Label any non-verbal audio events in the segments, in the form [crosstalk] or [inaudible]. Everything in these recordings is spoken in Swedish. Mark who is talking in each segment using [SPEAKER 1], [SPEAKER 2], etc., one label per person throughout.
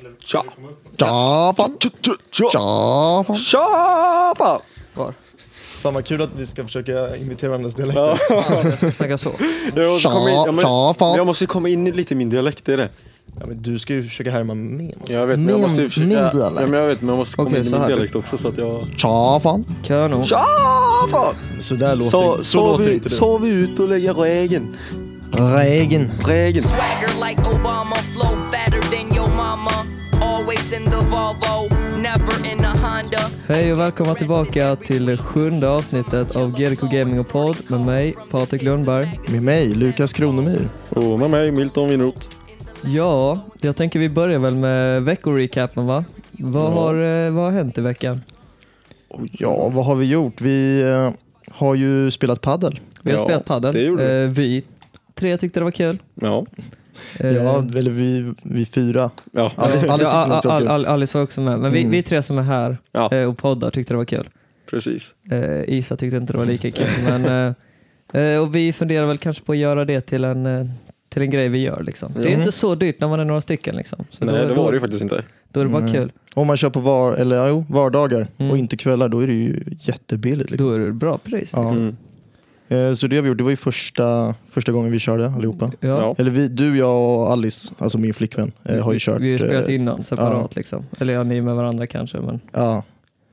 [SPEAKER 1] Eller,
[SPEAKER 2] Tja.
[SPEAKER 1] eller komma upp.
[SPEAKER 3] Tjafan! Tjafan!
[SPEAKER 2] Tja fan! Var?
[SPEAKER 4] Fan vad kul att vi ska försöka imitera varandras dialekter.
[SPEAKER 2] Ja.
[SPEAKER 3] Jag ska snacka så.
[SPEAKER 2] Jag måste komma in, ja, men-
[SPEAKER 3] Tjafan!
[SPEAKER 2] jag måste komma in i lite i min dialekt, det är det.
[SPEAKER 4] Ja, men du ska ju försöka härma mig.
[SPEAKER 2] Jag vet, men jag
[SPEAKER 3] Min-
[SPEAKER 2] måste ju försöka...
[SPEAKER 3] min
[SPEAKER 2] Ja,
[SPEAKER 3] dialekt.
[SPEAKER 2] men jag vet, men jag måste komma
[SPEAKER 3] Okej,
[SPEAKER 2] in i
[SPEAKER 3] så
[SPEAKER 2] min
[SPEAKER 3] här.
[SPEAKER 2] dialekt också så att jag...
[SPEAKER 3] Tjafan! Kanon.
[SPEAKER 2] Tja fan!
[SPEAKER 4] Så där låter,
[SPEAKER 2] Så,
[SPEAKER 4] så
[SPEAKER 2] så,
[SPEAKER 4] låter
[SPEAKER 2] vi,
[SPEAKER 4] inte du.
[SPEAKER 2] så vi ut och lägger regeln.
[SPEAKER 3] Regen.
[SPEAKER 2] Regeln.
[SPEAKER 5] Swagger like Obama, flow fatter than your mama. Always in the Volvo, never in a Honda.
[SPEAKER 3] Hej och välkomna tillbaka till sjunde avsnittet av GDK Gaming och Podd med mig, Patrik Lundberg.
[SPEAKER 4] Med mig, Lukas Kronemyr.
[SPEAKER 2] Och med Oh, mig, Milton Winroth.
[SPEAKER 3] Ja, jag tänker vi börjar väl med veckorecapen va? Vad, har, eh, vad har hänt i veckan?
[SPEAKER 4] Ja, vad har vi gjort? Vi eh, har ju spelat paddel.
[SPEAKER 3] Vi har
[SPEAKER 2] Ja,
[SPEAKER 3] spelat padel.
[SPEAKER 2] det gjorde vi.
[SPEAKER 3] eh, vi tre tyckte det var kul.
[SPEAKER 2] Ja.
[SPEAKER 3] Eh,
[SPEAKER 4] Ja, eller vi, vi fyra.
[SPEAKER 2] Ja.
[SPEAKER 4] Alice, Alice
[SPEAKER 3] ja,
[SPEAKER 4] tyckte det
[SPEAKER 3] Al-
[SPEAKER 4] också var
[SPEAKER 3] Al-
[SPEAKER 4] kul.
[SPEAKER 3] Al- Alice var också med, men vi,
[SPEAKER 4] Mm.
[SPEAKER 3] vi tre som är här
[SPEAKER 2] Ja.
[SPEAKER 3] eh, och poddar tyckte det var kul.
[SPEAKER 2] precis.
[SPEAKER 3] Eh, Isa tyckte inte det var lika kul, men eh, eh, och vi funderar väl kanske på att göra det till en, eh, till en grej vi gör. Liksom. Det är ju
[SPEAKER 4] Mm.
[SPEAKER 3] inte så dyrt när man är några stycken. Liksom. Så
[SPEAKER 2] Nej,
[SPEAKER 3] då,
[SPEAKER 2] det var det ju Mm.
[SPEAKER 3] då,
[SPEAKER 2] faktiskt inte.
[SPEAKER 3] då är det bara
[SPEAKER 4] Nej.
[SPEAKER 3] kul.
[SPEAKER 4] Om man kör på var, eller, ja, jo, vardagar
[SPEAKER 3] Mm.
[SPEAKER 4] och inte kvällar, då är det ju jättebilligt. Liksom.
[SPEAKER 3] Då är det bra pris.
[SPEAKER 4] Ja.
[SPEAKER 3] Liksom.
[SPEAKER 2] Mm.
[SPEAKER 4] Eh, Så det har vi gjort. Det var ju första, första gången vi körde allihopa.
[SPEAKER 3] Ja.
[SPEAKER 2] Ja.
[SPEAKER 4] Eller vi, du, jag och Alice, alltså min flickvän, eh, har ju kört.
[SPEAKER 3] Mm. vi har ju spelat
[SPEAKER 4] eh,
[SPEAKER 3] innan separat. Liksom. Eller ja, ni med varandra kanske. Men,
[SPEAKER 4] Ja.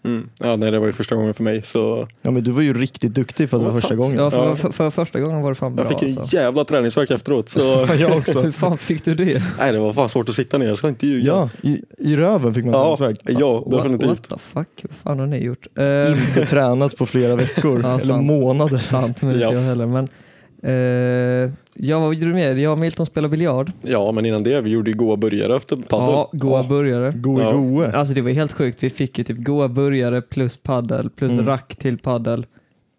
[SPEAKER 2] Mm. ja, nej det var ju första gången för mig så
[SPEAKER 4] ja, men du var ju riktigt duktig för att det
[SPEAKER 2] Ja,
[SPEAKER 4] var första
[SPEAKER 2] tack.
[SPEAKER 4] gången.
[SPEAKER 3] ja, för,
[SPEAKER 2] Ja.
[SPEAKER 3] För, för första gången var det fan bra.
[SPEAKER 2] jag fick en
[SPEAKER 3] alltså.
[SPEAKER 2] jävla träningsvärk efteråt
[SPEAKER 4] [laughs]
[SPEAKER 2] så
[SPEAKER 4] [laughs] jag
[SPEAKER 3] Hur [laughs]
[SPEAKER 4] också.
[SPEAKER 3] fan fick du det?
[SPEAKER 2] nej det var fan svårt att sitta ner, jag ska inte ljuga.
[SPEAKER 4] Ja, i, i röven fick man
[SPEAKER 2] ja,
[SPEAKER 4] träningsvärk.
[SPEAKER 2] ja
[SPEAKER 3] What,
[SPEAKER 2] [laughs]
[SPEAKER 3] what
[SPEAKER 2] definitivt.
[SPEAKER 3] the fuck? Vad fan har ni gjort? Eh,
[SPEAKER 4] Inte tränat på flera veckor,
[SPEAKER 3] Ja,
[SPEAKER 4] eller
[SPEAKER 3] sant.
[SPEAKER 4] månader.
[SPEAKER 3] sant, men inte
[SPEAKER 2] [laughs] Ja.
[SPEAKER 3] jag heller. Men, eh, ja, vad gjorde du mer? Jag och Milton spelade biljard.
[SPEAKER 2] Ja, men innan det, vi gjorde ju goa burgare efter padel.
[SPEAKER 3] Ja, goa
[SPEAKER 4] Ja.
[SPEAKER 3] burgare.
[SPEAKER 4] Goe
[SPEAKER 2] Ja.
[SPEAKER 4] goe.
[SPEAKER 3] Alltså det var helt sjukt. Vi fick ju typ goa burgare plus paddel plus
[SPEAKER 4] Mm.
[SPEAKER 3] rack till paddel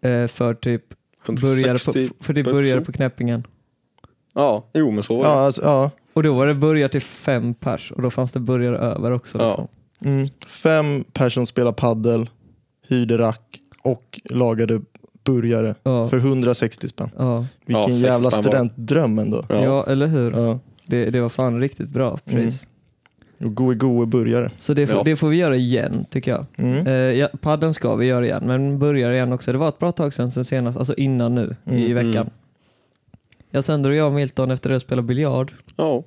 [SPEAKER 3] eh, för typ burgare
[SPEAKER 2] 160
[SPEAKER 3] på, för typ
[SPEAKER 2] per
[SPEAKER 3] burgare
[SPEAKER 2] person.
[SPEAKER 3] på knäppingen.
[SPEAKER 2] Ja, jo men så var
[SPEAKER 4] Ja,
[SPEAKER 2] det.
[SPEAKER 4] alltså, ja.
[SPEAKER 3] Och då var det burgare till fem pers och då fanns det burgare över också.
[SPEAKER 2] Ja.
[SPEAKER 3] Liksom.
[SPEAKER 4] Mm. Fem personer spelar paddel, hyrde rack och lagade burgare
[SPEAKER 3] Ja.
[SPEAKER 4] för 160 spänn.
[SPEAKER 3] Ja.
[SPEAKER 4] Vilken
[SPEAKER 2] sex
[SPEAKER 4] jävla
[SPEAKER 2] spänn var det.
[SPEAKER 4] studentdröm ändå.
[SPEAKER 3] Ja. eller hur?
[SPEAKER 4] Ja.
[SPEAKER 3] Det, det var fan riktigt bra pris.
[SPEAKER 4] Och goe goe burgare.
[SPEAKER 3] Så det får,
[SPEAKER 2] Ja.
[SPEAKER 3] det får vi göra igen tycker jag.
[SPEAKER 4] Mm.
[SPEAKER 3] Eh, ja, padden ska vi göra igen, men burgare igen också. Det var ett bra tag sedan, sen senast, alltså innan nu i
[SPEAKER 4] Mm.
[SPEAKER 3] veckan.
[SPEAKER 2] Mm.
[SPEAKER 3] Jag sänder och jag och Milton efter det spelade biljard.
[SPEAKER 2] Ja.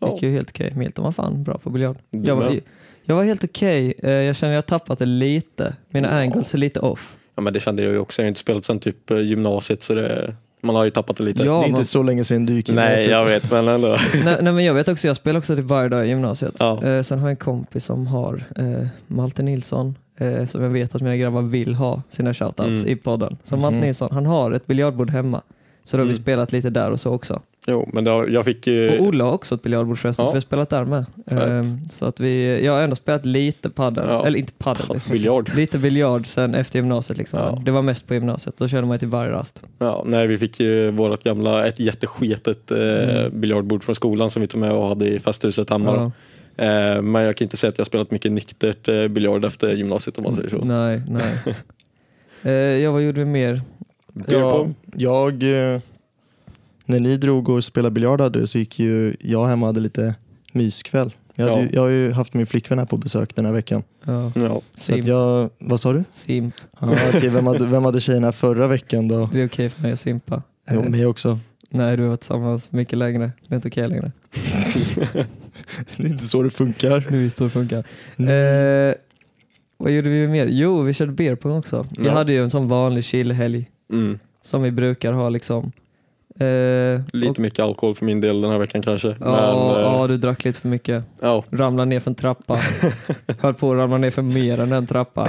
[SPEAKER 3] Det
[SPEAKER 2] Ja.
[SPEAKER 3] gick ju helt okej. Milton var fan bra på biljard.
[SPEAKER 2] Du
[SPEAKER 3] Jag var,
[SPEAKER 2] med?
[SPEAKER 3] jag var helt okej. Eh, Jag känner att jag tappat det lite. Mina
[SPEAKER 2] Ja.
[SPEAKER 3] angles är lite off.
[SPEAKER 2] ja, men det kände jag ju också. Jag har inte spelat sedan typ eh, gymnasiet så det, man har ju tappat det lite.
[SPEAKER 3] Ja,
[SPEAKER 4] det är
[SPEAKER 3] man-
[SPEAKER 4] inte så länge sedan du gick in.
[SPEAKER 2] Nej, jag vet men
[SPEAKER 3] [laughs]
[SPEAKER 2] ändå.
[SPEAKER 3] nej, nej, men jag vet också, jag spelar också typ varje dag i gymnasiet.
[SPEAKER 2] Ja.
[SPEAKER 3] Eh, Sen har jag en kompis som har eh, Malte Nilsson, eh, som jag vet att mina grabbar vill ha sina shoutouts
[SPEAKER 2] Mm.
[SPEAKER 3] i podden. Så Malte
[SPEAKER 4] Mhm.
[SPEAKER 3] Nilsson, han har ett biljardbord hemma. Så då har vi
[SPEAKER 2] Mm.
[SPEAKER 3] spelat lite där och så också.
[SPEAKER 2] Jo, men det, har- jag fick ju...
[SPEAKER 3] Och Ola har också ett biljardbord förresten,
[SPEAKER 2] Ja.
[SPEAKER 3] så vi har spelat där med.
[SPEAKER 2] Fett.
[SPEAKER 3] Ehm, Så att vi, jag har ändå spelat lite padel,
[SPEAKER 2] Ja.
[SPEAKER 3] eller inte
[SPEAKER 2] [laughs]
[SPEAKER 3] padel,
[SPEAKER 2] biljard.
[SPEAKER 3] lite biljard sen efter gymnasiet. Liksom.
[SPEAKER 2] Ja.
[SPEAKER 3] Det var mest på gymnasiet, då körde man ju till varje rast.
[SPEAKER 2] Ja, nej, vi fick ju vårt gamla, ett jättesketet eh,
[SPEAKER 3] Mm.
[SPEAKER 2] biljardbord från skolan som vi tog med och hade i festhuset Hammar.
[SPEAKER 3] Ja.
[SPEAKER 2] Eh, men jag kan inte säga att jag spelat mycket nyktert eh, biljard efter gymnasiet om man säger så.
[SPEAKER 3] Nej,
[SPEAKER 2] [laughs]
[SPEAKER 3] nej. Eh, ja, vad gjorde vi mer?
[SPEAKER 4] Ja, jag, eh, när ni drog och spelade biljard hade det så gick ju jag hem och hade lite myskväll. Jag, hade
[SPEAKER 2] Ja.
[SPEAKER 4] ju, jag har ju haft min flickvän här på besök den här veckan.
[SPEAKER 3] Ja.
[SPEAKER 2] Ja.
[SPEAKER 4] Så
[SPEAKER 3] Simp.
[SPEAKER 4] att jag, vad sa du?
[SPEAKER 3] Simp.
[SPEAKER 4] Ja, okej, vem, hade, vem hade tjejerna förra veckan då?
[SPEAKER 3] Det är okej för mig att simpa.
[SPEAKER 4] Jo,
[SPEAKER 3] Eh,
[SPEAKER 4] mig också.
[SPEAKER 3] Nej, du har varit tillsammans mycket längre. Det är inte okej längre.
[SPEAKER 4] Det är inte så det funkar.
[SPEAKER 3] Nu är vi storfunkar. Eh, vad gjorde vi mer? Jo, vi körde beerpong också. Jag
[SPEAKER 2] Ja.
[SPEAKER 3] hade ju en sån vanlig chillhelg
[SPEAKER 2] Mm.
[SPEAKER 3] som vi brukar ha liksom. Eh,
[SPEAKER 2] Lite
[SPEAKER 3] och,
[SPEAKER 2] mycket alkohol för min del den här veckan kanske. men,
[SPEAKER 3] ja,
[SPEAKER 2] eh,
[SPEAKER 3] ja, du drack lite för mycket.
[SPEAKER 2] ja.
[SPEAKER 3] Ramlade ner för
[SPEAKER 2] [laughs]
[SPEAKER 3] en trappa. Höll på att ramla ner för mer än en trappa.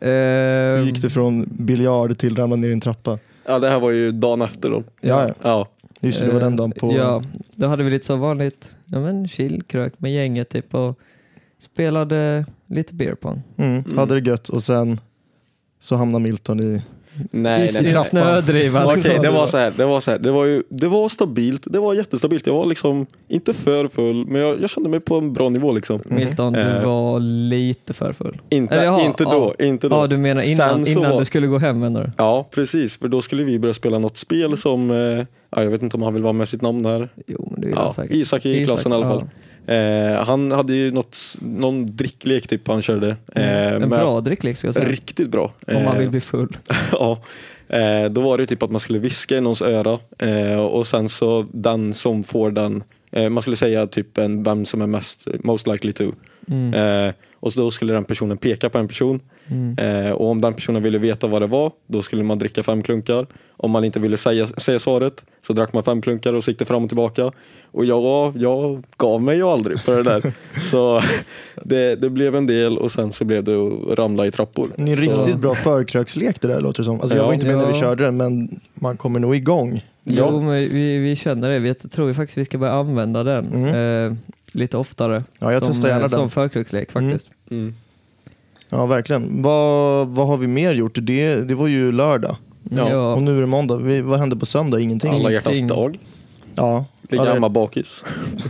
[SPEAKER 3] Eh,
[SPEAKER 4] Hur gick det från biljard till ramla ner i en trappa?
[SPEAKER 2] ja, det här var ju dagen efter då.
[SPEAKER 4] Ja, ja.
[SPEAKER 2] Ja,
[SPEAKER 4] just det, det var den dagen på...
[SPEAKER 3] Ja, då hade vi lite så vanligt ja, men chillkrök med gänget typ och spelade lite beerpong.
[SPEAKER 4] Mm, hade det gött och sen så hamnade Milton i...
[SPEAKER 2] nej,
[SPEAKER 3] I-
[SPEAKER 2] nej,
[SPEAKER 3] i
[SPEAKER 2] nej.
[SPEAKER 4] trappan.
[SPEAKER 3] snödriva.
[SPEAKER 2] Okej,
[SPEAKER 3] liksom.
[SPEAKER 2] det var så här. Det var så här. Det var ju, det var stabilt. Det var jättestabilt. Jag var liksom inte för full, men jag, jag kände mig på en bra nivå liksom.
[SPEAKER 3] Milton, du
[SPEAKER 2] Eh.
[SPEAKER 3] var lite för full.
[SPEAKER 2] Inte,
[SPEAKER 3] Mm. Eller, ja,
[SPEAKER 2] inte då, inte då.
[SPEAKER 3] Ja, du menar innan,
[SPEAKER 2] Sen så
[SPEAKER 3] innan
[SPEAKER 2] var-
[SPEAKER 3] du skulle gå hem menar du?
[SPEAKER 2] Ja, precis. För då skulle vi börja spela något spel som, eh, ja, jag vet inte om han vill vara med sitt namn där.
[SPEAKER 3] Jo, men det är
[SPEAKER 2] Ja,
[SPEAKER 3] jag säkert.
[SPEAKER 2] Isak i klassen i alla fall. Eh, han hade ju något, någon dricklek typ han körde. Eh,
[SPEAKER 3] Mm. En
[SPEAKER 2] med-
[SPEAKER 3] bra drycklek skulle jag säga.
[SPEAKER 2] Riktigt bra.
[SPEAKER 3] Om man
[SPEAKER 2] Eh,
[SPEAKER 3] vill bli full.
[SPEAKER 2] [laughs] Ja. Eh, då var det ju typ att man skulle viska i någons öra eh, och sen så den som får den, eh, man skulle säga typ en, vem som är mest, most likely to.
[SPEAKER 3] Mm.
[SPEAKER 2] Eh, och så då skulle den personen peka på en person
[SPEAKER 3] Mm.
[SPEAKER 2] eh, och om den personen ville veta vad det var då skulle man dricka fem klunkar. Om man inte ville säga, säga svaret så drack man fem klunkar och så gick det fram och tillbaka. Och jag, jag gav mig ju aldrig på det
[SPEAKER 3] [laughs]
[SPEAKER 2] där. så [laughs] det, det blev en del och sen så blev det att ramla i trappor.
[SPEAKER 4] Det är en
[SPEAKER 2] Så-
[SPEAKER 4] riktigt bra förkrökslek det där låter det som. Alltså, jag
[SPEAKER 2] Ja.
[SPEAKER 4] var inte med när vi
[SPEAKER 3] Ja.
[SPEAKER 4] körde den men man kommer nog igång.
[SPEAKER 2] Ja.
[SPEAKER 3] Jo, men vi, vi känner det. Vi tror ju faktiskt vi ska börja använda den
[SPEAKER 2] Mm.
[SPEAKER 3] eh, lite oftare.
[SPEAKER 4] Ja, jag
[SPEAKER 3] som,
[SPEAKER 4] testar gärna
[SPEAKER 3] eh,
[SPEAKER 4] den.
[SPEAKER 3] Som förkrökslek faktiskt.
[SPEAKER 2] Mm.
[SPEAKER 4] Ja, verkligen. Vad, vad har vi mer gjort? Det, det var ju lördag
[SPEAKER 2] Ja.
[SPEAKER 4] och nu är det måndag. Vi, vad hände på söndag? Ingenting.
[SPEAKER 2] Alla hjärtans
[SPEAKER 3] ingenting.
[SPEAKER 2] dag.
[SPEAKER 4] Ja,
[SPEAKER 2] Ligga
[SPEAKER 4] Ja, det-
[SPEAKER 2] hemma bakis.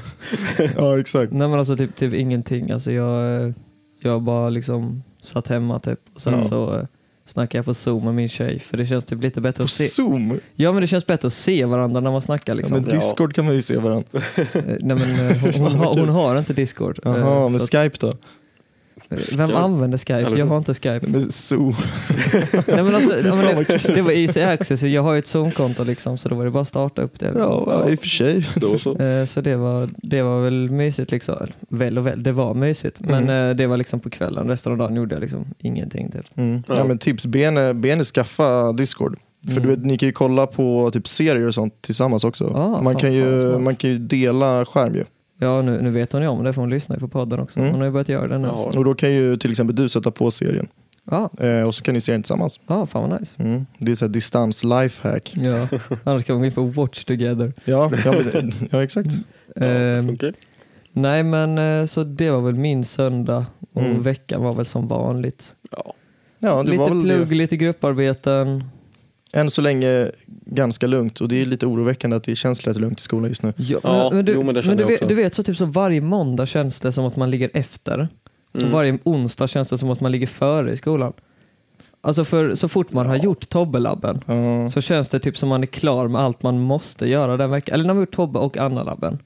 [SPEAKER 4] [laughs] ja exakt.
[SPEAKER 3] Nej men alltså typ, typ ingenting. Alltså jag, eh, jag bara liksom satt hemma typ. Och sen
[SPEAKER 4] Ja.
[SPEAKER 3] så eh, snackade jag på zoom med min tjej. För det känns typ lite bättre
[SPEAKER 4] På
[SPEAKER 3] att se.
[SPEAKER 4] Zoom?
[SPEAKER 3] Ja men det känns bättre att se varandra när man snackar liksom.
[SPEAKER 4] ja, men
[SPEAKER 2] Ja.
[SPEAKER 4] Discord kan man ju se varandra.
[SPEAKER 3] Eh, Nej men eh, hon, hon, har, hon har inte discord. Eh,
[SPEAKER 4] Jaha, men
[SPEAKER 3] så att-
[SPEAKER 4] Skype då?
[SPEAKER 3] eh, vem
[SPEAKER 2] Skype.
[SPEAKER 3] använder
[SPEAKER 2] Eller-
[SPEAKER 3] skype? Jag har
[SPEAKER 4] [laughs]
[SPEAKER 3] inte skype.
[SPEAKER 4] Men Zoom.
[SPEAKER 3] Nej, men alltså, ja, men det, det var easy access, jag har ju ett zoom-konto liksom så då var det bara att starta upp det. liksom.
[SPEAKER 4] Ja, ja, i och för sig.
[SPEAKER 2] Då
[SPEAKER 4] [laughs]
[SPEAKER 2] så.
[SPEAKER 3] Eh, Så det var, det var väl mysigt liksom. Eller, Väl och väl, det var mysigt. Men
[SPEAKER 4] Mm.
[SPEAKER 3] eh, det var liksom på kvällen. Resten av dagen gjorde jag liksom ingenting. Typ.
[SPEAKER 4] Mm. Ja.
[SPEAKER 2] Ja.
[SPEAKER 4] men tips, Bene, Bene skaffa Discord. För
[SPEAKER 3] Mm.
[SPEAKER 4] du vet, ni kan ju kolla på typ serier och sånt tillsammans också.
[SPEAKER 3] Ah,
[SPEAKER 4] man,
[SPEAKER 3] fan,
[SPEAKER 4] kan
[SPEAKER 3] fan,
[SPEAKER 4] ju,
[SPEAKER 3] smart.
[SPEAKER 4] man kan ju dela skärm ju.
[SPEAKER 3] Ja, nu, nu vet hon ju om det för hon lyssnar ju på podden också.
[SPEAKER 4] Mm.
[SPEAKER 3] Hon har ju börjat göra det nu.
[SPEAKER 2] Ja.
[SPEAKER 3] så.
[SPEAKER 4] Och då kan ju till exempel du sätta på serien
[SPEAKER 3] Ja,
[SPEAKER 4] eh, och så kan ni se den tillsammans.
[SPEAKER 3] ja, fan vad nice.
[SPEAKER 4] Mm. Det är så här distans lifehack.
[SPEAKER 3] Ja. [laughs] Annars kan man gå in på Watch Together.
[SPEAKER 4] Ja, ja, men, ja exakt.
[SPEAKER 2] Ja,
[SPEAKER 3] Eh,
[SPEAKER 2] funkar.
[SPEAKER 3] nej men eh, så det var väl min söndag och
[SPEAKER 4] Mm.
[SPEAKER 3] veckan var väl som vanligt.
[SPEAKER 2] Ja.
[SPEAKER 4] Ja, det var
[SPEAKER 3] lite
[SPEAKER 4] väl
[SPEAKER 3] plugg,
[SPEAKER 4] det.
[SPEAKER 3] lite grupparbeten.
[SPEAKER 4] Än så länge ganska lugnt och det är lite oroväckande att det känns rätt lugnt i skolan just nu.
[SPEAKER 3] Ja,
[SPEAKER 2] Ja,
[SPEAKER 3] men du,
[SPEAKER 2] jo, men det känner
[SPEAKER 3] du,
[SPEAKER 2] jag
[SPEAKER 3] vet,
[SPEAKER 2] också.
[SPEAKER 3] du vet så typ så varje måndag känns det som att man ligger efter.
[SPEAKER 2] Mm.
[SPEAKER 4] Mm.
[SPEAKER 3] Och varje onsdag känns det som att man ligger före i skolan. Alltså för så fort man har gjort Tobbe-labben
[SPEAKER 4] Ja.
[SPEAKER 3] så känns det typ som man är klar med allt man måste göra den veckan. Eller när man gjort Tobbe och Anna-labben.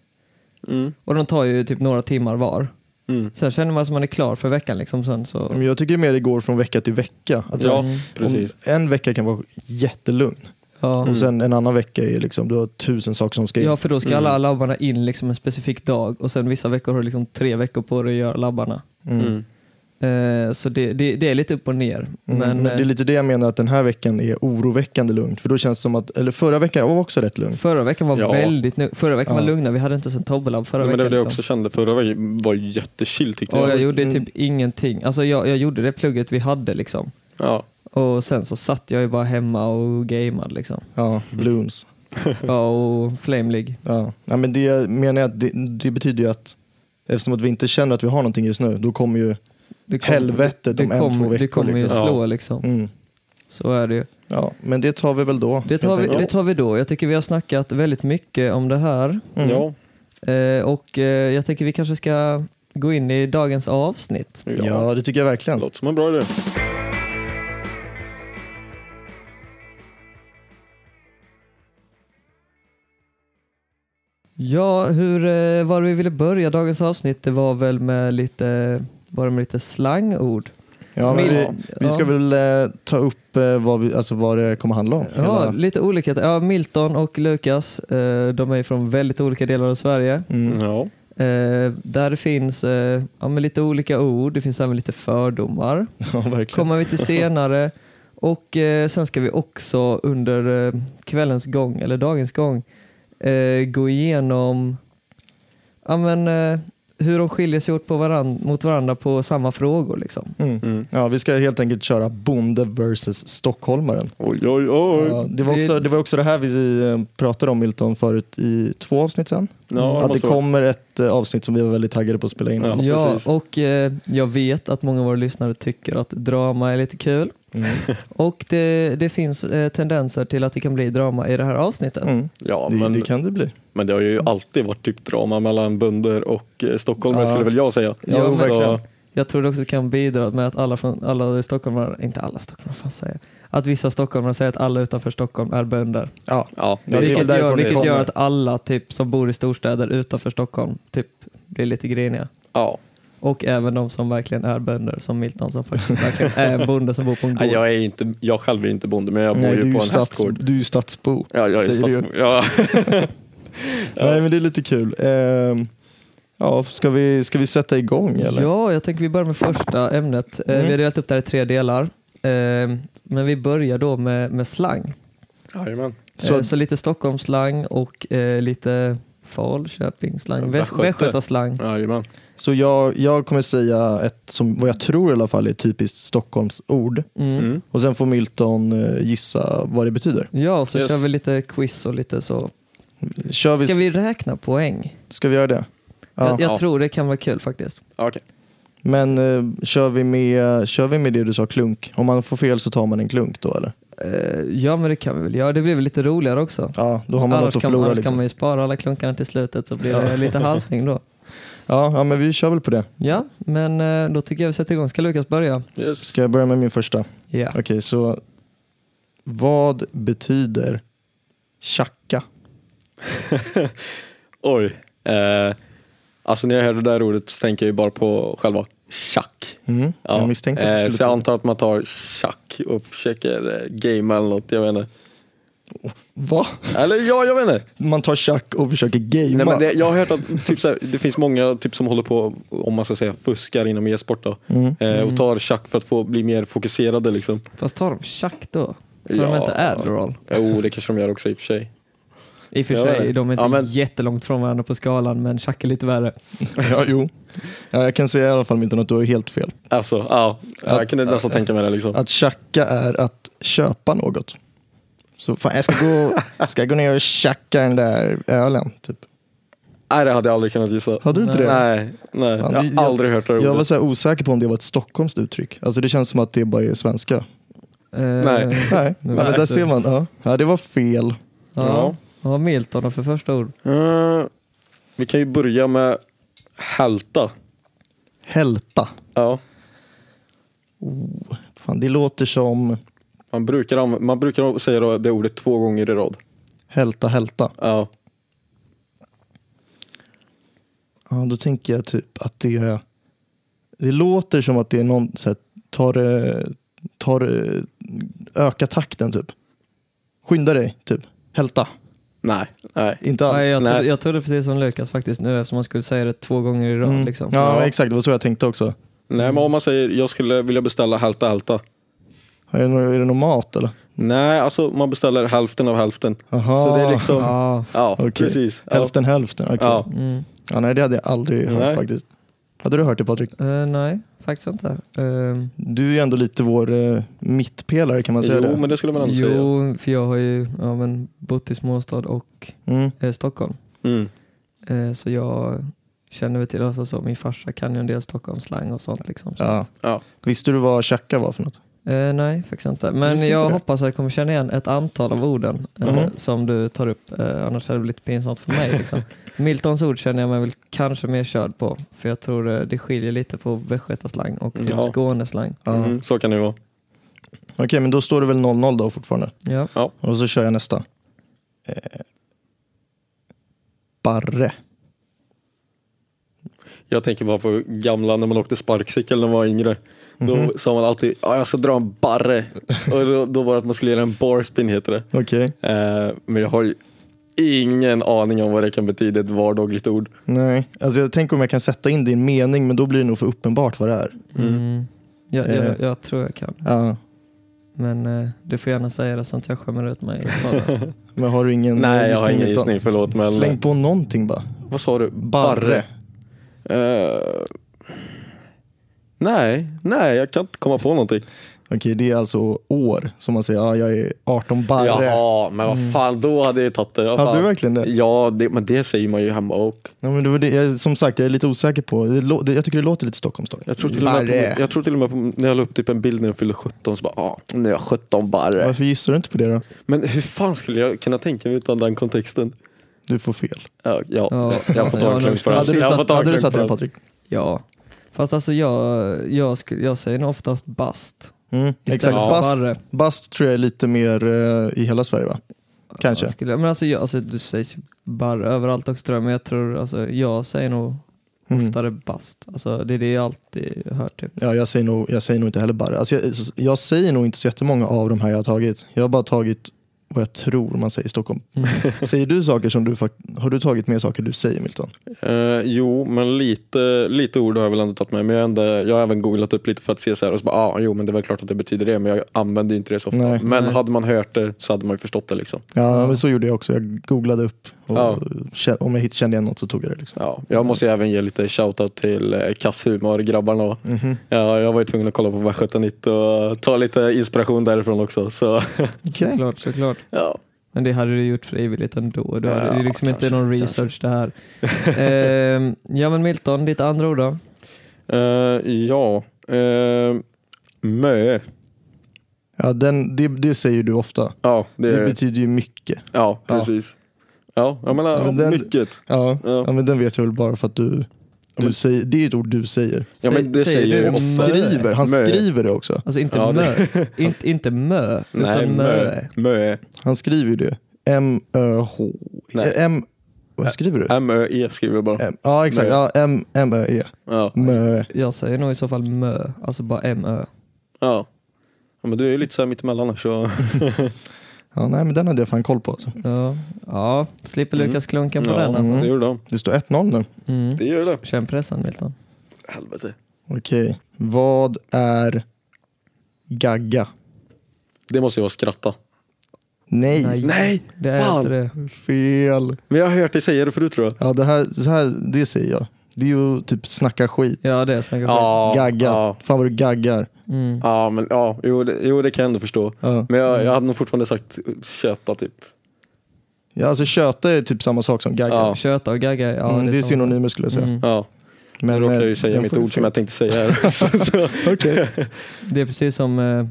[SPEAKER 2] Mm.
[SPEAKER 3] Och de tar ju typ några timmar var.
[SPEAKER 2] Mm.
[SPEAKER 3] Sen känner man som man är klar för veckan liksom. Sen så...
[SPEAKER 4] Men jag tycker mer det går från vecka till vecka. Att
[SPEAKER 2] Ja,
[SPEAKER 4] om-
[SPEAKER 2] precis. Mm.
[SPEAKER 4] En vecka kan vara jättelugn
[SPEAKER 3] Ja.
[SPEAKER 4] och sen en annan vecka är liksom, du har tusen saker som ska in.
[SPEAKER 3] ja, för då ska alla labbarna in liksom en specifik dag och sen vissa veckor har du liksom tre veckor på dig att göra labbarna.
[SPEAKER 4] Mm.
[SPEAKER 2] Mm.
[SPEAKER 3] Eh, så det, det, det är lite upp och ner.
[SPEAKER 4] Mm,
[SPEAKER 3] Men,
[SPEAKER 4] men det är
[SPEAKER 3] eh,
[SPEAKER 4] lite det jag menar att den här veckan är oroväckande lugnt. För då känns det som att, eller förra veckan var också rätt lugnt.
[SPEAKER 3] Förra veckan var
[SPEAKER 2] Ja.
[SPEAKER 3] väldigt nu- Förra veckan
[SPEAKER 4] Ja.
[SPEAKER 3] var lugna, vi hade inte ens en Tobbe-labb förra
[SPEAKER 2] Ja, men det var
[SPEAKER 3] veckan.
[SPEAKER 2] det jag
[SPEAKER 3] liksom.
[SPEAKER 2] också kände. Förra veckan var jättechill tyckte
[SPEAKER 3] Och
[SPEAKER 2] jag.
[SPEAKER 3] jag gjorde
[SPEAKER 4] Mm.
[SPEAKER 3] typ ingenting. Alltså jag, jag gjorde det plugget vi hade liksom.
[SPEAKER 2] Ja.
[SPEAKER 3] Och sen så satt jag ju bara hemma och gameade liksom.
[SPEAKER 4] Ja,
[SPEAKER 2] Mm.
[SPEAKER 4] blooms.
[SPEAKER 3] Ja, och Flame League.
[SPEAKER 4] Ja. Ja, men det menar jag att det, det betyder ju att eftersom att vi inte känner att vi har någonting just nu, då kommer ju
[SPEAKER 3] Du
[SPEAKER 4] helvetet
[SPEAKER 3] du
[SPEAKER 4] om en, två
[SPEAKER 3] kommer- Du
[SPEAKER 4] veckor.
[SPEAKER 3] kommer ju
[SPEAKER 4] Liksom.
[SPEAKER 2] liksom.
[SPEAKER 3] slå liksom.
[SPEAKER 4] Mm.
[SPEAKER 3] Så är det ju.
[SPEAKER 4] Ja, men det tar vi väl då.
[SPEAKER 3] Det tar, vi,
[SPEAKER 4] helt
[SPEAKER 3] det
[SPEAKER 4] enkelt.
[SPEAKER 3] tar vi då. Jag tycker vi har snackat väldigt mycket om det här.
[SPEAKER 4] Mm.
[SPEAKER 2] Ja.
[SPEAKER 3] Eh, och eh, jag tänker vi kanske ska gå in i dagens avsnitt.
[SPEAKER 2] Ja.
[SPEAKER 4] ja, det tycker jag verkligen.
[SPEAKER 2] Låter som en bra idé.
[SPEAKER 3] Ja, hur eh, var det vi ville börja dagens avsnitt? Det var väl med lite, var det med lite slangord?
[SPEAKER 4] Ja, men
[SPEAKER 3] Mild-
[SPEAKER 4] vi, vi ska
[SPEAKER 3] ja.
[SPEAKER 4] väl eh, ta upp eh, vad, vi, alltså, vad det kommer handla om.
[SPEAKER 3] Ja,
[SPEAKER 4] Hela-
[SPEAKER 3] lite olika. Ja, Milton och Lukas, eh, de är från väldigt olika delar av Sverige.
[SPEAKER 4] Mm. [laughs]
[SPEAKER 2] Ja.
[SPEAKER 3] Eh, där det finns eh, ja, men lite olika ord, det finns även lite fördomar.
[SPEAKER 4] ja, verkligen.
[SPEAKER 3] kommer vi till senare. Och eh, sen ska vi också under eh, kvällens gång, eller dagens gång, eh, gå igenom ja, men, eh, hur de skiljer sig åt på varann, mot varandra på samma frågor. Liksom.
[SPEAKER 4] Mm.
[SPEAKER 2] Mm.
[SPEAKER 4] Ja, vi ska helt enkelt köra bonde versus stockholmaren.
[SPEAKER 2] Oj, oj, oj.
[SPEAKER 4] Ja, det, var också, det var också det här vi eh, pratade om Milton förut i två avsnitt sen.
[SPEAKER 2] Ja,
[SPEAKER 4] att det
[SPEAKER 2] måste vara-
[SPEAKER 4] kommer ett eh, avsnitt som vi var väldigt taggade på att spela in.
[SPEAKER 2] Ja.
[SPEAKER 3] Ja,
[SPEAKER 2] precis.
[SPEAKER 3] och eh, jag vet att många av våra lyssnare tycker att drama är lite kul.
[SPEAKER 4] Mm.
[SPEAKER 3] [laughs] Och det, det finns eh, tendenser till att det kan bli drama i det här avsnittet.
[SPEAKER 4] Mm.
[SPEAKER 2] Ja,
[SPEAKER 4] det,
[SPEAKER 2] men,
[SPEAKER 4] det kan det bli.
[SPEAKER 2] men det har ju alltid varit typ drama mellan bönder och eh, stockholmare
[SPEAKER 4] Ja.
[SPEAKER 2] skulle väl jag säga.
[SPEAKER 4] Ja,
[SPEAKER 2] Så-
[SPEAKER 4] verkligen.
[SPEAKER 3] Jag tror det också kan bidra med att alla, från, alla stockholmare, inte alla stockholmare, vad fan säger jag? Att vissa stockholmare säger att alla utanför Stockholm är bönder.
[SPEAKER 4] Ja.
[SPEAKER 2] Ja,
[SPEAKER 4] Ja, det är väl
[SPEAKER 3] vilket
[SPEAKER 4] därifrån
[SPEAKER 3] gör,
[SPEAKER 4] det
[SPEAKER 3] vilket
[SPEAKER 4] kommer.
[SPEAKER 3] gör att alla typ, som bor i storstäder utanför Stockholm typ blir lite griniga.
[SPEAKER 2] Ja.
[SPEAKER 3] Och även de som verkligen är bönder, som Milton som faktiskt verkligen är bonde som bor
[SPEAKER 4] [laughs]
[SPEAKER 3] på en gård.
[SPEAKER 2] Nej, jag, är ju inte, jag själv är ju inte bonde men jag bor
[SPEAKER 4] Nej,
[SPEAKER 2] ju
[SPEAKER 4] du, är
[SPEAKER 2] på en
[SPEAKER 4] stats-
[SPEAKER 2] hästgård.
[SPEAKER 4] du är ju stadsbo.
[SPEAKER 2] Ja, jag är
[SPEAKER 4] säger du.
[SPEAKER 2] stadsbo. Ja.
[SPEAKER 4] [laughs] Nej, men det är lite kul. Ehm, ja, ska, vi, ska vi sätta igång eller?
[SPEAKER 3] Ja, jag tänker vi börjar med första ämnet. Eh,
[SPEAKER 4] Mm.
[SPEAKER 3] Vi har delat upp det här i tre delar. Eh, men vi börjar då med, med slang.
[SPEAKER 2] Jajamän.
[SPEAKER 4] Så
[SPEAKER 3] Så, eh,
[SPEAKER 4] att-
[SPEAKER 3] så lite Stockholmsslang och eh, lite Falköpingsslang,
[SPEAKER 2] Ja,
[SPEAKER 3] Väst-
[SPEAKER 2] Västgöte.
[SPEAKER 3] Västgötaslang.
[SPEAKER 2] Jajamän.
[SPEAKER 4] Så jag, jag kommer säga ett som vad jag tror i alla fall är ett typiskt Stockholmsord.
[SPEAKER 3] Mm.
[SPEAKER 2] Mm.
[SPEAKER 4] Och sen får Milton eh, gissa vad det betyder.
[SPEAKER 3] Ja, så
[SPEAKER 2] Yes.
[SPEAKER 3] kör vi lite quiz och lite så.
[SPEAKER 4] Kör vi,
[SPEAKER 3] Ska
[SPEAKER 4] ska vi,
[SPEAKER 3] vi räkna poäng?
[SPEAKER 4] göra det? Ja.
[SPEAKER 3] Jag, jag
[SPEAKER 2] Ja.
[SPEAKER 3] tror det kan vara kul faktiskt.
[SPEAKER 2] Ja, Okej.
[SPEAKER 4] Men eh, kör, vi med, kör vi med det du sa, klunk? Om man får fel så tar man en klunk då eller?
[SPEAKER 3] Eh, ja, men det kan vi väl göra. Det blir väl lite roligare också.
[SPEAKER 4] Ja, då har man
[SPEAKER 3] annars
[SPEAKER 4] något att
[SPEAKER 3] kan, man,
[SPEAKER 4] förlora.
[SPEAKER 3] annars kan
[SPEAKER 4] Liksom.
[SPEAKER 3] man ju spara alla klunkarna till slutet så blir
[SPEAKER 4] Ja.
[SPEAKER 3] det lite
[SPEAKER 4] [laughs]
[SPEAKER 3] halsning då.
[SPEAKER 4] Ja, ja, men vi kör väl på det.
[SPEAKER 3] Ja, men eh, då tycker jag vi sätter igång. Ska Lukas börja?
[SPEAKER 2] Yes.
[SPEAKER 4] Ska jag börja med min första?
[SPEAKER 3] Ja.
[SPEAKER 4] Okej, så vad betyder tjacka?
[SPEAKER 2] Oj. Eh, alltså när jag hör det där ordet så tänker jag ju bara på själva tjack.
[SPEAKER 4] Mm,
[SPEAKER 2] Ja.
[SPEAKER 4] Jag misstänkte att
[SPEAKER 2] Eh,
[SPEAKER 4] du
[SPEAKER 2] så
[SPEAKER 4] skulle
[SPEAKER 2] jag
[SPEAKER 4] ta
[SPEAKER 2] antar
[SPEAKER 4] det.
[SPEAKER 2] att man tar tjack och försöker eh, gamea eller något, jag vet inte.
[SPEAKER 4] Va?
[SPEAKER 2] Eller ja, jag vet inte.
[SPEAKER 4] [laughs] Man tar tjack och försöker gamea?
[SPEAKER 2] Nej, men det, jag har hört att typ, så här, det finns många typ, som håller på, om man ska säga fuskar inom e-sport då.
[SPEAKER 4] Mm.
[SPEAKER 2] Eh, och tar tjack för att få bli mer fokuserade liksom.
[SPEAKER 3] Fast tar de tjack då? Tar de
[SPEAKER 2] Ja.
[SPEAKER 3] inte Adderall?
[SPEAKER 2] Jo, oh, det kanske de gör också i och för sig.
[SPEAKER 3] I och för
[SPEAKER 2] Ja,
[SPEAKER 3] sig,
[SPEAKER 2] det-
[SPEAKER 3] de är inte
[SPEAKER 2] ja, men-
[SPEAKER 3] jättelångt från varandra på skalan, men tjack är lite värre.
[SPEAKER 4] Ja, jo. Ja, jag kan säga i alla fall Milton att du har helt fel.
[SPEAKER 2] Alltså, ja.
[SPEAKER 4] Att-
[SPEAKER 2] Jag kunde nästan
[SPEAKER 4] att-
[SPEAKER 2] tänka mig det liksom.
[SPEAKER 4] Att tjacka är att köpa något. Så fan, jag ska gå,
[SPEAKER 2] [laughs]
[SPEAKER 4] jag ska gå ner och tjacka den där ölen. Typ.
[SPEAKER 2] Nej, det hade jag aldrig kunnat gissa.
[SPEAKER 4] Hade du inte det?
[SPEAKER 2] Nej, nej.
[SPEAKER 4] Fan, det-
[SPEAKER 2] jag har aldrig hört det
[SPEAKER 4] Jag var
[SPEAKER 2] ordet.
[SPEAKER 4] så här osäker på om det var ett Stockholmskt uttryck. Alltså det känns som att det bara är svenska.
[SPEAKER 3] Eh,
[SPEAKER 2] Nej.
[SPEAKER 4] Nej,
[SPEAKER 3] Nej.
[SPEAKER 4] men där ser man. Ja. ja, det var fel.
[SPEAKER 3] Ja. ja, Milton har för första ord.
[SPEAKER 2] Eh, vi kan ju börja med hälta.
[SPEAKER 4] Hälta.
[SPEAKER 2] Ja.
[SPEAKER 4] Fan, det låter som
[SPEAKER 2] Man brukar, anv- man brukar säga då det ordet två gånger i rad.
[SPEAKER 4] hälta, hälta.
[SPEAKER 2] Ja.
[SPEAKER 4] Ja, då tänker jag typ att det är... Det låter som att det är någon så här, tar, eh, tar, eh, öka takten typ. Skynda dig, typ. Hälta.
[SPEAKER 2] Nej, nej.
[SPEAKER 4] Inte alls.
[SPEAKER 3] Nej, jag, trodde,
[SPEAKER 2] nej.
[SPEAKER 3] jag trodde precis som Lukas faktiskt nu eftersom man skulle säga det två gånger i rad.
[SPEAKER 4] Mm.
[SPEAKER 3] Liksom.
[SPEAKER 4] Ja, men exakt. Det var så jag tänkte också.
[SPEAKER 2] Nej, men om man säger jag skulle vilja beställa hälta hälta.
[SPEAKER 4] Är det, nå- är det någon mat eller?
[SPEAKER 2] Nej, alltså man beställer hälften av hälften.
[SPEAKER 4] Aha.
[SPEAKER 2] Så det är liksom, ja,
[SPEAKER 3] Ja.
[SPEAKER 4] Ah. Okej.
[SPEAKER 2] precis. Ja.
[SPEAKER 4] Hälften hälften. okej.
[SPEAKER 2] Ja.
[SPEAKER 3] Mm.
[SPEAKER 4] Ja, nej, det hade jag aldrig hört
[SPEAKER 2] Nej.
[SPEAKER 4] faktiskt. Hade du hört det Patrik?
[SPEAKER 3] Eh, nej, faktiskt inte. Eh,
[SPEAKER 4] Du är ju ändå lite vår eh, mittpelare kan man säga
[SPEAKER 2] Jo,
[SPEAKER 4] det?
[SPEAKER 2] men det skulle man ändå säga.
[SPEAKER 3] jo, för jag har ju ja, men, bott i småstad och
[SPEAKER 4] Mm.
[SPEAKER 3] eh, Stockholm.
[SPEAKER 2] Mm.
[SPEAKER 3] Eh, så jag känner väl till, alltså så, min farsa kan ju en del Stockholmsslang och sånt. Liksom, så.
[SPEAKER 4] Ja.
[SPEAKER 2] Ja.
[SPEAKER 4] Visste du vad tjacka var för något?
[SPEAKER 3] Eh, nej, faktiskt inte. Men
[SPEAKER 4] Visste inte
[SPEAKER 3] jag
[SPEAKER 4] det?
[SPEAKER 3] hoppas att jag kommer känna igen ett antal av orden eh,
[SPEAKER 4] Mhm.
[SPEAKER 3] som du tar upp. Eh, annars är det lite pinsamt för
[SPEAKER 4] [laughs]
[SPEAKER 3] mig. Liksom. Miltons ord känner jag mig väl kanske mer körd på. För jag tror eh, det skiljer lite på västgötaslang och typ
[SPEAKER 2] Ja.
[SPEAKER 3] skåneslang.
[SPEAKER 4] Ja.
[SPEAKER 2] Mm, så kan det vara.
[SPEAKER 4] Okej, men då står det väl 0-0 då fortfarande.
[SPEAKER 3] Ja.
[SPEAKER 4] Och så kör jag nästa. Eh, barre.
[SPEAKER 2] Jag tänker bara på gamla när man åkte sparkcykel när man var yngre. Då
[SPEAKER 4] Mhm.
[SPEAKER 2] sa man alltid ja, jag ska dra en barre. Och då, då var det att man skulle göra en barspin heter det.
[SPEAKER 4] Okej.
[SPEAKER 2] Eh, men jag har ju ingen aning om vad det kan betyda, ett vardagligt ord.
[SPEAKER 4] Nej, alltså jag tänker om jag kan sätta in din mening, men då blir det nog för uppenbart vad det är.
[SPEAKER 3] Mm. Jag, jag,
[SPEAKER 4] Eh.
[SPEAKER 3] jag tror jag kan.
[SPEAKER 4] Ja.
[SPEAKER 3] Men eh, du får gärna säga det så att jag skämmer ut mig. i podden.
[SPEAKER 4] [laughs] Men har du ingen
[SPEAKER 2] Nej, jag har
[SPEAKER 4] gissning,
[SPEAKER 2] ingen
[SPEAKER 4] Milton?
[SPEAKER 2] gissning, förlåt. Men, eh,
[SPEAKER 4] Släng på någonting bara.
[SPEAKER 2] Vad sa du?
[SPEAKER 4] Barre.
[SPEAKER 2] Eh, nej, nej, jag kan inte komma på någonting.
[SPEAKER 4] Okej, det är alltså år som man säger, ja, jag är 18 barre. Mm.
[SPEAKER 2] Jaha, men vad fan, då hade jag ju tagit det. Vad
[SPEAKER 4] Hade
[SPEAKER 2] fan.
[SPEAKER 4] du verkligen det?
[SPEAKER 2] Ja, det, men det säger man ju hemma och.
[SPEAKER 4] Ja, men det var det. Jag, som sagt, jag är lite osäker på, det lå- det, jag tycker det låter lite Stockholms dock.
[SPEAKER 2] Jag tror till och med,
[SPEAKER 4] Barre.
[SPEAKER 2] på, jag tror till och med på, när jag la upp typ en bild när jag fyllde 17 så bara, ah, nu är jag 17 barre.
[SPEAKER 4] Varför gissar du inte på det då?
[SPEAKER 2] Men hur fan skulle jag kunna tänka mig utan den kontexten?
[SPEAKER 4] Du får fel.
[SPEAKER 2] Ja, ja,
[SPEAKER 3] Ja,
[SPEAKER 2] jag får
[SPEAKER 3] ja,
[SPEAKER 2] ta en
[SPEAKER 3] nu-
[SPEAKER 2] klunk på det.
[SPEAKER 4] Hade du
[SPEAKER 2] Jag får
[SPEAKER 4] satt,
[SPEAKER 2] ta en
[SPEAKER 4] hade du
[SPEAKER 2] klunk
[SPEAKER 4] satt
[SPEAKER 2] på
[SPEAKER 4] den
[SPEAKER 2] det.
[SPEAKER 4] Patrik?
[SPEAKER 3] ja. Fast alltså jag, jag, skulle- jag säger nog oftast bast.
[SPEAKER 4] Mm,
[SPEAKER 3] Istället
[SPEAKER 4] exakt.
[SPEAKER 2] för
[SPEAKER 4] Bast,
[SPEAKER 3] barre.
[SPEAKER 4] bast tror jag är lite mer eh, i hela Sverige va? Kanske.
[SPEAKER 3] Jag skulle, men alltså, jag, alltså, du sägs ju barr överallt också tror jag, men jag tror, alltså, jag säger nog
[SPEAKER 4] Mm.
[SPEAKER 3] oftare bast. Alltså, det är det jag alltid hör typ.
[SPEAKER 4] Ja, jag säger nog, jag säger nog inte heller bara. Alltså jag, jag säger nog inte så jättemånga av de här jag har tagit. Jag har bara tagit vad jag tror man säger i Stockholm.
[SPEAKER 2] Mm.
[SPEAKER 3] [laughs]
[SPEAKER 4] Säger du saker som du fakt- Har du tagit med saker du säger Milton?
[SPEAKER 2] Eh, jo, men lite, lite ord har jag väl ändå tagit med mig. Jag, har ändå, jag har även googlat upp lite för att se så här och så bara, ah, jo men det är väl klart att det betyder det, men jag använder ju inte det så ofta.
[SPEAKER 4] Nej.
[SPEAKER 2] Men
[SPEAKER 3] Nej.
[SPEAKER 2] hade man hört det så hade man ju förstått det liksom.
[SPEAKER 4] Ja, men så gjorde jag också. Jag googlade upp och
[SPEAKER 2] Ja.
[SPEAKER 4] kä- om jag hitt- kände igen något så tog jag det. Liksom.
[SPEAKER 2] Ja, jag måste ju även ge lite shoutout till eh, Kass Humor-grabbarna. va?
[SPEAKER 4] Mhm.
[SPEAKER 2] Ja, jag var ju tvungen att kolla på Västgötanytt och ta lite inspiration därifrån också. Så, [laughs]
[SPEAKER 4] Okej.
[SPEAKER 3] Såklart, såklart.
[SPEAKER 2] ja.
[SPEAKER 3] Men det hade du gjort frivilligt ändå. Du hade
[SPEAKER 2] Ja,
[SPEAKER 3] ju liksom
[SPEAKER 4] kanske,
[SPEAKER 3] inte någon
[SPEAKER 4] kanske.
[SPEAKER 3] research det här. Ehm, ja men Milton, ditt andra ord då?
[SPEAKER 2] Eh, ja. Uh, mö.
[SPEAKER 4] Ja, den, det, det säger du ofta.
[SPEAKER 2] Ja, det,
[SPEAKER 4] Det, betyder ju mycket.
[SPEAKER 2] ja,
[SPEAKER 4] Ja.
[SPEAKER 2] precis. Ja, jag menar
[SPEAKER 4] Ja, men den-
[SPEAKER 2] mycket.
[SPEAKER 4] Ja.
[SPEAKER 2] Ja.
[SPEAKER 4] Ja. men den vet jag väl bara för att du, du
[SPEAKER 2] men-
[SPEAKER 4] säger, det är ett ord du säger.
[SPEAKER 2] Ja, men det säger
[SPEAKER 3] du
[SPEAKER 2] ju
[SPEAKER 4] Och
[SPEAKER 2] ofta.
[SPEAKER 3] mö?
[SPEAKER 4] skriver, han
[SPEAKER 2] Mö.
[SPEAKER 4] skriver det också.
[SPEAKER 3] Alltså inte
[SPEAKER 2] Ja, det-
[SPEAKER 3] mö,
[SPEAKER 2] [laughs]
[SPEAKER 3] inte, inte mö,
[SPEAKER 2] Nej,
[SPEAKER 3] utan mö.
[SPEAKER 2] mö. Mö.
[SPEAKER 4] Han skriver ju det. M-Ö-H.
[SPEAKER 2] Nej.
[SPEAKER 4] E. M... Vad skriver du?
[SPEAKER 2] M-Ö-E skriver jag bara.
[SPEAKER 4] M- Ja, exakt.
[SPEAKER 2] Mö.
[SPEAKER 4] Ja, M- M-Ö-E.
[SPEAKER 2] Ja.
[SPEAKER 4] Mö.
[SPEAKER 3] Jag säger nog i så fall mö, alltså bara mö.
[SPEAKER 2] ja. Ja, men du är ju lite så här mittemellan här, så...
[SPEAKER 4] Ja, nej, men den hade jag fan koll på. Alltså.
[SPEAKER 3] Ja, ja slipper
[SPEAKER 2] Mm.
[SPEAKER 3] Lukas klunken på
[SPEAKER 2] ja,
[SPEAKER 3] den alltså.
[SPEAKER 2] Det gör de.
[SPEAKER 4] Det står 1-0 nu.
[SPEAKER 3] Mm.
[SPEAKER 2] Det gör det.
[SPEAKER 3] Känn pressen Milton.
[SPEAKER 2] Helvete.
[SPEAKER 4] Okej. Vad är gagga?
[SPEAKER 2] Det måste ju vara skratta.
[SPEAKER 4] Nej,
[SPEAKER 3] Nej.
[SPEAKER 2] Nej!
[SPEAKER 3] Det är
[SPEAKER 2] Fan.
[SPEAKER 3] inte det.
[SPEAKER 4] fel.
[SPEAKER 2] Men jag har hört dig säga det förut tror jag.
[SPEAKER 4] Ja, det här, så här, det säger jag. Det är ju typ snacka skit.
[SPEAKER 3] Ja det är snacka skit.
[SPEAKER 2] Ja,
[SPEAKER 4] Gagga.
[SPEAKER 2] Ja,
[SPEAKER 4] Fan vad du gaggar.
[SPEAKER 3] Mm.
[SPEAKER 2] ja, men, ja jo, det, jo, det kan jag ändå förstå.
[SPEAKER 4] Ja.
[SPEAKER 2] Men jag, jag hade nog fortfarande sagt köta typ.
[SPEAKER 4] Ja, alltså köta är typ samma sak som gagga.
[SPEAKER 2] Ja.
[SPEAKER 3] Köta och gagga, ja
[SPEAKER 4] mm, det är
[SPEAKER 3] samma.
[SPEAKER 4] synonymer skulle jag säga.
[SPEAKER 3] Mm.
[SPEAKER 2] Ja, nu råkade jag ju säga
[SPEAKER 4] den
[SPEAKER 2] mitt
[SPEAKER 4] eh, får du
[SPEAKER 2] ord som
[SPEAKER 4] fel.
[SPEAKER 2] jag tänkte säga
[SPEAKER 4] [laughs]
[SPEAKER 2] här. så, så.
[SPEAKER 4] Okej.
[SPEAKER 3] Det är precis som, eh,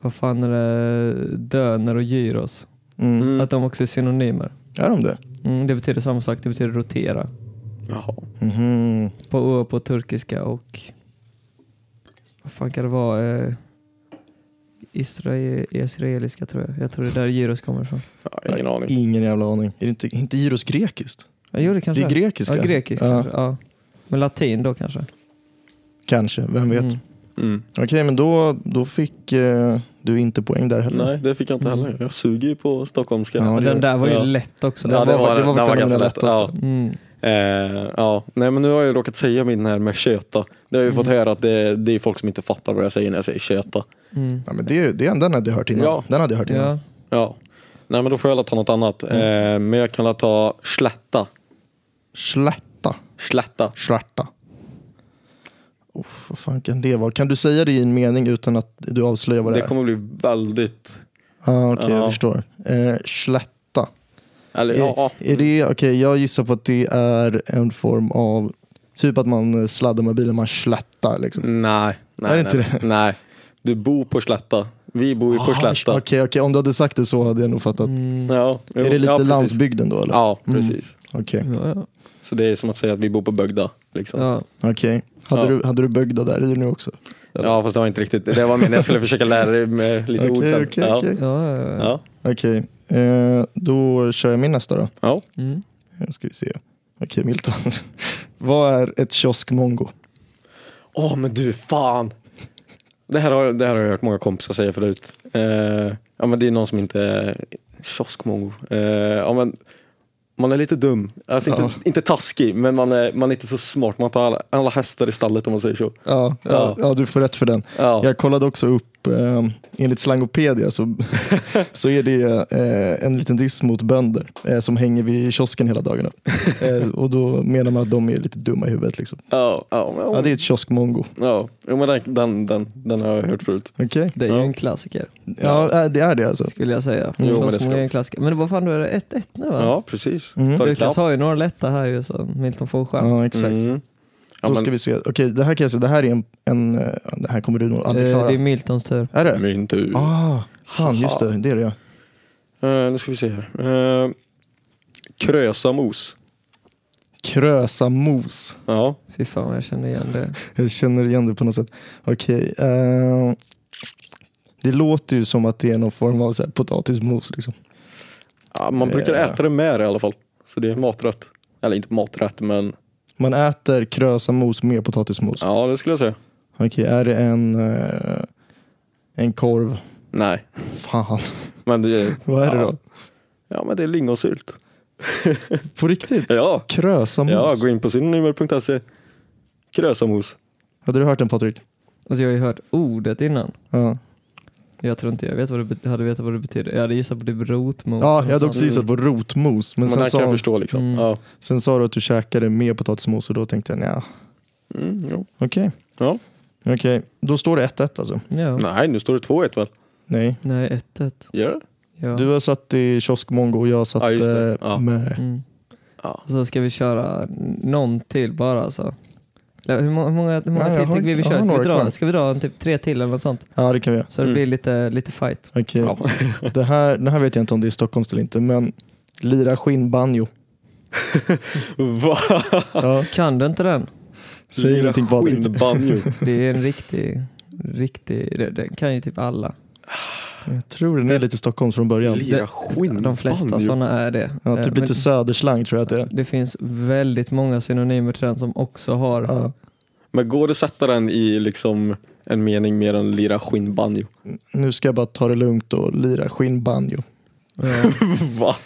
[SPEAKER 3] vad fan är det, döner och gyros.
[SPEAKER 4] Mm.
[SPEAKER 2] Mm.
[SPEAKER 3] Att de också är synonymer.
[SPEAKER 4] Är de det?
[SPEAKER 3] Mm, det betyder samma sak, det betyder rotera.
[SPEAKER 2] Jaha.
[SPEAKER 4] Mhm.
[SPEAKER 3] På, på turkiska och vad fan kan det vara? Eh, Israel, israeliska tror jag. Jag tror det är där gyros kommer ifrån.
[SPEAKER 2] Ja, ingen aning.
[SPEAKER 4] Ingen jävla aning. Är det inte, inte gyros grekiskt?
[SPEAKER 3] Ja, jo, det kanske
[SPEAKER 4] Det är grekiska.
[SPEAKER 3] Ja, grekisk
[SPEAKER 4] Ja,
[SPEAKER 3] kanske. Ja. Men latin då kanske.
[SPEAKER 4] Kanske, vem vet.
[SPEAKER 3] Mm.
[SPEAKER 2] Mm.
[SPEAKER 4] Okej, men då, då fick eh, du inte poäng där heller.
[SPEAKER 2] Nej, det fick jag inte
[SPEAKER 3] Mm.
[SPEAKER 2] heller. Jag suger ju på stockholmska.
[SPEAKER 4] Ja,
[SPEAKER 3] Och
[SPEAKER 4] det-
[SPEAKER 3] den där var ju
[SPEAKER 2] ja.
[SPEAKER 3] lätt också.
[SPEAKER 4] Ja, det var- det var faktiskt en av mina lättaste.
[SPEAKER 2] Ja.
[SPEAKER 3] Mm.
[SPEAKER 2] Eh, ja. Nej, men nu har jag ju råkat säga min här med köta. Det har jag ju
[SPEAKER 4] Mm.
[SPEAKER 2] fått höra att det, det är folk som inte fattar vad jag säger när jag säger köta.
[SPEAKER 3] Mm.
[SPEAKER 4] Ja, men det, det, den hade jag hört innan.
[SPEAKER 2] Ja.
[SPEAKER 4] Den hade jag hört innan.
[SPEAKER 3] Ja.
[SPEAKER 2] Ja. Nej, men då får jag väl ta något annat.
[SPEAKER 4] Mm.
[SPEAKER 2] Eh, men jag kan väl ta slätta.
[SPEAKER 4] Slärta.
[SPEAKER 2] Slätta.
[SPEAKER 4] Slärta. Uff, vad fan kan det vara? Kan du säga det i en mening utan att du avslöjar vad det,
[SPEAKER 2] Det kommer bli väldigt...
[SPEAKER 4] är? Ah, Okej,
[SPEAKER 2] Ja.
[SPEAKER 4] jag förstår. Eh, slärta.
[SPEAKER 2] Eller, ja.
[SPEAKER 4] Är, är det,
[SPEAKER 2] Mm.
[SPEAKER 4] okej, jag gissar på att det är en form av, typ att man sladdar med bilen, man slättar liksom.
[SPEAKER 2] Nej. nej
[SPEAKER 4] Är det inte
[SPEAKER 2] nej, nej. Du bor på Slätta. Vi bor ju på
[SPEAKER 4] Ah,
[SPEAKER 2] Slätta.
[SPEAKER 4] Okej, okej, om du hade sagt det så hade jag nog fattat.
[SPEAKER 3] Mm.
[SPEAKER 2] Ja, jo,
[SPEAKER 4] Är det lite
[SPEAKER 2] ja, precis.
[SPEAKER 4] landsbygden då eller? Mm.
[SPEAKER 2] Ja, precis.
[SPEAKER 4] Okej.
[SPEAKER 3] Ja,
[SPEAKER 2] Så det är som att säga att vi bor på Bögda. Liksom. Ja.
[SPEAKER 3] ja.
[SPEAKER 4] Okej. Hade,
[SPEAKER 2] Ja.
[SPEAKER 4] du, hade du bögda där i nu också?
[SPEAKER 2] fast det var inte riktigt. Det var meningen jag skulle försöka lära dig med lite
[SPEAKER 4] Okej,
[SPEAKER 2] ord sen.
[SPEAKER 4] okej,
[SPEAKER 2] ja.
[SPEAKER 4] okej.
[SPEAKER 3] ja, ja, ja.
[SPEAKER 2] Ja.
[SPEAKER 4] Okej, eh, då kör jag min nästa då.
[SPEAKER 2] Ja.
[SPEAKER 3] Mm.
[SPEAKER 4] Nu ska vi se. Okej, Milton. [laughs] Vad är ett kioskmongo?
[SPEAKER 2] Åh men du, fan! Det här, har, det här har jag hört många kompisar säga förut. Eh, ja men det är någon som inte är kioskmongo. Eh, ja, men man är lite dum, alltså inte,
[SPEAKER 4] Ja.
[SPEAKER 2] inte taskig men man är, man är inte så smart. Man tar alla, alla hästar i stallet om man säger så.
[SPEAKER 4] Ja,
[SPEAKER 2] Ja.
[SPEAKER 4] ja. ja, du får rätt för den.
[SPEAKER 2] Ja,
[SPEAKER 4] Jag kollade också upp, eh, enligt
[SPEAKER 2] [laughs]
[SPEAKER 4] Slangopedia så, så är det eh, en liten diss mot bönder eh, som hänger vid kiosken hela dagarna.
[SPEAKER 2] [laughs]
[SPEAKER 4] Eh, och då menar man att de är lite dumma i huvudet. Liksom.
[SPEAKER 2] ja, ja, men-
[SPEAKER 4] Ja, det är ett kioskmongo.
[SPEAKER 2] Ja, jo, men den, den, den, den har jag hört förut.
[SPEAKER 4] Okej?
[SPEAKER 3] Det är ju
[SPEAKER 2] Ja.
[SPEAKER 3] en klassiker
[SPEAKER 4] Ja, eh, det är det alltså.
[SPEAKER 3] skulle jag säga.
[SPEAKER 2] Jo, men
[SPEAKER 3] men,
[SPEAKER 2] det
[SPEAKER 3] det
[SPEAKER 2] ska-
[SPEAKER 3] är en klassiker. men vad fan, då är det 1-1 nu va?
[SPEAKER 2] Ja, precis.
[SPEAKER 4] Mm.
[SPEAKER 2] Ta det
[SPEAKER 3] Lukas
[SPEAKER 2] klart.
[SPEAKER 3] har ju några lätta här ju så Milton får en chans.
[SPEAKER 4] Ja, exakt.
[SPEAKER 2] Mm. Ja,
[SPEAKER 4] Då
[SPEAKER 2] men,
[SPEAKER 4] ska vi se. Okej, det här kan jag säga, det här är en, en eh, det här kommer du nog aldrig
[SPEAKER 3] Eh,
[SPEAKER 4] klara.
[SPEAKER 3] det är Miltons tur.
[SPEAKER 4] Är det?
[SPEAKER 2] Min tur.
[SPEAKER 4] Ah, fan just det, det är det ja.
[SPEAKER 2] Eh, nu ska vi se här. Uh, Krösamos.
[SPEAKER 4] Krösa mos.
[SPEAKER 2] Ja.
[SPEAKER 3] Fy fan vad jag känner igen det.
[SPEAKER 4] Jag känner igen det på något sätt. Okej. eh, det låter ju som att det är någon form av så här, potatismos. Liksom.
[SPEAKER 2] ja, man brukar
[SPEAKER 4] Eh.
[SPEAKER 2] äta det med det i alla fall. Så det är en maträtt. Eller inte maträtt, men
[SPEAKER 4] Man äter krösamos med potatismos.
[SPEAKER 2] Ja, det skulle jag säga.
[SPEAKER 4] Okej, är det en, eh, en korv?
[SPEAKER 2] Nej,
[SPEAKER 4] Fan, [laughs]
[SPEAKER 2] men det är...
[SPEAKER 4] vad är det
[SPEAKER 2] ja.
[SPEAKER 4] då?
[SPEAKER 2] Ja, men det är lingonsylt. [laughs]
[SPEAKER 4] På riktigt?
[SPEAKER 2] Ja,
[SPEAKER 4] Krösamos?
[SPEAKER 2] ja gå in på synonymer.se. Krösamos.
[SPEAKER 4] Hade du hört den Patrik?
[SPEAKER 3] Alltså jag har ju hört ordet innan.
[SPEAKER 4] Ja,
[SPEAKER 3] Jag tror inte jag vet vad det bet- hade vetat vad det betyder. Jag hade gissat på typ rotmos.
[SPEAKER 4] ja
[SPEAKER 3] eller
[SPEAKER 4] jag hade
[SPEAKER 3] något
[SPEAKER 4] också
[SPEAKER 3] sånt.
[SPEAKER 4] gissat på rotmos. Men
[SPEAKER 2] Men
[SPEAKER 4] sen
[SPEAKER 2] här kan
[SPEAKER 4] sa,
[SPEAKER 2] jag
[SPEAKER 4] hon,
[SPEAKER 2] förstå liksom.
[SPEAKER 3] Mm.
[SPEAKER 2] Ja.
[SPEAKER 4] sen sa du att du käkade med potatismos och då tänkte jag nja,
[SPEAKER 2] Mm, jo.
[SPEAKER 4] okej.
[SPEAKER 2] Ja.
[SPEAKER 4] Okej, då står det 1-1 alltså.
[SPEAKER 3] Ja. Nej,
[SPEAKER 2] Nej, nu står det 2-1 väl?
[SPEAKER 4] Nej.
[SPEAKER 3] Nej ett, ett.
[SPEAKER 2] Gör det?
[SPEAKER 3] Ja.
[SPEAKER 4] Du har satt i kioskmongo och jag har satt
[SPEAKER 2] Ja, just det.
[SPEAKER 4] eh,
[SPEAKER 2] Ja.
[SPEAKER 4] med...
[SPEAKER 3] Mm.
[SPEAKER 2] Ja.
[SPEAKER 3] Så ska vi köra någon till bara alltså. Eller Hur många, hur många, hur många
[SPEAKER 4] Ja, jag
[SPEAKER 3] till
[SPEAKER 4] har-
[SPEAKER 3] tycker vi vi
[SPEAKER 4] jag
[SPEAKER 3] kör?
[SPEAKER 4] har
[SPEAKER 3] Ska vi,
[SPEAKER 4] några
[SPEAKER 3] dra,
[SPEAKER 4] kvar.
[SPEAKER 3] ska vi dra en typ tre till eller något sånt?
[SPEAKER 4] Ja, det kan vi göra.
[SPEAKER 3] Så det
[SPEAKER 2] Mm.
[SPEAKER 3] blir lite, lite fight.
[SPEAKER 4] Okej.
[SPEAKER 2] Ja.
[SPEAKER 4] Det, här, det här vet jag inte om det är Stockholms eller inte, men
[SPEAKER 2] [laughs]
[SPEAKER 4] lira skinnbanjo.
[SPEAKER 2] Va?
[SPEAKER 4] Ja,
[SPEAKER 3] Kan du inte den?
[SPEAKER 4] säg ingenting Patrik.
[SPEAKER 2] skinnbanjo.
[SPEAKER 4] [laughs]
[SPEAKER 3] Det är en riktig, riktig, det- den kan ju typ alla.
[SPEAKER 4] Jag tror den är lite Stockholms från början.
[SPEAKER 2] Lira
[SPEAKER 3] De flesta
[SPEAKER 2] skinnbanjo.
[SPEAKER 3] sådana är det.
[SPEAKER 4] Ja,
[SPEAKER 3] Eh,
[SPEAKER 4] typ
[SPEAKER 3] men
[SPEAKER 4] lite söderslang tror jag att det är.
[SPEAKER 3] det finns väldigt många synonymer till den som också har
[SPEAKER 4] Ja.
[SPEAKER 2] Men går det att sätta den i liksom en mening mer än lira skinnbanjo?
[SPEAKER 4] Nu ska jag bara ta det lugnt och lira skinnbanjo.
[SPEAKER 3] ja,
[SPEAKER 2] Va?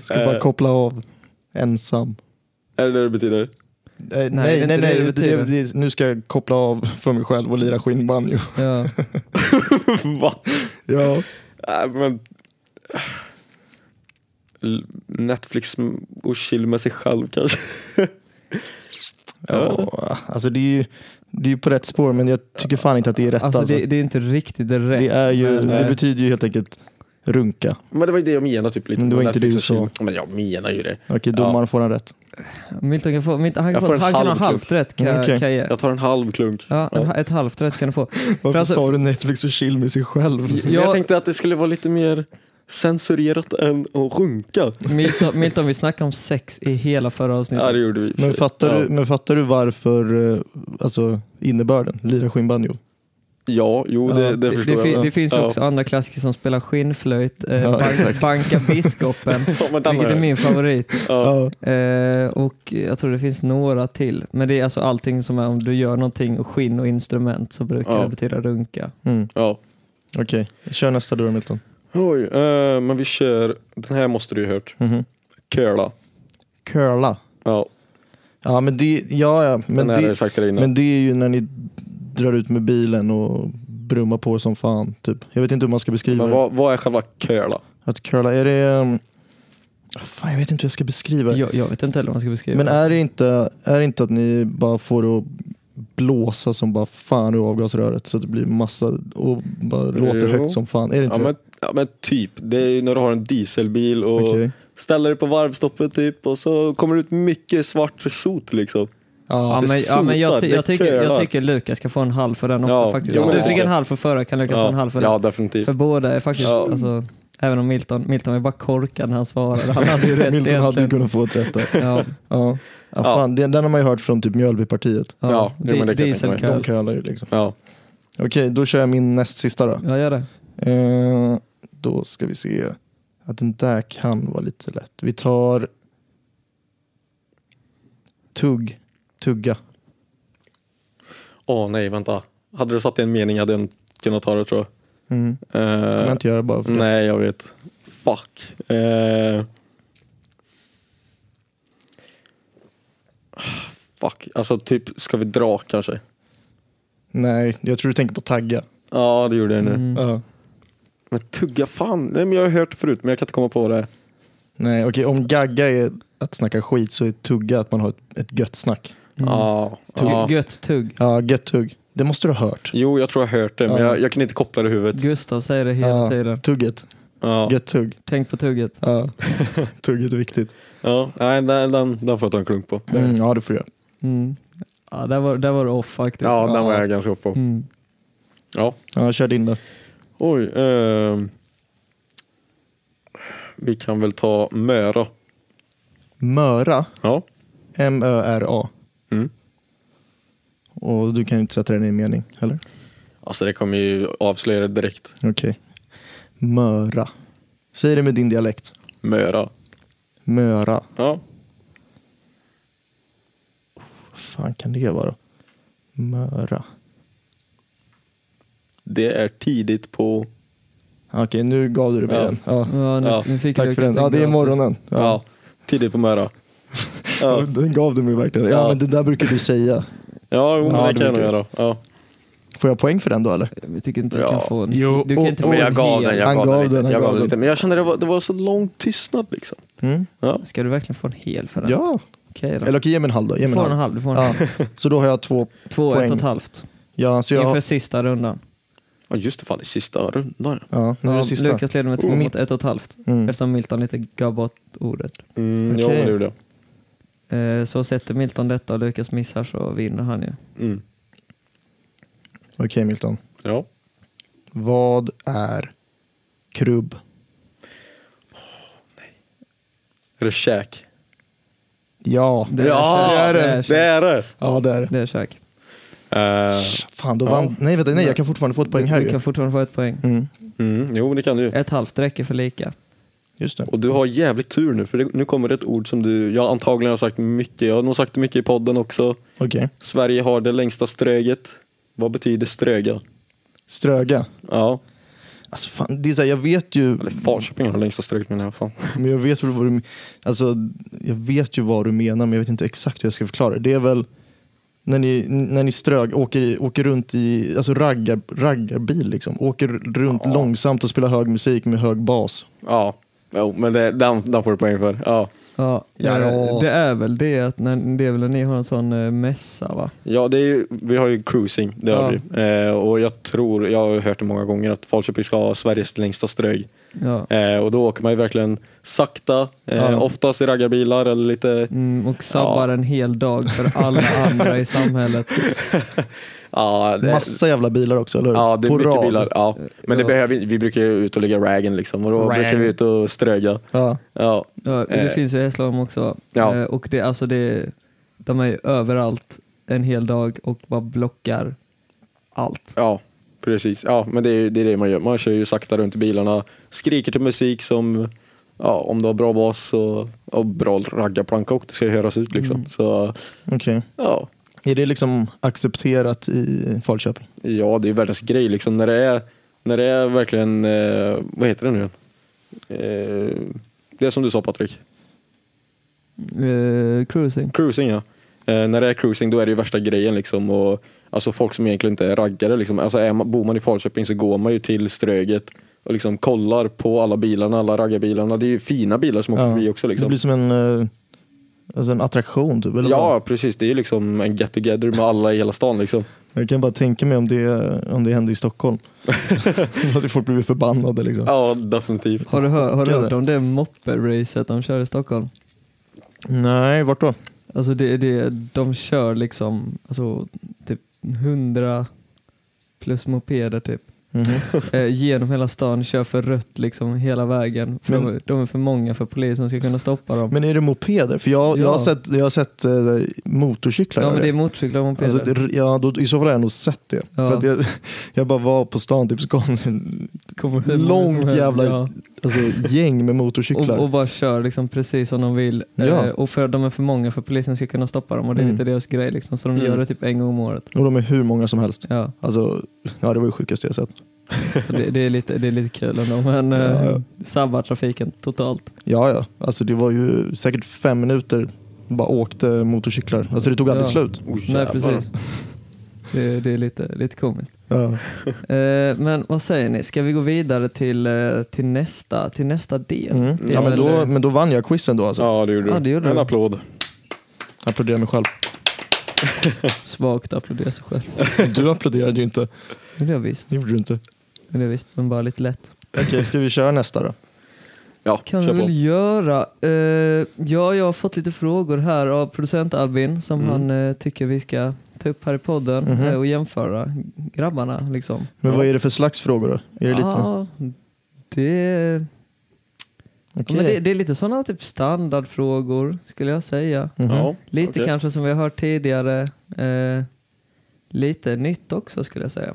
[SPEAKER 4] Ska bara
[SPEAKER 2] Eh.
[SPEAKER 4] koppla av. Ensam.
[SPEAKER 2] Är det det det betyder?
[SPEAKER 4] Eh, Nej, nej,
[SPEAKER 3] inte
[SPEAKER 4] nej.
[SPEAKER 3] det det
[SPEAKER 4] det- det-
[SPEAKER 3] betyder.
[SPEAKER 4] det- nu ska jag koppla av för mig själv och lira skinnbanjo. [laughs]
[SPEAKER 3] ja.
[SPEAKER 2] Va?
[SPEAKER 4] Ja.
[SPEAKER 2] Nej, men... L- Netflix och chill med sig själv kanske.
[SPEAKER 4] ja. Alltså det är ju det är ju på rätt spår, men jag tycker fan inte att det är rätt. Alltså,
[SPEAKER 3] Alltså det, det är inte riktigt rätt.
[SPEAKER 4] det, är ju,
[SPEAKER 3] men- eh,
[SPEAKER 4] det betyder ju helt enkelt runka.
[SPEAKER 2] Men det var ju det jag menade typ lite.
[SPEAKER 4] Men det var
[SPEAKER 2] med
[SPEAKER 4] inte det
[SPEAKER 2] Netflix
[SPEAKER 4] du
[SPEAKER 2] och chill. Men jag menar ju det.
[SPEAKER 4] Okej, domaren får en rätt.
[SPEAKER 3] Milton kan få, Milton, han
[SPEAKER 2] Jag
[SPEAKER 3] kan, få,
[SPEAKER 2] får en
[SPEAKER 3] han kan ha
[SPEAKER 2] halv
[SPEAKER 3] halvt rätt kan jag-
[SPEAKER 4] Okej.
[SPEAKER 3] kan jag ge.
[SPEAKER 2] Jag tar en halv klunk.
[SPEAKER 3] Ja, en,
[SPEAKER 2] Ja.
[SPEAKER 3] ha- ett halvt rätt kan du få.
[SPEAKER 4] Varför
[SPEAKER 3] alltså-
[SPEAKER 4] sa du Netflix och chill med sig själv?
[SPEAKER 2] Men
[SPEAKER 3] Jag-
[SPEAKER 2] jag tänkte att det skulle vara lite mer censurerat än att runka.
[SPEAKER 3] Milton, Milton vi snackade om sex i hela förra avsnittet.
[SPEAKER 2] Ja, det gjorde vi. i och för
[SPEAKER 4] Men
[SPEAKER 2] sig.
[SPEAKER 4] fattar,
[SPEAKER 2] ja.
[SPEAKER 4] du, men fattar du varför eh, alltså, innebörden? Lira skinnbanjo?
[SPEAKER 2] Ja, jo det,
[SPEAKER 4] Ja,
[SPEAKER 2] det
[SPEAKER 3] Det,
[SPEAKER 2] förstår
[SPEAKER 3] det, fi-
[SPEAKER 2] jag.
[SPEAKER 3] det finns ju
[SPEAKER 2] Ja.
[SPEAKER 3] också andra klassiker som spelar skinnflöjt, eh,
[SPEAKER 4] Ja,
[SPEAKER 3] bank,
[SPEAKER 2] [laughs]
[SPEAKER 4] exakt.
[SPEAKER 3] banka biskopen,
[SPEAKER 2] Ja, men den har
[SPEAKER 3] vilket är
[SPEAKER 2] jag.
[SPEAKER 3] min favorit.
[SPEAKER 2] Ja.
[SPEAKER 4] Ja.
[SPEAKER 3] Eh, och jag tror det finns några till. Men det är alltså allting som är om du gör någonting och skinn och instrument så brukar
[SPEAKER 2] Ja.
[SPEAKER 3] det betyda runka.
[SPEAKER 4] Mm,
[SPEAKER 2] Ja.
[SPEAKER 4] Okej, kör nästa du då Milton.
[SPEAKER 2] Oj, eh, men vi kör, den här måste du ju ha hört.
[SPEAKER 4] Mhm.
[SPEAKER 2] Curla.
[SPEAKER 4] Curla.
[SPEAKER 2] Ja,
[SPEAKER 4] Ja men det, ja, ja, men
[SPEAKER 2] den här har
[SPEAKER 4] det,
[SPEAKER 2] jag sagt till dig innan.
[SPEAKER 4] men det är ju när ni drar ut med bilen och brummar på som fan. Typ. Jag vet inte hur man ska beskriva
[SPEAKER 2] Men
[SPEAKER 4] det.
[SPEAKER 2] vad, vad är själva curla?
[SPEAKER 4] Att curla, är det... um, Fan, jag vet inte hur jag ska beskriva det.
[SPEAKER 3] Jag, jag vet inte heller vad man ska beskriva
[SPEAKER 4] Men är det, inte, är det inte att ni bara får det att blåsa som bara fan ur avgasröret så att det blir massa och bara låter
[SPEAKER 2] Jo.
[SPEAKER 4] högt som fan? Är
[SPEAKER 2] Ja
[SPEAKER 4] det inte
[SPEAKER 2] men, ja men typ, det är ju när du har en dieselbil och
[SPEAKER 4] det? Okej.
[SPEAKER 2] ställer dig på varvstoppet typ och så kommer det ut mycket svart sot liksom.
[SPEAKER 3] Ja,
[SPEAKER 4] Ja,
[SPEAKER 2] det
[SPEAKER 3] men, ja, men jag,
[SPEAKER 2] sotar,
[SPEAKER 3] ty-
[SPEAKER 2] det
[SPEAKER 3] jag, tycker, jag
[SPEAKER 2] curlar.
[SPEAKER 3] tycker Lukas ska få en halv för den också
[SPEAKER 2] Ja,
[SPEAKER 3] faktiskt.
[SPEAKER 4] ja,
[SPEAKER 3] Om
[SPEAKER 4] men
[SPEAKER 3] du
[SPEAKER 4] det
[SPEAKER 3] fick
[SPEAKER 2] tycker
[SPEAKER 3] en
[SPEAKER 2] jag.
[SPEAKER 3] halv för förra kan Lukas få en halv för den.
[SPEAKER 2] ja definitivt.
[SPEAKER 3] För båda är faktiskt,
[SPEAKER 2] Typ. Ja.
[SPEAKER 3] alltså, även om Milton, Milton var ju bara korkad när han svarade.
[SPEAKER 4] [laughs]
[SPEAKER 3] Han hade ju rätt
[SPEAKER 4] Milton hade ju
[SPEAKER 3] egentligen.
[SPEAKER 4] kunnat få ett rätt där.
[SPEAKER 3] Ja,
[SPEAKER 4] Ja. Ja, fan, den, den har man ju hört från typ Mjölbypartiet.
[SPEAKER 3] ja,
[SPEAKER 2] Ja, jo, men det kan jag tänka mig.
[SPEAKER 4] De
[SPEAKER 3] dieselköl.
[SPEAKER 4] curlar ju liksom.
[SPEAKER 2] Ja.
[SPEAKER 4] Okej, då kör jag min näst sista då.
[SPEAKER 3] Ja, gör det.
[SPEAKER 4] Eh, då ska vi se. Att den där kan vara lite lätt. Vi tar tugg, tugga.
[SPEAKER 2] Åh nej vänta. Hade du satt i en mening hade jag inte kunnat ta det tror jag.
[SPEAKER 4] Mm. Det
[SPEAKER 2] Eh,
[SPEAKER 4] kan man inte göra bara
[SPEAKER 3] Mm.
[SPEAKER 4] för det.
[SPEAKER 2] nej jag vet. Fuck. Eh, fuck, alltså typ ska vi dra kanske?
[SPEAKER 4] Nej, jag tror du tänker på tagga.
[SPEAKER 2] Ja det gjorde jag nu.
[SPEAKER 3] Mm.
[SPEAKER 4] Ja.
[SPEAKER 2] Men tugga fan, nej men jag har hört det förut men jag kan inte komma på vad det är.
[SPEAKER 4] Nej, okej, om gagga är att snacka skit så är tugga att man har ett, ett gött snack.
[SPEAKER 3] Mm.
[SPEAKER 2] Ja, ja.
[SPEAKER 3] Gö- Gött tugg.
[SPEAKER 4] Ja, gött tugg. Det måste du ha hört.
[SPEAKER 2] Jo, jag tror jag har hört det, men
[SPEAKER 4] Ja.
[SPEAKER 2] jag, jag kan inte koppla det i huvudet.
[SPEAKER 3] Gustav säger det hela
[SPEAKER 4] Ja,
[SPEAKER 3] tiden.
[SPEAKER 4] Tugget,
[SPEAKER 2] Ja.
[SPEAKER 4] gött tugg.
[SPEAKER 3] Tänk på tugget.
[SPEAKER 4] Ja. Tugget är viktigt.
[SPEAKER 2] Ja. Nej, den, den, den får jag ta en klunk på.
[SPEAKER 4] Mm, ja, det får du göra.
[SPEAKER 3] Mm. Ja, där var, där var det off faktiskt.
[SPEAKER 2] Ja, den var
[SPEAKER 4] Ja.
[SPEAKER 2] jag ganska upp på.
[SPEAKER 3] Mm.
[SPEAKER 2] Ja.
[SPEAKER 4] Ja, kör din då.
[SPEAKER 2] Oj. ehm. vi kan väl ta Möra.
[SPEAKER 4] Möra,
[SPEAKER 2] Ja.
[SPEAKER 4] M-Ö-R-A.
[SPEAKER 2] Mm.
[SPEAKER 4] Och du kan inte sätta den i en mening, eller?
[SPEAKER 2] Alltså det kommer ju avslöja det direkt.
[SPEAKER 4] Okej. Möra. Säg det med din dialekt.
[SPEAKER 2] Möra.
[SPEAKER 4] Möra.
[SPEAKER 2] Ja.
[SPEAKER 4] fan kan det vara? Möra.
[SPEAKER 2] Det är tidigt på...
[SPEAKER 4] Okej, nu gav du det med
[SPEAKER 2] Ja.
[SPEAKER 4] den. Ja.
[SPEAKER 3] Ja, nu,
[SPEAKER 2] Ja,
[SPEAKER 3] nu fick
[SPEAKER 4] Tack
[SPEAKER 3] du
[SPEAKER 4] för den. Ja, det är morgonen.
[SPEAKER 2] Ja,
[SPEAKER 4] Ja.
[SPEAKER 2] tidigt på Möra.
[SPEAKER 4] [laughs]
[SPEAKER 2] Ja,
[SPEAKER 4] Den gav du mig verkligen. Ja,
[SPEAKER 2] Ja.
[SPEAKER 4] men det där brukar du säga.
[SPEAKER 2] ja, jo, men
[SPEAKER 4] Ja,
[SPEAKER 2] det
[SPEAKER 4] det
[SPEAKER 2] kan jag nog
[SPEAKER 4] brukar-
[SPEAKER 2] göra. Ja.
[SPEAKER 4] Får jag poäng för den då eller?
[SPEAKER 3] Jag tycker inte du
[SPEAKER 2] Ja.
[SPEAKER 3] kan få en...
[SPEAKER 4] Jo,
[SPEAKER 3] du kan
[SPEAKER 4] och-
[SPEAKER 3] inte få
[SPEAKER 2] Men jag
[SPEAKER 3] en
[SPEAKER 2] gav
[SPEAKER 3] hel.
[SPEAKER 2] den, jag
[SPEAKER 4] Han
[SPEAKER 2] gav
[SPEAKER 4] gav
[SPEAKER 2] den lite.
[SPEAKER 4] den, han
[SPEAKER 2] Jag
[SPEAKER 4] gav
[SPEAKER 2] gav den
[SPEAKER 4] den.
[SPEAKER 2] lite. Men jag kände det var, det var så lång tystnad liksom.
[SPEAKER 4] Mm.
[SPEAKER 2] Ja.
[SPEAKER 3] Ska du verkligen få en hel för den?
[SPEAKER 4] Ja,
[SPEAKER 3] Okej då.
[SPEAKER 4] eller okej, ge mig en halv då. Ge
[SPEAKER 3] du
[SPEAKER 4] mig en
[SPEAKER 3] får
[SPEAKER 4] halv.
[SPEAKER 3] en halv. Du får en
[SPEAKER 4] Ja.
[SPEAKER 3] halv.
[SPEAKER 4] Så då har jag två.
[SPEAKER 3] Två, ett
[SPEAKER 4] Poäng.
[SPEAKER 3] och ett halvt.
[SPEAKER 4] Ja, så jag...
[SPEAKER 3] Inför sista rundan.
[SPEAKER 2] Ja just det, fan det är sista rundan.
[SPEAKER 4] Ja, nu är
[SPEAKER 3] Ja,
[SPEAKER 4] det sista.
[SPEAKER 3] Lukas leder med två
[SPEAKER 2] Oh.
[SPEAKER 4] Mm.
[SPEAKER 3] mot ett och ett halvt.
[SPEAKER 4] Mm.
[SPEAKER 3] Eftersom Milton inte gav bort ordet.
[SPEAKER 2] Mm, Ja
[SPEAKER 4] Okej.
[SPEAKER 2] men det gjorde jag.
[SPEAKER 3] Eh, Så sätter Milton detta och Lukas missar så vinner han ju.
[SPEAKER 2] Mm.
[SPEAKER 4] Okej Milton.
[SPEAKER 2] Ja.
[SPEAKER 4] Vad är krubb?
[SPEAKER 2] Är det käk?
[SPEAKER 4] Ja.
[SPEAKER 3] Det är
[SPEAKER 2] ja,
[SPEAKER 4] käk.
[SPEAKER 2] det är det. Det är det.
[SPEAKER 4] Ja, det är det.
[SPEAKER 3] Det är kök.
[SPEAKER 2] Eh,
[SPEAKER 4] Fan, då
[SPEAKER 2] Ja.
[SPEAKER 4] vann... Nej, vänta, nej, jag kan fortfarande få ett poäng här
[SPEAKER 3] Du, du
[SPEAKER 4] ju.
[SPEAKER 3] kan fortfarande få ett poäng.
[SPEAKER 4] Mm.
[SPEAKER 2] mm, jo det kan du ju.
[SPEAKER 3] Ett halvt räcker för lika.
[SPEAKER 4] Just det.
[SPEAKER 2] Och du har jävligt tur nu, för det, nu kommer det ett ord som du, jag antagligen har sagt mycket, jag har nog sagt det mycket i podden också.
[SPEAKER 4] Okej.
[SPEAKER 2] Sverige har det längsta ströget. Vad betyder ströga?
[SPEAKER 4] Ströga.
[SPEAKER 2] Ja,
[SPEAKER 4] Alltså fan, det är så här, jag vet ju...
[SPEAKER 2] eller Falköping har det längsta ströget menar jag. Fan.
[SPEAKER 4] Men jag vet, väl vad du, alltså, jag vet ju vad du menar, men jag vet inte exakt hur jag ska förklara det. Det är väl när ni, när ni strög, åker, i- åker runt i alltså raggar, raggarbil, liksom. åker runt
[SPEAKER 2] Ja.
[SPEAKER 4] långsamt och spelar hög musik med hög bas.
[SPEAKER 2] Ja, jo, men det, den, den får du poäng för. Ja,
[SPEAKER 3] Ja,
[SPEAKER 4] Ja,
[SPEAKER 3] eh,
[SPEAKER 4] ja.
[SPEAKER 3] Det är väl det att när, det är väl när ni har en sån eh, mässa va?
[SPEAKER 2] ja det är ju, vi har ju cruising, det har
[SPEAKER 3] Ja.
[SPEAKER 2] vi. Eh, och jag tror, jag har hört det många gånger, att Falköping ska ha Sveriges längsta strög.
[SPEAKER 3] Ja.
[SPEAKER 2] Eh, och då åker man ju verkligen sakta, eh,
[SPEAKER 4] Ja.
[SPEAKER 2] oftast i raggarbilar eller lite
[SPEAKER 3] Mm, och sabbar en hel dag för
[SPEAKER 4] [laughs]
[SPEAKER 3] alla andra i samhället.
[SPEAKER 2] ja, det-
[SPEAKER 4] Massa jävla bilar också, eller hur?
[SPEAKER 2] Ja, det är
[SPEAKER 4] På
[SPEAKER 2] mycket
[SPEAKER 4] rad.
[SPEAKER 2] bilar. Ja. Men det
[SPEAKER 3] Ja.
[SPEAKER 2] behöver, vi- vi brukar ju ut och ligga raggen liksom och då
[SPEAKER 4] Raggen.
[SPEAKER 2] brukar vi ut och ströga.
[SPEAKER 4] Ja.
[SPEAKER 2] Ja,
[SPEAKER 3] Ja, det
[SPEAKER 2] Eh.
[SPEAKER 3] finns ju Hässleholm också.
[SPEAKER 2] Ja.
[SPEAKER 3] Eh, och det, alltså det, de är ju överallt en hel dag och bara blockar allt.
[SPEAKER 2] ja precis. Ja, men det är, ju- det är det man gör. Man kör ju sakta runt i bilarna, skriker till musik som Ja, om du har bra bas och, och bra raggarplanka också, det ska ju höras ut liksom. Så
[SPEAKER 4] Okej.
[SPEAKER 2] ja,
[SPEAKER 4] Är det liksom accepterat i Falköping?
[SPEAKER 2] ja, det är världens grej liksom. När det är, när det är verkligen, eh, vad heter det nu? Eh, det är som du sa Patrik,
[SPEAKER 3] Eh, cruising.
[SPEAKER 2] Cruising ja. Eh, när det är cruising då är det ju värsta grejen liksom. Och, alltså folk som egentligen inte är raggare liksom. Alltså är man, bor man i Falköping så går man ju till Ströget och liksom kollar på alla bilarna, alla raggarbilarna. Det är ju fina bilar som åker
[SPEAKER 4] Ja.
[SPEAKER 2] förbi också
[SPEAKER 4] Det
[SPEAKER 2] liksom.
[SPEAKER 4] blir som en, eh, alltså en attraktion typ? Eller
[SPEAKER 2] Ja precis, det är ju liksom en get together med alla i hela stan liksom.
[SPEAKER 4] vad? Jag kan bara tänka mig om det, om det hände i Stockholm.
[SPEAKER 2] [laughs]
[SPEAKER 4] [laughs] Att folk blivit förbannade liksom.
[SPEAKER 2] Ja, definitivt.
[SPEAKER 3] Har du, hör, har du
[SPEAKER 4] Chockade.
[SPEAKER 3] hört om det moppe-racet de kör i Stockholm?
[SPEAKER 4] Nej, vart då?
[SPEAKER 3] Alltså det, det, de kör liksom alltså, typ 100 plus mopeder typ.
[SPEAKER 4] Mhm.
[SPEAKER 3] Eh, genom hela stan, kör för rött liksom hela vägen. För
[SPEAKER 4] Men-
[SPEAKER 3] de, de är för många för polisen ska kunna stoppa dem.
[SPEAKER 4] Men är det mopeder? För jag, jag har
[SPEAKER 3] Ja.
[SPEAKER 4] sett, jag har sett eh, motorcyklar
[SPEAKER 3] ja
[SPEAKER 4] göra
[SPEAKER 3] men det är
[SPEAKER 4] det.
[SPEAKER 3] motorcyklar och mopeder.
[SPEAKER 4] Alltså, det- ja, då, I så fall har jag nog sett det.
[SPEAKER 3] Ja.
[SPEAKER 4] För att jag, [laughs] jag bara var på stan, typ, så kom det en-
[SPEAKER 3] Kommer hur många
[SPEAKER 4] långt
[SPEAKER 3] som helst,
[SPEAKER 4] jävla
[SPEAKER 3] ja.
[SPEAKER 4] alltså, gäng med motorcyklar.
[SPEAKER 3] och, och bara kör liksom precis som de vill. Eh,
[SPEAKER 4] Ja.
[SPEAKER 3] och för de är för många för polisen ska kunna stoppa dem och det är
[SPEAKER 4] Mm.
[SPEAKER 3] lite deras grej liksom. Så de
[SPEAKER 2] Mm.
[SPEAKER 3] gör det typ en gång om året.
[SPEAKER 4] Och de är hur många som helst.
[SPEAKER 3] Ja,
[SPEAKER 4] Alltså, ja, det var det sjukaste jag sett.
[SPEAKER 3] så det, det, är lite, det är lite kul ändå men eh,
[SPEAKER 4] Ja, ja.
[SPEAKER 3] sabbar trafiken totalt.
[SPEAKER 4] Ja, ja. Alltså, det var ju säkert fem minuter bara åkte motorcyklar. Alltså det tog aldrig
[SPEAKER 3] Ja.
[SPEAKER 4] slut.
[SPEAKER 2] Oh,
[SPEAKER 3] Nej
[SPEAKER 2] jävlar.
[SPEAKER 3] precis. Det, det är lite, lite komiskt.
[SPEAKER 4] Ja.
[SPEAKER 3] Eh, men vad säger ni, ska vi gå vidare till, eh, till, nästa, till nästa del?
[SPEAKER 4] Mm.
[SPEAKER 3] Det är
[SPEAKER 4] Ja, men,
[SPEAKER 3] väl,
[SPEAKER 4] då,
[SPEAKER 3] eh,
[SPEAKER 4] men då vann jag quizen då alltså.
[SPEAKER 2] Ja, det gjorde du.
[SPEAKER 3] Ja, det gjorde
[SPEAKER 2] en
[SPEAKER 3] du.
[SPEAKER 2] applåd.
[SPEAKER 4] Applådera mig själv.
[SPEAKER 3] Svagt applådera sig själv.
[SPEAKER 4] Du applåderade ju inte.
[SPEAKER 3] Men det är visst,
[SPEAKER 4] Det gjorde du inte.
[SPEAKER 3] men det är visst, men bara lite lätt.
[SPEAKER 4] Okej, ska vi köra nästa då?
[SPEAKER 2] Ja,
[SPEAKER 3] kan vi
[SPEAKER 2] kör på.
[SPEAKER 3] väl göra. Eh, ja, jag har fått lite frågor här av producent Albin som
[SPEAKER 2] Mm.
[SPEAKER 3] han eh, tycker vi ska ta upp här i podden
[SPEAKER 4] Mhm.
[SPEAKER 3] eh, och jämföra grabbarna. Liksom.
[SPEAKER 4] Men
[SPEAKER 2] Ja.
[SPEAKER 4] vad är det för slags frågor då? Är det lite?
[SPEAKER 3] Ja, det, ja,
[SPEAKER 4] Okej.
[SPEAKER 3] men det, det är lite sådana typ standardfrågor skulle jag säga.
[SPEAKER 4] Mhm.
[SPEAKER 2] Ja,
[SPEAKER 3] Lite
[SPEAKER 2] Okej.
[SPEAKER 3] kanske som vi har hört tidigare. Eh, lite nytt också skulle jag säga.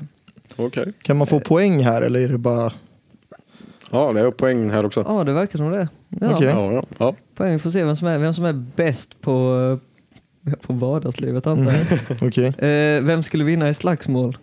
[SPEAKER 2] okej.
[SPEAKER 4] Kan
[SPEAKER 3] Eh.
[SPEAKER 4] man få poäng här eller är det bara...
[SPEAKER 2] Ja, det är poäng här också.
[SPEAKER 3] Ja, det verkar som det. Ja,
[SPEAKER 4] Okej.
[SPEAKER 2] Ja, ja. ja.
[SPEAKER 3] poäng. Vi får se vem som är, vem som är bäst på, eh, på vardagslivet antar jag.
[SPEAKER 4] Okej.
[SPEAKER 3] [laughs] Eh, vem skulle vinna i slagsmål?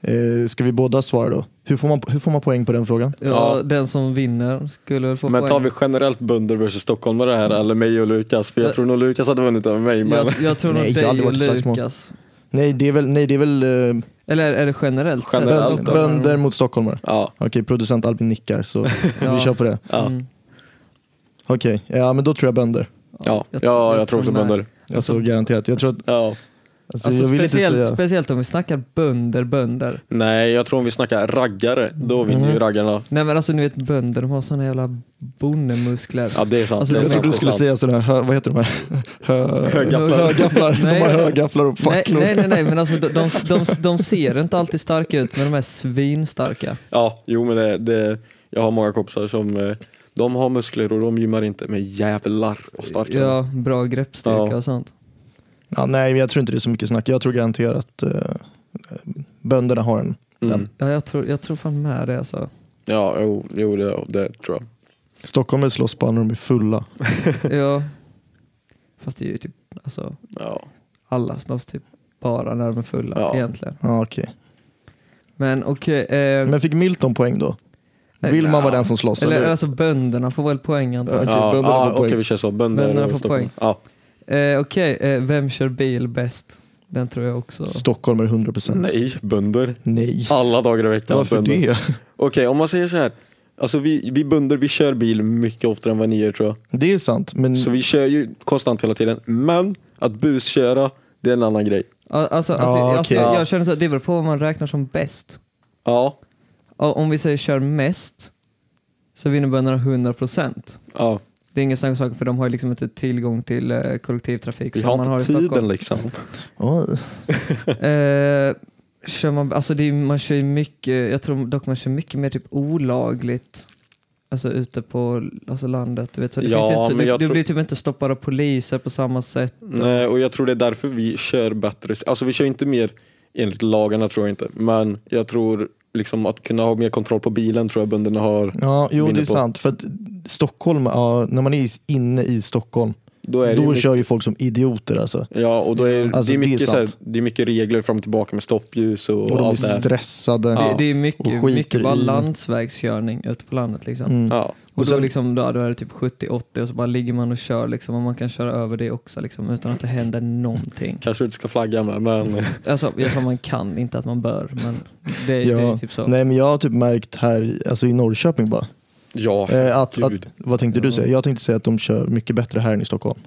[SPEAKER 4] Eh, ska vi båda svara då? Hur får, man, hur får man poäng på den frågan?
[SPEAKER 3] Ja,
[SPEAKER 2] Ja.
[SPEAKER 3] Den som vinner skulle väl få
[SPEAKER 2] Men tar
[SPEAKER 3] poäng.
[SPEAKER 2] vi generellt bönder versus stockholmare här eller mig och Lukas? För jag
[SPEAKER 3] Men-
[SPEAKER 2] tror nog Lukas hade vunnit över mig. Men
[SPEAKER 3] jag, jag tror nog
[SPEAKER 4] Nej, jag har
[SPEAKER 3] dig
[SPEAKER 4] aldrig
[SPEAKER 3] och
[SPEAKER 4] varit i slagsmål.
[SPEAKER 3] Lukas.
[SPEAKER 4] Nej, det är väl, nej, det är väl eh,
[SPEAKER 3] Eller är det generellt? sett? Mm.
[SPEAKER 2] Generellt,
[SPEAKER 3] Stockholm-
[SPEAKER 4] bönder mot stockholmare.
[SPEAKER 2] ja,
[SPEAKER 4] Okej, producent Albin nickar så vi
[SPEAKER 3] Ja.
[SPEAKER 4] kör på det.
[SPEAKER 2] ja,
[SPEAKER 3] Mm.
[SPEAKER 4] Okej, ja men då tror jag bönder.
[SPEAKER 2] ja,
[SPEAKER 3] jag
[SPEAKER 2] ja, jag tror
[SPEAKER 3] tror
[SPEAKER 2] också
[SPEAKER 3] med.
[SPEAKER 2] bönder.
[SPEAKER 4] Alltså garanterat. Jag tror att,
[SPEAKER 2] Ja.
[SPEAKER 4] alltså,
[SPEAKER 3] Alltså,
[SPEAKER 4] jag vill inte
[SPEAKER 3] speciellt,
[SPEAKER 4] säga...
[SPEAKER 3] speciellt om vi snackar bönder, bönder.
[SPEAKER 2] Nej, jag tror om vi snackar raggare, då vinner ju
[SPEAKER 4] Mhm.
[SPEAKER 2] raggarna.
[SPEAKER 3] Nej men alltså ni vet bönder, de har såna jävla bondemuskler.
[SPEAKER 2] Ja, det är sant.
[SPEAKER 3] Alltså,
[SPEAKER 2] det är
[SPEAKER 4] Jag
[SPEAKER 2] sant,
[SPEAKER 4] trodde du skulle
[SPEAKER 2] sant.
[SPEAKER 4] säga sådana här, hö, vad heter de här? [laughs] Hö,
[SPEAKER 2] Högafflar.
[SPEAKER 4] högafflar.
[SPEAKER 3] Nej.
[SPEAKER 4] De har högafflar och
[SPEAKER 3] nej,
[SPEAKER 4] facklor.
[SPEAKER 3] nej, nej, nej, men alltså de, de, de, de ser inte alltid starka ut, men de är svinstarka.
[SPEAKER 2] Ja, jo men det, det, jag har många kompisar som eh, de har muskler och de gymmar inte, men jävlar vad starka de är.
[SPEAKER 3] Ja, bra greppstyrka
[SPEAKER 2] Ja.
[SPEAKER 3] och sånt.
[SPEAKER 4] Ja, nej, men jag tror inte det är så mycket snack. Jag tror garanterat eh, bönderna har en.
[SPEAKER 2] mm.
[SPEAKER 3] Ja, jag tror, jag tror fan med det alltså.
[SPEAKER 2] Ja, jo, jo det, det tror jag.
[SPEAKER 4] Stockholmare slåss bara när de är fulla.
[SPEAKER 3] Ja. Fast det är ju typ, alltså
[SPEAKER 2] Ja.
[SPEAKER 3] alla slåss typ bara när de är fulla
[SPEAKER 2] Ja.
[SPEAKER 3] egentligen.
[SPEAKER 4] Ja, okej.
[SPEAKER 3] Men okej, eh,
[SPEAKER 4] Men fick Milton poäng då? Vill man vara den som slåss?
[SPEAKER 3] eller
[SPEAKER 4] Eller?
[SPEAKER 3] alltså bönderna får väl poäng antar jag.
[SPEAKER 4] Okej,
[SPEAKER 2] ja,
[SPEAKER 4] bönderna
[SPEAKER 2] ja,
[SPEAKER 4] får poäng.
[SPEAKER 2] Okej, vi kör så. Bönder
[SPEAKER 3] Bönderna
[SPEAKER 2] och
[SPEAKER 3] får
[SPEAKER 2] Stockholm. Ja.
[SPEAKER 3] Eh, Okej, eh, vem kör bil bäst? Den tror jag också.
[SPEAKER 4] Stockholmare 100%.
[SPEAKER 2] alltså- Nej, bönder.
[SPEAKER 4] Nej.
[SPEAKER 2] Alla dagar i veckan.
[SPEAKER 4] Varför
[SPEAKER 2] bönder.
[SPEAKER 4] det?
[SPEAKER 2] Okej, om man säger så här. Alltså vi, vi bönder, vi kör bil mycket oftare än vad ni gör tror jag.
[SPEAKER 4] Det är sant, men
[SPEAKER 2] Så vi kör ju konstant hela tiden. Men att busköra, det är en annan grej.
[SPEAKER 3] Ah, Alltså, alltså,
[SPEAKER 4] Ja,
[SPEAKER 3] alltså
[SPEAKER 4] okej.
[SPEAKER 3] jag, jag känner så att det beror på vad man räknar som bäst.
[SPEAKER 2] Ja,
[SPEAKER 3] Ja, om vi säger kör mest så vinner bönderna 100%.
[SPEAKER 2] ja.
[SPEAKER 3] Det är ingen snack om saken för de har ju liksom inte tillgång till eh, kollektivtrafik
[SPEAKER 2] vi
[SPEAKER 3] som man
[SPEAKER 2] har
[SPEAKER 3] har i
[SPEAKER 2] inte tiden
[SPEAKER 3] Stockholm.
[SPEAKER 2] liksom.
[SPEAKER 4] Oj.
[SPEAKER 3] Eh, kör man, alltså det är, man kör ju mycket, jag tror dock man kör mycket mer typ olagligt. Alltså ute på alltså landet. Du vet, så det
[SPEAKER 2] Ja,
[SPEAKER 3] finns inte, så,
[SPEAKER 2] men
[SPEAKER 3] du,
[SPEAKER 2] jag
[SPEAKER 3] du
[SPEAKER 2] tror-
[SPEAKER 3] blir typ inte stoppad av poliser på samma sätt.
[SPEAKER 2] Nej, och jag tror det är därför vi kör bättre. Alltså vi kör inte mer enligt lagarna tror jag inte. Men jag tror liksom att kunna ha mer kontroll på bilen tror jag bönderna har.
[SPEAKER 4] ja, jo,
[SPEAKER 2] Vinner
[SPEAKER 4] det är
[SPEAKER 2] på.
[SPEAKER 4] sant. För att Stockholm, ja, när man är inne i Stockholm,
[SPEAKER 2] Då är det ju
[SPEAKER 4] då
[SPEAKER 2] mycket-
[SPEAKER 4] kör ju folk som idioter alltså.
[SPEAKER 2] Ja, och då är
[SPEAKER 4] Alltså,
[SPEAKER 2] det, är
[SPEAKER 4] det är
[SPEAKER 2] mycket, så här,
[SPEAKER 4] sant.
[SPEAKER 2] det är mycket regler fram och tillbaka med stoppljus och,
[SPEAKER 4] Och de är
[SPEAKER 2] allt det här.
[SPEAKER 4] stressade.
[SPEAKER 2] Ja.
[SPEAKER 3] Det, det är
[SPEAKER 4] Och
[SPEAKER 3] mycket,
[SPEAKER 4] skiter
[SPEAKER 3] mycket bara
[SPEAKER 4] i-
[SPEAKER 3] landsvägskörning ute på landet liksom.
[SPEAKER 4] Mm.
[SPEAKER 2] Ja.
[SPEAKER 3] Och,
[SPEAKER 4] Och
[SPEAKER 3] då,
[SPEAKER 4] sen-
[SPEAKER 3] liksom, då, då är det typ 70-80 och så bara ligger man och kör liksom, och man kan köra över det också liksom, utan att det händer någonting.
[SPEAKER 2] Kanske du inte ska flagga med, men
[SPEAKER 3] Alltså, jag tror man kan, inte att man bör, men det, det är
[SPEAKER 4] Ja.
[SPEAKER 3] typ så.
[SPEAKER 4] Nej, men jag har typ märkt här i- alltså i Norrköping bara.
[SPEAKER 2] ja,
[SPEAKER 4] Eh, att, att,
[SPEAKER 2] Gud.
[SPEAKER 4] vad tänkte du säga? Jag tänkte säga att de kör mycket bättre här än i Stockholm.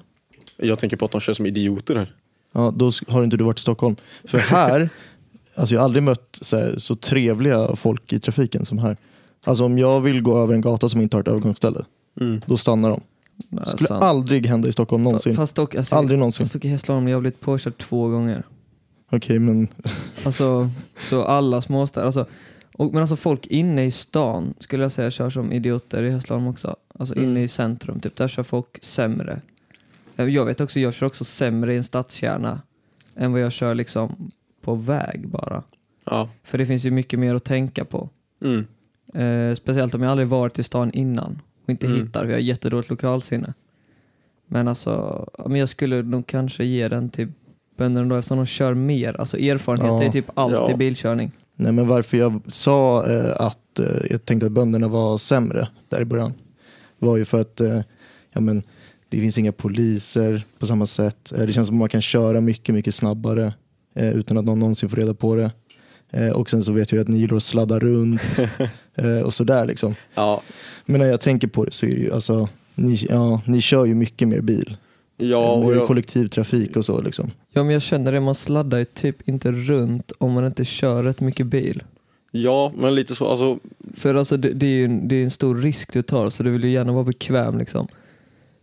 [SPEAKER 2] jag tänker på att de kör som idioter här.
[SPEAKER 4] Ja, då s- har inte du varit i Stockholm. För här,
[SPEAKER 3] [laughs]
[SPEAKER 4] alltså jag har aldrig mött så, här, så trevliga folk i trafiken som här. Alltså om jag vill gå över en gata som inte har ett övergångsställe,
[SPEAKER 3] Mm.
[SPEAKER 4] då stannar de.
[SPEAKER 3] Nej,
[SPEAKER 4] Det skulle
[SPEAKER 3] sant.
[SPEAKER 4] aldrig hända i Stockholm någonsin.
[SPEAKER 3] Fast dock, alltså,
[SPEAKER 4] aldrig någonsin.
[SPEAKER 3] Fast dock i Hässleholm, jag har blivit påkörd två gånger.
[SPEAKER 4] Okej, men
[SPEAKER 3] Alltså, så alla småstäder. Alltså, och, men alltså folk inne i stan skulle jag säga kör som idioter i Hässleholm också. Alltså
[SPEAKER 2] Mm.
[SPEAKER 3] inne i centrum, typ, där kör folk sämre. Eh, Jag vet också, jag kör också sämre i en stadskärna än vad jag kör liksom på väg bara.
[SPEAKER 2] Ja.
[SPEAKER 3] För det finns ju mycket mer att tänka på.
[SPEAKER 2] Mm.
[SPEAKER 3] Eh, speciellt om jag aldrig varit i stan innan och inte
[SPEAKER 2] Mm.
[SPEAKER 3] hittar, för jag har jättedåligt lokalsinne. Men alltså, ja, men jag skulle nog kanske ge den till bönderna då eftersom de kör mer. Alltså erfarenhet
[SPEAKER 4] Ja.
[SPEAKER 3] är typ allt
[SPEAKER 2] Ja.
[SPEAKER 3] i bilkörning.
[SPEAKER 4] Nej, men varför jag sa eh, att eh, jag tänkte att bönderna var sämre där i början var ju för att eh, ja, men, det finns inga poliser på samma sätt. Eh, det känns som att man kan köra mycket, mycket snabbare eh, utan att någon någonsin får reda på det. Eh, och sen så vet jag ju att ni gillar att
[SPEAKER 2] [laughs]
[SPEAKER 4] sladda runt eh, och sådär liksom.
[SPEAKER 2] Ja.
[SPEAKER 4] Men när jag tänker på det så är det ju alltså, ni, ja, ni kör ju mycket mer bil.
[SPEAKER 2] Ja,
[SPEAKER 4] det
[SPEAKER 2] och
[SPEAKER 4] är ju
[SPEAKER 2] jag,
[SPEAKER 4] kollektivtrafik och så liksom.
[SPEAKER 3] Ja men jag känner det, man sladdar ju typ inte runt om man inte kör rätt mycket bil.
[SPEAKER 2] ja, men lite så. Alltså,
[SPEAKER 3] För alltså det, det är ju en, det är en stor risk du tar så du vill ju gärna vara bekväm liksom.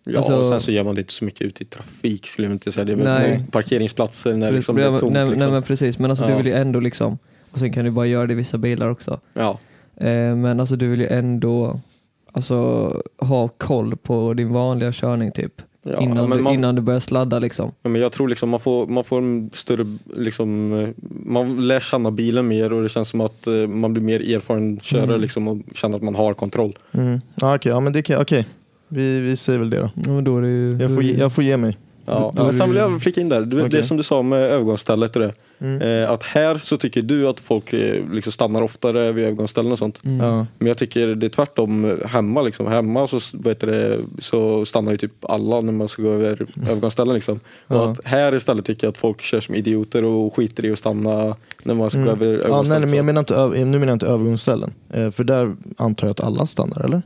[SPEAKER 2] ja,
[SPEAKER 3] Alltså-
[SPEAKER 2] och sen så gör man det inte så mycket ute i trafik skulle jag inte säga. Det är väl
[SPEAKER 3] Nej.
[SPEAKER 2] på parkeringsplatser när
[SPEAKER 3] För-
[SPEAKER 2] liksom det
[SPEAKER 3] ja,
[SPEAKER 2] är
[SPEAKER 3] men-
[SPEAKER 2] tomt.
[SPEAKER 3] nej,
[SPEAKER 2] liksom.
[SPEAKER 3] nej men precis, men alltså du
[SPEAKER 2] Ja.
[SPEAKER 3] vill ju ändå liksom, och sen kan du bara göra det i vissa bilar också.
[SPEAKER 2] ja.
[SPEAKER 3] Eh, men alltså du vill ju ändå alltså, ha koll på din vanliga körning typ.
[SPEAKER 2] Ja,
[SPEAKER 3] innan,
[SPEAKER 2] men
[SPEAKER 3] du,
[SPEAKER 2] man-
[SPEAKER 3] innan du börjar sladda liksom.
[SPEAKER 2] Ja, men jag tror liksom man får, man får en större, liksom, eh, man lär känna bilen mer och det känns som att eh, man blir mer erfaren körare
[SPEAKER 3] Mm.
[SPEAKER 2] liksom, och känner att man har kontroll.
[SPEAKER 4] Mm. Ja, okej, ja, men det kan, okej. Vi, vi säger väl det då.
[SPEAKER 3] Ja, men då är det ju,
[SPEAKER 2] Mm.
[SPEAKER 4] Jag får, ge- jag får ge mig.
[SPEAKER 2] Ja,
[SPEAKER 4] Ja.
[SPEAKER 2] men sen vill jag flika in där, du,
[SPEAKER 4] Okej.
[SPEAKER 2] det som du sa med övergångsstället och det.
[SPEAKER 4] Mm.
[SPEAKER 2] Eh, att här så tycker du att folk eh, liksom stannar oftare vid övergångsställen och
[SPEAKER 3] Mm.
[SPEAKER 2] sånt.
[SPEAKER 4] Ja.
[SPEAKER 2] Men jag tycker det är tvärtom hemma. Liksom. Hemma så, vad heter det, så stannar ju typ alla när man ska gå över övergångsställen. Liksom. Och
[SPEAKER 4] Ja.
[SPEAKER 2] att här istället tycker jag att folk kör som idioter och skiter i att stanna när man ska
[SPEAKER 4] Mm.
[SPEAKER 2] gå över
[SPEAKER 4] Ja, nej, nej,
[SPEAKER 2] övergångsställen. liksom.
[SPEAKER 4] men jag menar inte, öv- nu menar jag inte övergångsställen. Eh, För där antar jag att alla stannar, eller?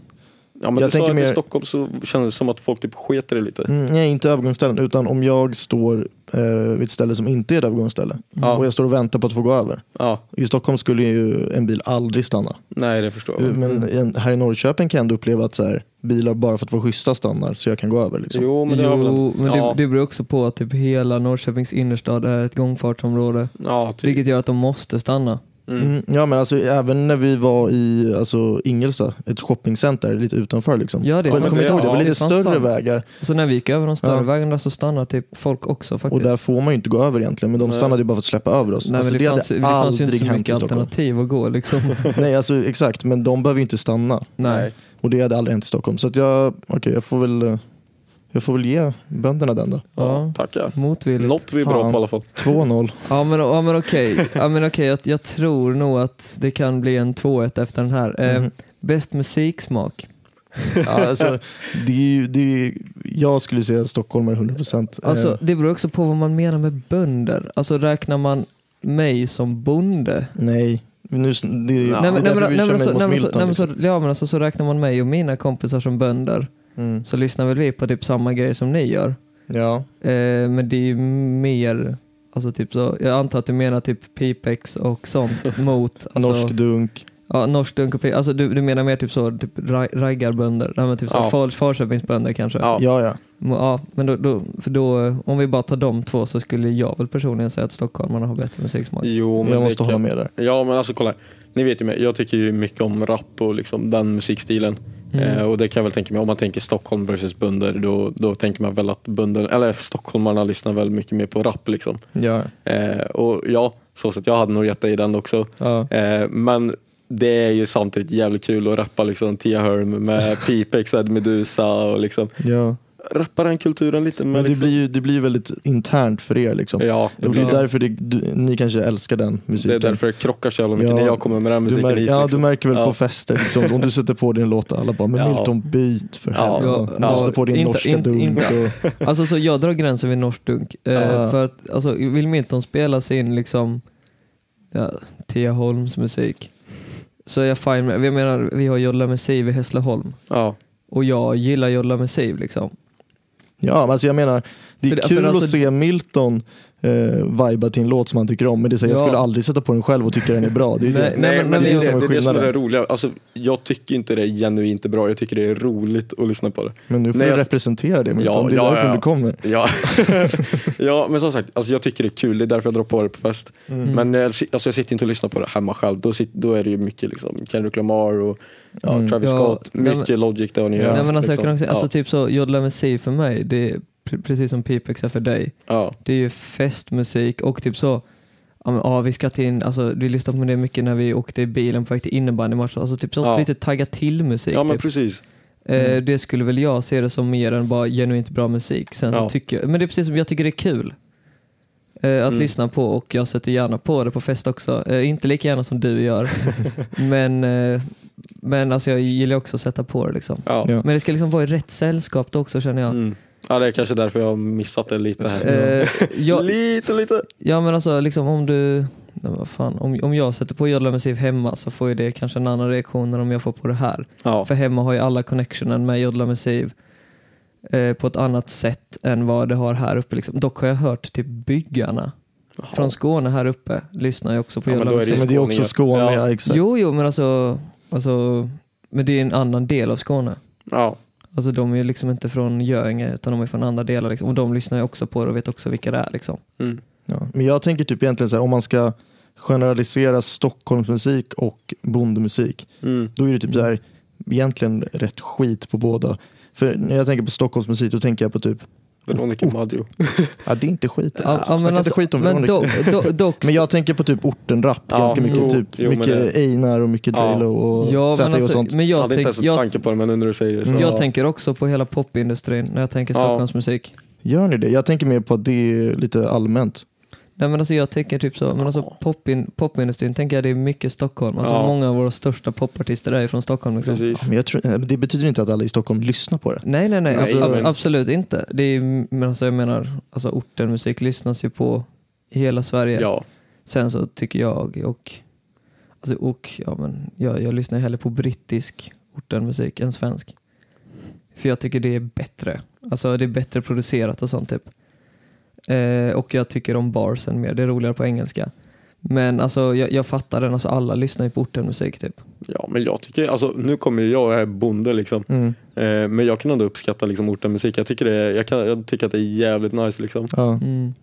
[SPEAKER 2] ja, men
[SPEAKER 4] jag
[SPEAKER 2] du sa
[SPEAKER 4] tänker
[SPEAKER 2] att i
[SPEAKER 4] mer-
[SPEAKER 2] Stockholm så kändes det som att folk typ sket i det lite.
[SPEAKER 4] Mm, nej, inte övergångsställen. Utan om jag står eh, vid ett ställe som inte är ett övergångsställe
[SPEAKER 2] Ja.
[SPEAKER 4] och jag står och väntar på att få gå över.
[SPEAKER 2] Ja,
[SPEAKER 4] I Stockholm skulle ju en bil aldrig stanna. Eh,
[SPEAKER 2] nej det förstår jag. Mm.
[SPEAKER 4] Men i en- här i Norrköping kan jag ändå uppleva att så här, bilar bara för att vara schyssta stannar så jag kan gå över. Liksom.
[SPEAKER 2] Jo, men det har väl
[SPEAKER 3] Jo,
[SPEAKER 2] inte-
[SPEAKER 3] men det,
[SPEAKER 2] ja.
[SPEAKER 3] det beror också på att typ hela Norrköpings innerstad är ett gångfartsområde.
[SPEAKER 2] Ja, typ.
[SPEAKER 3] Vilket gör att de måste stanna.
[SPEAKER 2] Mm.
[SPEAKER 4] Mm, ja, men alltså, även när vi var i alltså, Ingelsta, ett shoppingcenter lite utanför. Liksom.
[SPEAKER 3] Ja, det
[SPEAKER 4] Kommer
[SPEAKER 2] fanns-
[SPEAKER 4] ni ihåg det? Det var
[SPEAKER 2] ja,
[SPEAKER 4] lite
[SPEAKER 3] det fanns
[SPEAKER 4] större
[SPEAKER 3] sånt.
[SPEAKER 4] vägar
[SPEAKER 3] Så när vi gick över de större
[SPEAKER 4] Ja.
[SPEAKER 3] vägarna så stannade typ folk också faktiskt.
[SPEAKER 4] och där får man ju inte gå över egentligen. Men de
[SPEAKER 2] Nej.
[SPEAKER 4] stannade ju bara för att släppa över oss.
[SPEAKER 3] Nej,
[SPEAKER 4] alltså,
[SPEAKER 3] men det, fanns, det
[SPEAKER 4] hade
[SPEAKER 3] fanns ju
[SPEAKER 4] aldrig
[SPEAKER 3] inte så
[SPEAKER 4] hänt i
[SPEAKER 3] mycket
[SPEAKER 4] Stockholm.
[SPEAKER 3] alternativ att
[SPEAKER 4] [laughs]
[SPEAKER 3] gå liksom.
[SPEAKER 4] Nej, alltså, exakt. Men de behöver ju inte stanna.
[SPEAKER 3] Nej.
[SPEAKER 4] Och det hade aldrig hänt i Stockholm. Så att jag, okej, jag, får väl, eh, jag får väl ge bönderna den då.
[SPEAKER 2] Ja,
[SPEAKER 3] Ja.
[SPEAKER 2] tackar.
[SPEAKER 3] Motvilligt.
[SPEAKER 2] Något vi är bra
[SPEAKER 4] Fan.
[SPEAKER 2] på i alla fall.
[SPEAKER 4] 2-0.
[SPEAKER 3] Ja men, ja, men okej, ja, men okej. Jag, jag tror nog att det kan bli en 2-1 efter den här. [laughs] Eh,
[SPEAKER 4] Mhm.
[SPEAKER 3] Bäst musiksmak?
[SPEAKER 4] Ja, alltså, det är ju, det är ju, jag skulle säga stockholmare 100%. Eh,
[SPEAKER 3] Alltså det beror också på vad man menar med bönder. Alltså räknar man mig som bonde?
[SPEAKER 4] nej, nu, s- det, det är
[SPEAKER 3] Nej, men- nej,
[SPEAKER 4] därför
[SPEAKER 3] men-
[SPEAKER 4] vi
[SPEAKER 3] nej,
[SPEAKER 4] kör
[SPEAKER 3] men så-
[SPEAKER 4] mig mot
[SPEAKER 3] nej, men så-
[SPEAKER 4] Milton.
[SPEAKER 3] nej, men så-
[SPEAKER 4] liksom.
[SPEAKER 3] Ja men alltså så räknar man mig och mina kompisar som bönder
[SPEAKER 4] Mm.
[SPEAKER 3] så lyssnar väl vi på typ samma grej som ni gör.
[SPEAKER 4] Ja,
[SPEAKER 3] Eh, men det är ju mer, alltså typ så, jag antar att du menar typ pipex och sånt mot alltså,
[SPEAKER 4] norsk dunk.
[SPEAKER 3] Ja, norsk dunk och pipex. Alltså du, du menar mer typ så, typ ra- raggarbönder? Nej men typ så,
[SPEAKER 2] Ja.
[SPEAKER 3] far, Farköpingsbönder kanske?
[SPEAKER 2] Ja.
[SPEAKER 4] Ja, ja.
[SPEAKER 3] Må- ja men då, då, för då, eh, om vi bara tar de två så skulle jag väl personligen säga att stockholmarna har bättre musiksmak.
[SPEAKER 2] Jo, men
[SPEAKER 4] jag
[SPEAKER 2] det
[SPEAKER 4] måste
[SPEAKER 2] kan-
[SPEAKER 4] hålla med där.
[SPEAKER 2] Ja men alltså kolla här. Ni vet ju mig, jag tycker ju mycket om rap och liksom den musikstilen.
[SPEAKER 3] Mm.
[SPEAKER 2] Eh, och det kan jag väl tänka mig, om man tänker Stockholm versus bönder då, då tänker man väl att bönder, eller stockholmarna lyssnar väl mycket mer på rap liksom.
[SPEAKER 4] Ja,
[SPEAKER 2] Eh, och ja, så sett jag hade nog gett dig den också.
[SPEAKER 4] ja.
[SPEAKER 2] Eh, men det är ju samtidigt jävligt kul att rappa liksom Tia Herm
[SPEAKER 4] [laughs]
[SPEAKER 2] med Pipex, Ed Meduza och liksom
[SPEAKER 4] ja.
[SPEAKER 2] rappa den kulturen lite med
[SPEAKER 4] Men det
[SPEAKER 2] liksom,
[SPEAKER 4] blir ju det blir ju väldigt internt för er liksom.
[SPEAKER 2] Ja, det
[SPEAKER 4] det blir
[SPEAKER 2] blir
[SPEAKER 4] och det är därför det, du, ni kanske älskar den musiken.
[SPEAKER 2] det är därför det krockar så jävla mycket
[SPEAKER 4] Ja.
[SPEAKER 2] när jag kommer med den
[SPEAKER 4] du
[SPEAKER 2] musiken
[SPEAKER 4] mär,
[SPEAKER 2] hit.
[SPEAKER 4] ja,
[SPEAKER 2] liksom.
[SPEAKER 4] du märker väl
[SPEAKER 2] Ja.
[SPEAKER 4] på fester, liksom, om du sätter på din låt alla bara, men
[SPEAKER 2] Ja.
[SPEAKER 4] Milton byt för
[SPEAKER 2] Ja.
[SPEAKER 4] helvete.
[SPEAKER 3] Ja.
[SPEAKER 4] Du
[SPEAKER 3] Ja.
[SPEAKER 4] sätter på din
[SPEAKER 3] Inte-
[SPEAKER 4] norska
[SPEAKER 3] inte-
[SPEAKER 4] dunk.
[SPEAKER 3] inte-
[SPEAKER 4] Och,
[SPEAKER 3] Alltså så jag drar gränsen vid norsk dunk. Eh,
[SPEAKER 4] Ja.
[SPEAKER 3] För att alltså, vill Milton spela sin liksom, ja, Tia Holms musik så är jag fine med Jag menar, vi har Jolla Messiv i Hässleholm
[SPEAKER 2] Ja.
[SPEAKER 3] och jag gillar Jolla Messiv liksom.
[SPEAKER 4] ja, men alltså jag menar, det är
[SPEAKER 3] För- för
[SPEAKER 4] kul
[SPEAKER 3] alltså-
[SPEAKER 4] att se Milton eh, viba till en låt som han tycker om, men det är så, här, jag
[SPEAKER 3] Ja.
[SPEAKER 4] skulle aldrig sätta på den själv och tycka den är bra. Det är ju
[SPEAKER 3] Eh, Nej,
[SPEAKER 4] det.
[SPEAKER 2] Nej, men, det, är det,
[SPEAKER 4] som är
[SPEAKER 2] det är det som är det
[SPEAKER 4] skillnaden.
[SPEAKER 2] roliga. Alltså, jag tycker inte det är genuint bra, jag tycker det är roligt att lyssna på det.
[SPEAKER 4] Men nu får
[SPEAKER 2] Nej,
[SPEAKER 4] du
[SPEAKER 2] jag-
[SPEAKER 4] representera det Milton,
[SPEAKER 2] Ja,
[SPEAKER 4] det är
[SPEAKER 2] ja,
[SPEAKER 4] därför
[SPEAKER 2] ja.
[SPEAKER 4] du kommer.
[SPEAKER 2] Ja, [laughs] ja men som sagt, alltså, jag tycker det är kul, det är därför jag drar på det på fest.
[SPEAKER 3] Mm.
[SPEAKER 2] Men eh, si- alltså, jag sitter inte och lyssnar på det hemma själv, då, sit, då är det ju mycket liksom, Kendrick Lamar och ja,
[SPEAKER 4] Mm.
[SPEAKER 2] Travis
[SPEAKER 3] Ja,
[SPEAKER 2] Scott,
[SPEAKER 3] nej, men-
[SPEAKER 2] mycket Logic där liksom. och
[SPEAKER 4] Ja,
[SPEAKER 3] Nej, men alltså, jag kan också,
[SPEAKER 2] ja,
[SPEAKER 3] alltså typ så, Jolla Messiv för mig, det är pre- precis som Pipex är för dig.
[SPEAKER 2] ja,
[SPEAKER 3] Det är ju festmusik och typ så, ja, men, ja vi ska till en, alltså vi lyssnade på det mycket när vi åkte i bilen på väg till innebandymatch, alltså typ så
[SPEAKER 2] Ja.
[SPEAKER 3] lite tagga till musik.
[SPEAKER 2] ja men
[SPEAKER 3] typ.
[SPEAKER 2] precis.
[SPEAKER 3] Eh,
[SPEAKER 2] Mm.
[SPEAKER 3] Det skulle väl jag se det som mer än bara genuint bra musik. Sen så
[SPEAKER 2] Ja.
[SPEAKER 3] tycker jag, men det är precis som jag tycker det är kul eh, att
[SPEAKER 2] Mm.
[SPEAKER 3] lyssna på och jag sätter gärna på det på fest också. Eh, Inte lika gärna som du
[SPEAKER 2] [laughs]
[SPEAKER 3] gör, men, eh, men alltså jag gillar också att sätta på det. Liksom.
[SPEAKER 2] Ja.
[SPEAKER 4] Ja.
[SPEAKER 3] Men det ska liksom vara i rätt sällskap då också känner jag.
[SPEAKER 2] Mm. ja, det är kanske därför jag har missat det lite här.
[SPEAKER 3] Eh, jag
[SPEAKER 2] Mm. [laughs] Lite, lite.
[SPEAKER 3] ja men alltså liksom om du, nej, vad fan, om, om jag sätter på Jodla Messiv hemma så får ju det kanske en annan reaktion än om jag får på det här.
[SPEAKER 2] Ja,
[SPEAKER 3] För hemma har ju alla connectionen med Jodla Messiv eh, på ett annat sätt än vad det har här uppe. Liksom. Dock har jag hört typ byggarna från Skåne här uppe lyssnar ju också på
[SPEAKER 2] Ja, men
[SPEAKER 3] Jodla
[SPEAKER 2] då är det
[SPEAKER 3] Messiv.
[SPEAKER 2] ju
[SPEAKER 4] Men det är också Skåne,
[SPEAKER 2] Ja.
[SPEAKER 4] ja. exakt.
[SPEAKER 3] Jo, jo, men alltså, alltså men det är en annan del av Skåne.
[SPEAKER 2] ja.
[SPEAKER 3] Alltså de är ju liksom inte från Göinge utan de är från andra delar liksom. Och de lyssnar ju också på det och vet också vilka det är liksom.
[SPEAKER 2] Mm.
[SPEAKER 4] Ja. Men jag tänker typ egentligen så här, om man ska generalisera Stockholmsmusik och bondemusik,
[SPEAKER 2] Mm.
[SPEAKER 4] då är det typ så här, egentligen rätt skit på båda. För när jag tänker på Stockholmsmusik, då tänker jag på typ,
[SPEAKER 2] Veronica
[SPEAKER 3] Oh.
[SPEAKER 2] Maggio.
[SPEAKER 4] ja det är inte skit.
[SPEAKER 3] Ja,
[SPEAKER 4] Alltså.
[SPEAKER 3] ja,
[SPEAKER 4] Snacka inte skit om
[SPEAKER 3] men
[SPEAKER 4] Veronica. [laughs]
[SPEAKER 3] dock, dock, dock
[SPEAKER 4] Men jag tänker på typ ortenrapp
[SPEAKER 2] Ja,
[SPEAKER 4] ganska mycket.
[SPEAKER 2] jo,
[SPEAKER 4] typ
[SPEAKER 2] jo, men
[SPEAKER 4] mycket
[SPEAKER 2] det-
[SPEAKER 4] Einar och mycket
[SPEAKER 2] Ja.
[SPEAKER 4] Dilo och
[SPEAKER 3] ja,
[SPEAKER 4] Z
[SPEAKER 3] men
[SPEAKER 4] och
[SPEAKER 3] alltså,
[SPEAKER 4] sånt.
[SPEAKER 3] men
[SPEAKER 2] Jag
[SPEAKER 3] jag,
[SPEAKER 2] hade inte
[SPEAKER 3] tänk,
[SPEAKER 2] ens en
[SPEAKER 3] jag,
[SPEAKER 2] tanke på det men nu när du säger det så.
[SPEAKER 3] jag tänker också på hela popindustrin när jag tänker
[SPEAKER 2] Ja.
[SPEAKER 3] Stockholmsmusik.
[SPEAKER 4] Gör ni det? Jag tänker mer på att det är lite allmänt.
[SPEAKER 3] Nej men alltså jag tänker typ så, men alltså popin, popindustrin tänker jag det är mycket Stockholm. Alltså
[SPEAKER 2] Ja.
[SPEAKER 3] många av våra största popartister är från Stockholm liksom.
[SPEAKER 2] Precis.
[SPEAKER 4] Ja, Men jag tror, eh, men det betyder inte att alla i Stockholm lyssnar på det.
[SPEAKER 3] Nej nej nej,
[SPEAKER 2] Nej,
[SPEAKER 3] alltså, ab-
[SPEAKER 2] men-
[SPEAKER 3] absolut inte. Det är, men alltså jag menar, alltså orten musik lyssnas ju på i hela Sverige.
[SPEAKER 2] Ja,
[SPEAKER 3] Sen så tycker jag och, alltså och ja men jag, jag lyssnar hellre på brittisk ortenmusik än svensk. För jag tycker det är bättre. Alltså det är bättre producerat och sånt typ. Eh, och jag tycker om barsen mer, det är roligare på engelska. Men alltså jag, jag fattar den, alltså alla lyssnar ju på ortenmusik typ.
[SPEAKER 2] ja, men jag tycker, alltså nu kommer ju jag och jag är bonde liksom.
[SPEAKER 4] Mm.
[SPEAKER 2] Eh, men jag kan ändå uppskatta liksom ortenmusik. Jag tycker, det är, jag, kan, jag tycker att det är jävligt nice liksom.
[SPEAKER 4] Ja.
[SPEAKER 3] Mm.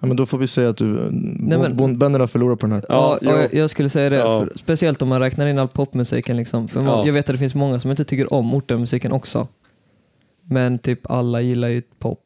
[SPEAKER 4] ja, men då får vi säga att du, Nej,
[SPEAKER 3] men-
[SPEAKER 4] bönderna förlorar på den här.
[SPEAKER 3] Ja,
[SPEAKER 2] Ja,
[SPEAKER 3] ja,
[SPEAKER 2] jo.
[SPEAKER 3] jag, jag skulle säga det,
[SPEAKER 2] Ja.
[SPEAKER 3] för, speciellt om man räknar in all popmusiken. Liksom. För man,
[SPEAKER 2] Ja.
[SPEAKER 3] Jag vet att det finns många som inte tycker om ortenmusiken också. Men typ alla gillar ju pop.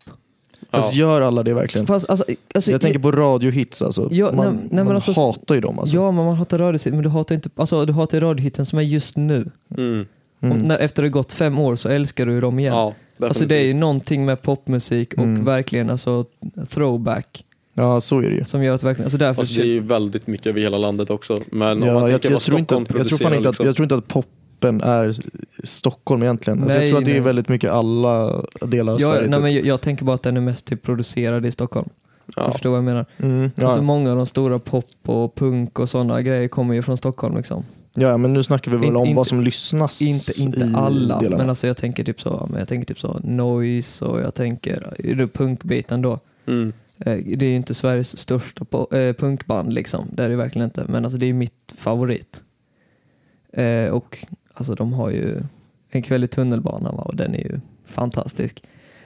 [SPEAKER 4] Fast gör alla det verkligen?
[SPEAKER 3] Fast, alltså, alltså,
[SPEAKER 4] jag tänker på radiohits alltså.
[SPEAKER 3] Ja,
[SPEAKER 4] man
[SPEAKER 3] nej, nej, men
[SPEAKER 4] man
[SPEAKER 3] alltså-
[SPEAKER 4] hatar ju dem alltså.
[SPEAKER 3] Ja, men man hatar radiohit, men du hatar inte, alltså, du hatar radiohiten som är just nu.
[SPEAKER 2] Mm.
[SPEAKER 4] Mm.
[SPEAKER 3] Om, när, efter det har gått fem år så älskar du dem igen.
[SPEAKER 2] Ja,
[SPEAKER 3] alltså det är ju någonting med popmusik och
[SPEAKER 4] Mm.
[SPEAKER 3] verkligen alltså throwback
[SPEAKER 4] ja, så är det ju.
[SPEAKER 3] som gör att verkligen, alltså därför
[SPEAKER 2] Alltså det är ju väldigt mycket över hela landet också. Men om man
[SPEAKER 4] Ja,
[SPEAKER 2] tänker
[SPEAKER 4] jag, jag,
[SPEAKER 2] vad
[SPEAKER 4] tror inte
[SPEAKER 2] Stockholm
[SPEAKER 4] att, jag, tror fan
[SPEAKER 2] producerar
[SPEAKER 4] inte att,
[SPEAKER 2] liksom.
[SPEAKER 4] jag tror inte att poppen är Stockholm egentligen. Alltså, jag
[SPEAKER 3] Nej,
[SPEAKER 4] tror att det
[SPEAKER 3] nej.
[SPEAKER 4] är väldigt mycket alla delar av
[SPEAKER 3] jag,
[SPEAKER 4] Sverige.
[SPEAKER 3] nej,
[SPEAKER 4] typ.
[SPEAKER 3] men jag, jag tänker bara att den är mest typ producerad i Stockholm. Du
[SPEAKER 2] ja.
[SPEAKER 3] förstår vad jag menar.
[SPEAKER 4] Mm, ja.
[SPEAKER 3] Alltså många av de stora pop och punk och sådana grejer kommer ju från Stockholm liksom.
[SPEAKER 4] ja, men nu snackar vi väl
[SPEAKER 3] Inte-
[SPEAKER 4] om vad
[SPEAKER 3] inte-
[SPEAKER 4] som lyssnas
[SPEAKER 3] Inte,
[SPEAKER 4] i
[SPEAKER 3] inte alla,
[SPEAKER 4] delarna.
[SPEAKER 3] men alltså jag tänker typ så, men jag tänker typ så noise och jag tänker, är det punkbiten då?
[SPEAKER 2] Mm.
[SPEAKER 3] Eh, Det är ju inte Sveriges största po- eh, punkband liksom, det är det verkligen inte. Men alltså det är mitt favorit. Eh, och alltså de har ju En kväll i tunnelbanan va? och den är ju fantastisk.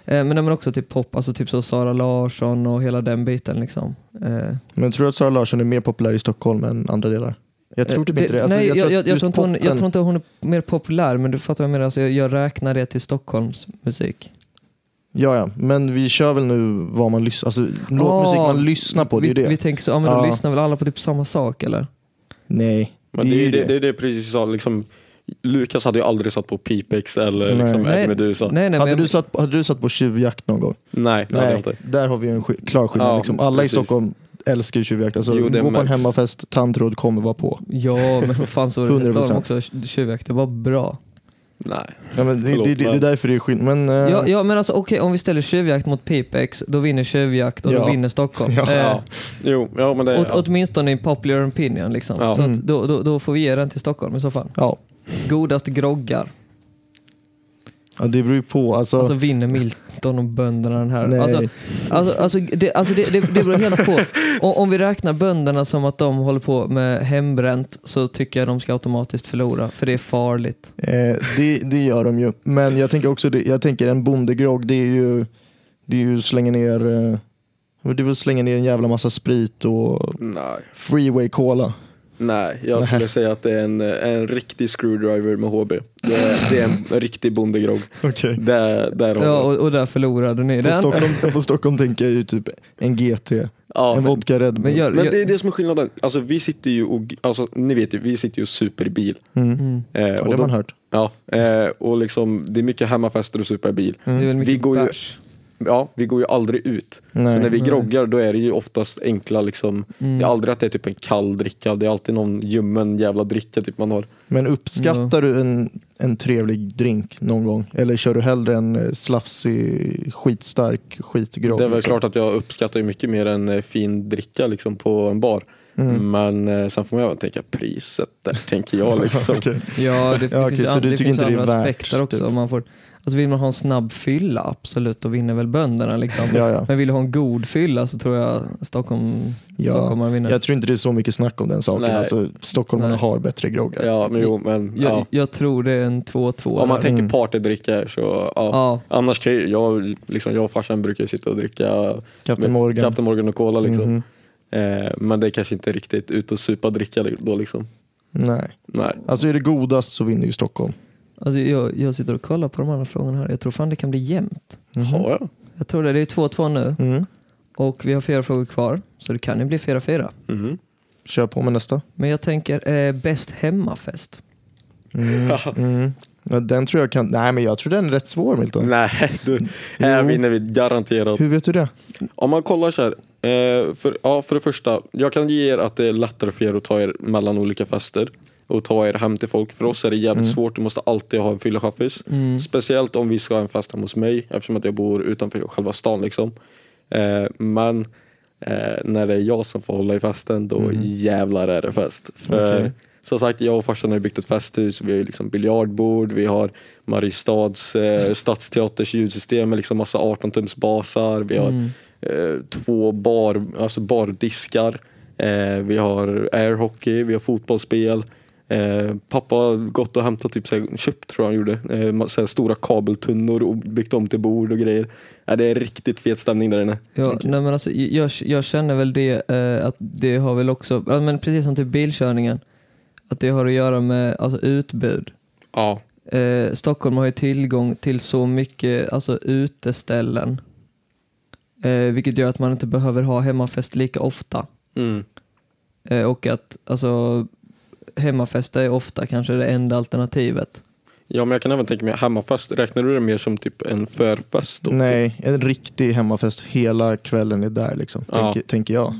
[SPEAKER 3] Eh, men, nej, men också typ pop, alltså typ så Sara Larsson och hela den biten liksom. Eh,
[SPEAKER 4] Men tror du att Sara Larsson är mer populär i Stockholm än andra delar? Jag tror typ
[SPEAKER 3] eh,
[SPEAKER 4] inte det. Alltså,
[SPEAKER 3] nej, jag,
[SPEAKER 4] att
[SPEAKER 3] jag, jag,
[SPEAKER 4] just
[SPEAKER 3] tror inte hon, jag
[SPEAKER 4] poppen-
[SPEAKER 3] tror inte hon är mer populär, men du fattar vad jag menar. Alltså, jag, jag räknar det till Stockholms musik.
[SPEAKER 4] Ja, ja, men vi kör väl nu vad man lyssnar alltså,
[SPEAKER 3] Ah,
[SPEAKER 4] låtmusik man lyssnar på, det är
[SPEAKER 3] vi,
[SPEAKER 4] ju det.
[SPEAKER 3] vi tänker så, ja men då
[SPEAKER 4] Ja.
[SPEAKER 3] lyssnar väl alla på typ samma sak eller?
[SPEAKER 4] Nej,
[SPEAKER 2] Men det är ju det, det, är det precis sa, liksom, Lukas hade ju aldrig satt på Pipex eller
[SPEAKER 4] Nej.
[SPEAKER 2] liksom
[SPEAKER 3] Nej.
[SPEAKER 2] Ed Meduza. Nej,
[SPEAKER 3] Nej, nej,
[SPEAKER 4] hade,
[SPEAKER 3] men,
[SPEAKER 4] du satt, hade du satt på tjuvjakt någon gång?
[SPEAKER 2] nej det hade jag inte.
[SPEAKER 4] där har vi ju en sk- klar skillnad.
[SPEAKER 2] Ja,
[SPEAKER 4] liksom. Alla i
[SPEAKER 2] precis.
[SPEAKER 4] Stockholm älskar ju tjuvjakt. Alltså,
[SPEAKER 2] Jo, det
[SPEAKER 4] gå på en
[SPEAKER 2] märks.
[SPEAKER 4] hemmafest, tandtråd kommer vara på.
[SPEAKER 3] Ja, men vad fan så var det
[SPEAKER 4] 100%.
[SPEAKER 3] reklam också, Tjuvjakt, det var bra.
[SPEAKER 2] Nej.
[SPEAKER 4] Ja, men det,
[SPEAKER 2] Förlåt,
[SPEAKER 4] det, det, det är
[SPEAKER 2] men-
[SPEAKER 4] därför det är skillnad. Men, eh,
[SPEAKER 3] Ja, ja men alltså okej, om vi ställer Tjuvjakt mot Pipex, då vinner Tjuvjakt och då
[SPEAKER 4] Ja.
[SPEAKER 3] vinner Stockholm.
[SPEAKER 4] [laughs] Ja.
[SPEAKER 3] Eh,
[SPEAKER 2] Ja. Jo, ja men det...
[SPEAKER 3] åt, åtminstone i popular opinion liksom.
[SPEAKER 2] Ja.
[SPEAKER 3] Så att
[SPEAKER 4] Mm.
[SPEAKER 3] då, då, då får vi ge den till Stockholm i så fall.
[SPEAKER 4] ja.
[SPEAKER 3] Godast groggar.
[SPEAKER 4] Ja, det beror ju på. Alltså,
[SPEAKER 3] Alltså vinner Milton och bönderna den här.
[SPEAKER 4] nej.
[SPEAKER 3] Alltså, alltså, alltså, det, alltså det, det, det beror
[SPEAKER 4] [laughs]
[SPEAKER 3] helt på. Om, om vi räknar bönderna som att de håller på med hembränt så tycker jag de ska automatiskt förlora, för det är farligt.
[SPEAKER 4] Eh, det, det gör de ju. Men jag tänker också, det- jag tänker en bondegrogg, det är ju, det är ju slänga ner eh, men det är väl slänga ner en jävla massa sprit och
[SPEAKER 2] Nej.
[SPEAKER 4] freeway cola.
[SPEAKER 2] Nej, jag skulle säga att det är en, en riktig screwdriver med HB. Det är, det är en riktig bondegrogg.
[SPEAKER 4] Okay.
[SPEAKER 2] Där, där har
[SPEAKER 3] Ja,
[SPEAKER 2] ja,
[SPEAKER 3] och, och där förlorade ni
[SPEAKER 4] På,
[SPEAKER 3] den.
[SPEAKER 4] Stockholm, på Stockholm tänker jag ju typ en GT,
[SPEAKER 2] ja,
[SPEAKER 4] en
[SPEAKER 2] men,
[SPEAKER 4] vodka Red Bull.
[SPEAKER 3] Men gör,
[SPEAKER 2] men
[SPEAKER 3] gör,
[SPEAKER 2] det är det som är skillnaden. Alltså vi sitter ju och, alltså, ni vet ju, vi sitter ju och super i bil.
[SPEAKER 4] mm.
[SPEAKER 3] mm.
[SPEAKER 2] Eh,
[SPEAKER 4] Ja, det
[SPEAKER 2] och
[SPEAKER 4] har
[SPEAKER 2] då-
[SPEAKER 4] man hört.
[SPEAKER 2] Ja, eh, och liksom, det är mycket hemmafester och supa i bil.
[SPEAKER 3] Det är väl mycket
[SPEAKER 2] Vi går ju-
[SPEAKER 3] bärs.
[SPEAKER 2] Ja, vi går ju aldrig ut.
[SPEAKER 4] Nej.
[SPEAKER 2] Så när vi
[SPEAKER 3] Nej.
[SPEAKER 2] groggar då är det ju oftast enkla liksom,
[SPEAKER 3] Mm.
[SPEAKER 2] det är aldrig att det är typ en kall dricka, det är alltid någon ljummen jävla dricka typ man har.
[SPEAKER 4] Men uppskattar du en, en trevlig drink någon gång? Eller kör du hellre en eh, slafsig, skitstark skitgrogg?
[SPEAKER 2] Det är väl
[SPEAKER 4] liksom?
[SPEAKER 2] klart att jag uppskattar ju mycket mer en eh, fin dricka liksom på en bar.
[SPEAKER 4] Mm.
[SPEAKER 2] Men eh, sen får man ju även tänka priset där, [laughs] tänker jag
[SPEAKER 4] [laughs]
[SPEAKER 2] liksom.
[SPEAKER 4] Okej.
[SPEAKER 3] Ja, det,
[SPEAKER 4] Ja,
[SPEAKER 3] det
[SPEAKER 4] okej,
[SPEAKER 3] finns,
[SPEAKER 4] så
[SPEAKER 3] an-
[SPEAKER 4] du
[SPEAKER 3] det
[SPEAKER 4] tycker
[SPEAKER 3] finns
[SPEAKER 4] inte det är
[SPEAKER 3] andra
[SPEAKER 4] värt,
[SPEAKER 3] aspekter också.
[SPEAKER 4] typ?
[SPEAKER 3] om Man får, alltså vill man ha en snabb fylla, absolut, då vinner väl bönderna. Liksom.
[SPEAKER 4] Ja,
[SPEAKER 3] [laughs]
[SPEAKER 4] ja.
[SPEAKER 3] Men vill du ha en god fylla så tror jag Stockholm,
[SPEAKER 4] Ja,
[SPEAKER 3] stockholmare vinner. Jag,
[SPEAKER 4] Jag tror inte det är så mycket snack om den saken.
[SPEAKER 2] Nej.
[SPEAKER 4] Alltså, stockholmarna
[SPEAKER 3] Nej.
[SPEAKER 4] har bättre groggar.
[SPEAKER 2] Ja, men jo, men ja.
[SPEAKER 3] jag, tror det är en 2-2.
[SPEAKER 2] Om man
[SPEAKER 3] där.
[SPEAKER 2] tänker
[SPEAKER 4] Mm.
[SPEAKER 2] partydricka så, ja.
[SPEAKER 3] ja.
[SPEAKER 2] Annars kan ju jag, liksom, jag och farsan brukar ju sitta och dricka
[SPEAKER 4] Captain Morgan.
[SPEAKER 2] Captain Morgan och Cola liksom.
[SPEAKER 4] Mhm.
[SPEAKER 2] Eh, men det är kanske inte riktigt ut och supa dricka då liksom.
[SPEAKER 4] Nej.
[SPEAKER 2] Nej.
[SPEAKER 4] Alltså är det godast så vinner ju Stockholm.
[SPEAKER 3] Alltså, jag, jag sitter och kollar på de andra frågorna här. Jag tror fan det kan bli jämnt.
[SPEAKER 4] Mhm.
[SPEAKER 2] Har jag?
[SPEAKER 3] Jag tror det. Det är 2-2 nu
[SPEAKER 4] Mm.
[SPEAKER 3] och vi har fyra frågor kvar. Så det kan ju bli 4-4.
[SPEAKER 2] Mhm.
[SPEAKER 4] Kör på med nästa.
[SPEAKER 2] [laughs]
[SPEAKER 3] Men jag tänker eh, bäst hemmafest.
[SPEAKER 4] Mm. Mm. Ja, Den tror jag kan... Nej, men jag tror den är rätt svår Milton.
[SPEAKER 2] Nej, [laughs] du, här
[SPEAKER 4] Jo.
[SPEAKER 2] vinner vi garanterat.
[SPEAKER 4] Hur vet du det?
[SPEAKER 2] Om man kollar så här. Eh, för, ja, för det första, jag kan ge er att det är lättare för er att ta er mellan olika fester och ta er hem till folk. För oss är det jävligt svårt, du måste alltid ha en fyllechaffis.
[SPEAKER 3] Mm.
[SPEAKER 2] Speciellt om vi ska ha en fest hemma hos mig eftersom att jag bor utanför själva stan. Liksom. Eh, men eh, när det är jag som får hålla i festen, då jävlar är det fest. För,
[SPEAKER 4] Okej.
[SPEAKER 2] Som sagt, jag och farsan har ju byggt ett festhus, vi har ju liksom biljardbord, vi har Mariestads eh, stadsteaters ljudsystem med liksom massa 18-tums basar, vi har
[SPEAKER 3] Mm.
[SPEAKER 2] eh, två bar, alltså bardiskar, eh, vi har airhockey, vi har fotbollsspel. Eh, pappa har gått och hämtat, typ, så här, köpt tror jag han gjorde, eh, ma- så här, stora kabeltunnor och byggt om till bord och grejer. Ja, det är riktigt fet stämning där inne.
[SPEAKER 3] Ja, nej, men alltså, jag, jag känner väl det eh, att det har väl också, ja, men precis som typ bilkörningen, att det har att göra med alltså, utbud.
[SPEAKER 2] Ja.
[SPEAKER 3] Eh, Stockholm har ju tillgång till så mycket alltså, uteställen, eh, vilket gör att man inte behöver ha hemmafest lika ofta.
[SPEAKER 2] Mm.
[SPEAKER 3] Eh, och att alltså, hemmafest är ofta kanske det enda alternativet.
[SPEAKER 2] Ja, men jag kan även tänka mig hemmafest. Räknar du det mer som typ en förfest? Då?
[SPEAKER 4] Nej, en riktig hemmafest. Hela kvällen är där liksom,
[SPEAKER 2] Ja.
[SPEAKER 4] tänker, tänker jag.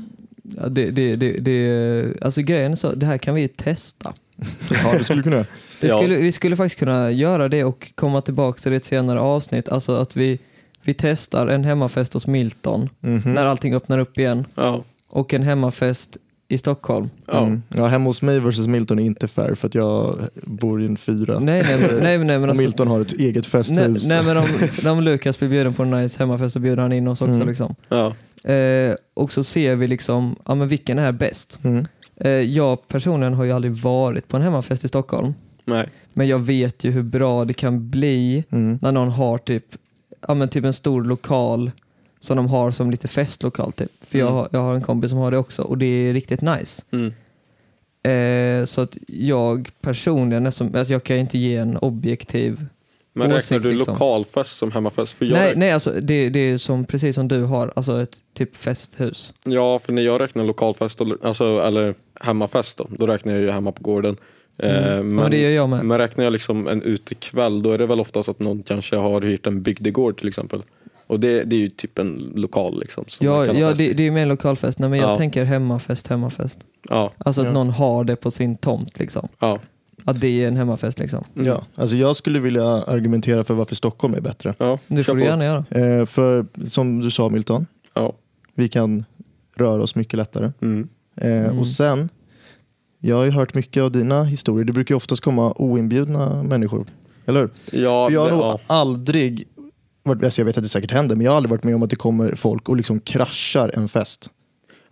[SPEAKER 3] Ja, det, det, det, det, alltså grejen är så, det här kan vi ju testa.
[SPEAKER 4] Ja, det skulle
[SPEAKER 3] [laughs]
[SPEAKER 4] kunna.
[SPEAKER 3] Det
[SPEAKER 2] Ja.
[SPEAKER 3] skulle, vi skulle faktiskt kunna göra det och komma tillbaka till det i ett senare avsnitt. Alltså att vi, vi testar en hemmafest hos Milton
[SPEAKER 4] Mhm.
[SPEAKER 3] när allting öppnar upp igen
[SPEAKER 2] Ja.
[SPEAKER 3] och en hemmafest i Stockholm.
[SPEAKER 2] Ja.
[SPEAKER 4] Mm. Ja, hemma hos mig versus Milton är inte fair för att jag bor i en fyra.
[SPEAKER 3] Nej, nej, men-
[SPEAKER 4] [laughs]
[SPEAKER 3] nej, nej men
[SPEAKER 4] och
[SPEAKER 3] alltså,
[SPEAKER 4] Milton har ett eget
[SPEAKER 3] nej,
[SPEAKER 4] festhus.
[SPEAKER 3] nej men om, om Lukas blir bjuden på en nice hemmafest så bjuder han in oss också
[SPEAKER 4] Mm.
[SPEAKER 3] liksom.
[SPEAKER 2] Ja.
[SPEAKER 3] Eh, och så ser vi liksom, ja men vilken är bäst?
[SPEAKER 4] Mm.
[SPEAKER 3] Eh, jag personligen har ju aldrig varit på en hemmafest i Stockholm.
[SPEAKER 2] Nej.
[SPEAKER 3] Men jag vet ju hur bra det kan bli
[SPEAKER 4] Mm.
[SPEAKER 3] när någon har typ, ja, men typ en stor lokal som de har som lite festlokal typ. För jag,
[SPEAKER 2] Mm.
[SPEAKER 3] har- jag har en kompis som har det också och det är riktigt nice.
[SPEAKER 2] Mm.
[SPEAKER 3] Eh, så att jag personligen, eftersom, alltså jag kan ju inte ge en objektiv...
[SPEAKER 2] Men räknar
[SPEAKER 3] Åsikt,
[SPEAKER 2] du
[SPEAKER 3] liksom.
[SPEAKER 2] lokalfest som hemmafest? För jag,
[SPEAKER 3] Nej, nej alltså det, det är som, precis som du har, alltså ett typ festhus.
[SPEAKER 2] Ja, för när jag räknar lokalfest, då- alltså, eller hemmafest då, då räknar jag ju hemma på gården. Eh,
[SPEAKER 3] Mm. ja, men det gör jag med.
[SPEAKER 2] men räknar jag liksom en utekväll, då är det väl oftast att någon kanske har hyrt en bygdegård till exempel. Och det, det är ju typ en lokal liksom. som man
[SPEAKER 3] Ja,
[SPEAKER 2] kan ha
[SPEAKER 3] ja
[SPEAKER 2] fest
[SPEAKER 3] det,
[SPEAKER 2] i.
[SPEAKER 3] det är ju mer lokalfest, nej, men jag
[SPEAKER 2] Ja.
[SPEAKER 3] tänker hemmafest, hemmafest.
[SPEAKER 2] ja,
[SPEAKER 3] Alltså att
[SPEAKER 4] Ja.
[SPEAKER 3] någon har det på sin tomt liksom.
[SPEAKER 2] ja.
[SPEAKER 3] Att det är en hemmafest liksom.
[SPEAKER 2] Mm.
[SPEAKER 4] Ja, alltså jag skulle vilja argumentera för varför Stockholm är bättre.
[SPEAKER 2] ja.
[SPEAKER 3] Det
[SPEAKER 2] kör
[SPEAKER 3] får du
[SPEAKER 2] på.
[SPEAKER 3] gärna göra.
[SPEAKER 4] Eh, för som du sa Milton,
[SPEAKER 2] Ja.
[SPEAKER 4] vi kan röra oss mycket lättare.
[SPEAKER 2] Mm.
[SPEAKER 4] Eh,
[SPEAKER 3] Mm.
[SPEAKER 4] Och sen, jag har ju hört mycket av dina historier. Det brukar ju oftast komma oinbjudna människor. Eller hur?
[SPEAKER 2] Ja,
[SPEAKER 4] För jag har
[SPEAKER 2] det,
[SPEAKER 4] nog
[SPEAKER 2] ja.
[SPEAKER 4] aldrig, varit, alltså jag vet att det säkert händer, men jag har aldrig varit med om att det kommer folk och liksom kraschar en fest.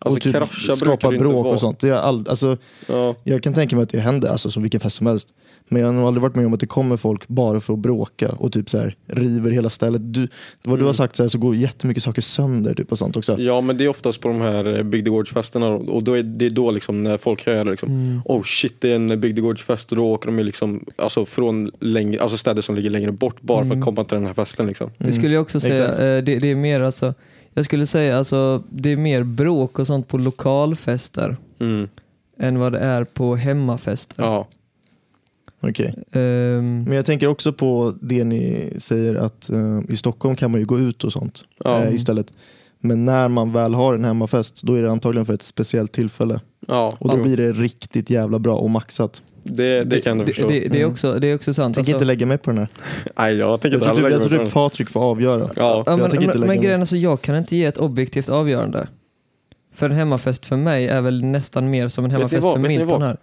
[SPEAKER 2] Alltså,
[SPEAKER 4] och typ
[SPEAKER 2] krascha brukar
[SPEAKER 4] skapar
[SPEAKER 2] det inte
[SPEAKER 4] bråk
[SPEAKER 2] vara.
[SPEAKER 4] och sånt. Det har jag ald- alltså,
[SPEAKER 2] Ja.
[SPEAKER 4] jag kan tänka mig att det händer, alltså som vilken fest som helst. Men jag har nog aldrig varit med om att det kommer folk bara för att bråka och typ så här, river hela stället. Du, vad du har sagt så, här, så går jättemycket saker sönder typ, och sånt också.
[SPEAKER 2] Mm. Ja, men det är oftast på de här eh, bygdegårdsfesterna då. och då är det är då liksom när folk hör liksom,
[SPEAKER 3] Mm.
[SPEAKER 2] oh shit det är en bygdegårdsfest och då åker de ju liksom, alltså från längre, alltså städer som ligger längre bort bara
[SPEAKER 4] Mm.
[SPEAKER 2] för att komma till den här festen. Liksom.
[SPEAKER 3] Det skulle jag också säga.
[SPEAKER 4] exakt.
[SPEAKER 3] eh, Det, det är mer alltså, jag skulle säga alltså, det är mer bråk och sånt på lokalfester
[SPEAKER 2] Mm.
[SPEAKER 3] än vad det är på hemmafester.
[SPEAKER 2] Ja.
[SPEAKER 4] Okej.
[SPEAKER 3] Ehm,
[SPEAKER 4] Men jag tänker också på det ni säger att eh, i Stockholm kan man ju gå ut och sånt
[SPEAKER 2] Ja.
[SPEAKER 4] eh, istället. Men när man väl har en hemmafest då är det antagligen för ett speciellt tillfälle.
[SPEAKER 2] Ja,
[SPEAKER 4] Och då blir det riktigt jävla bra och maxat.
[SPEAKER 2] det, det kan du
[SPEAKER 3] det,
[SPEAKER 2] förstå. Mm.
[SPEAKER 3] det, det, är också, det är också sant. Alltså,
[SPEAKER 4] Tänker inte lägga mig på den här.
[SPEAKER 2] Nej, jag tänker
[SPEAKER 4] Jag
[SPEAKER 2] inte
[SPEAKER 4] tror typ,
[SPEAKER 2] heller
[SPEAKER 4] jag
[SPEAKER 2] lägga
[SPEAKER 4] tror
[SPEAKER 2] mig
[SPEAKER 4] typ
[SPEAKER 2] på
[SPEAKER 4] Patrik får avgöra.
[SPEAKER 2] den. Ja.
[SPEAKER 3] ja, men,
[SPEAKER 4] tänker inte
[SPEAKER 3] men,
[SPEAKER 4] lägga
[SPEAKER 3] men
[SPEAKER 4] mig.
[SPEAKER 3] grejen är så, jag kan inte ge ett objektivt avgörande. För en hemmafest för mig är väl nästan mer som en
[SPEAKER 2] ni
[SPEAKER 3] hemmafest
[SPEAKER 2] vad?
[SPEAKER 3] för
[SPEAKER 2] Vet ni
[SPEAKER 3] Milton
[SPEAKER 2] vad?
[SPEAKER 3] här.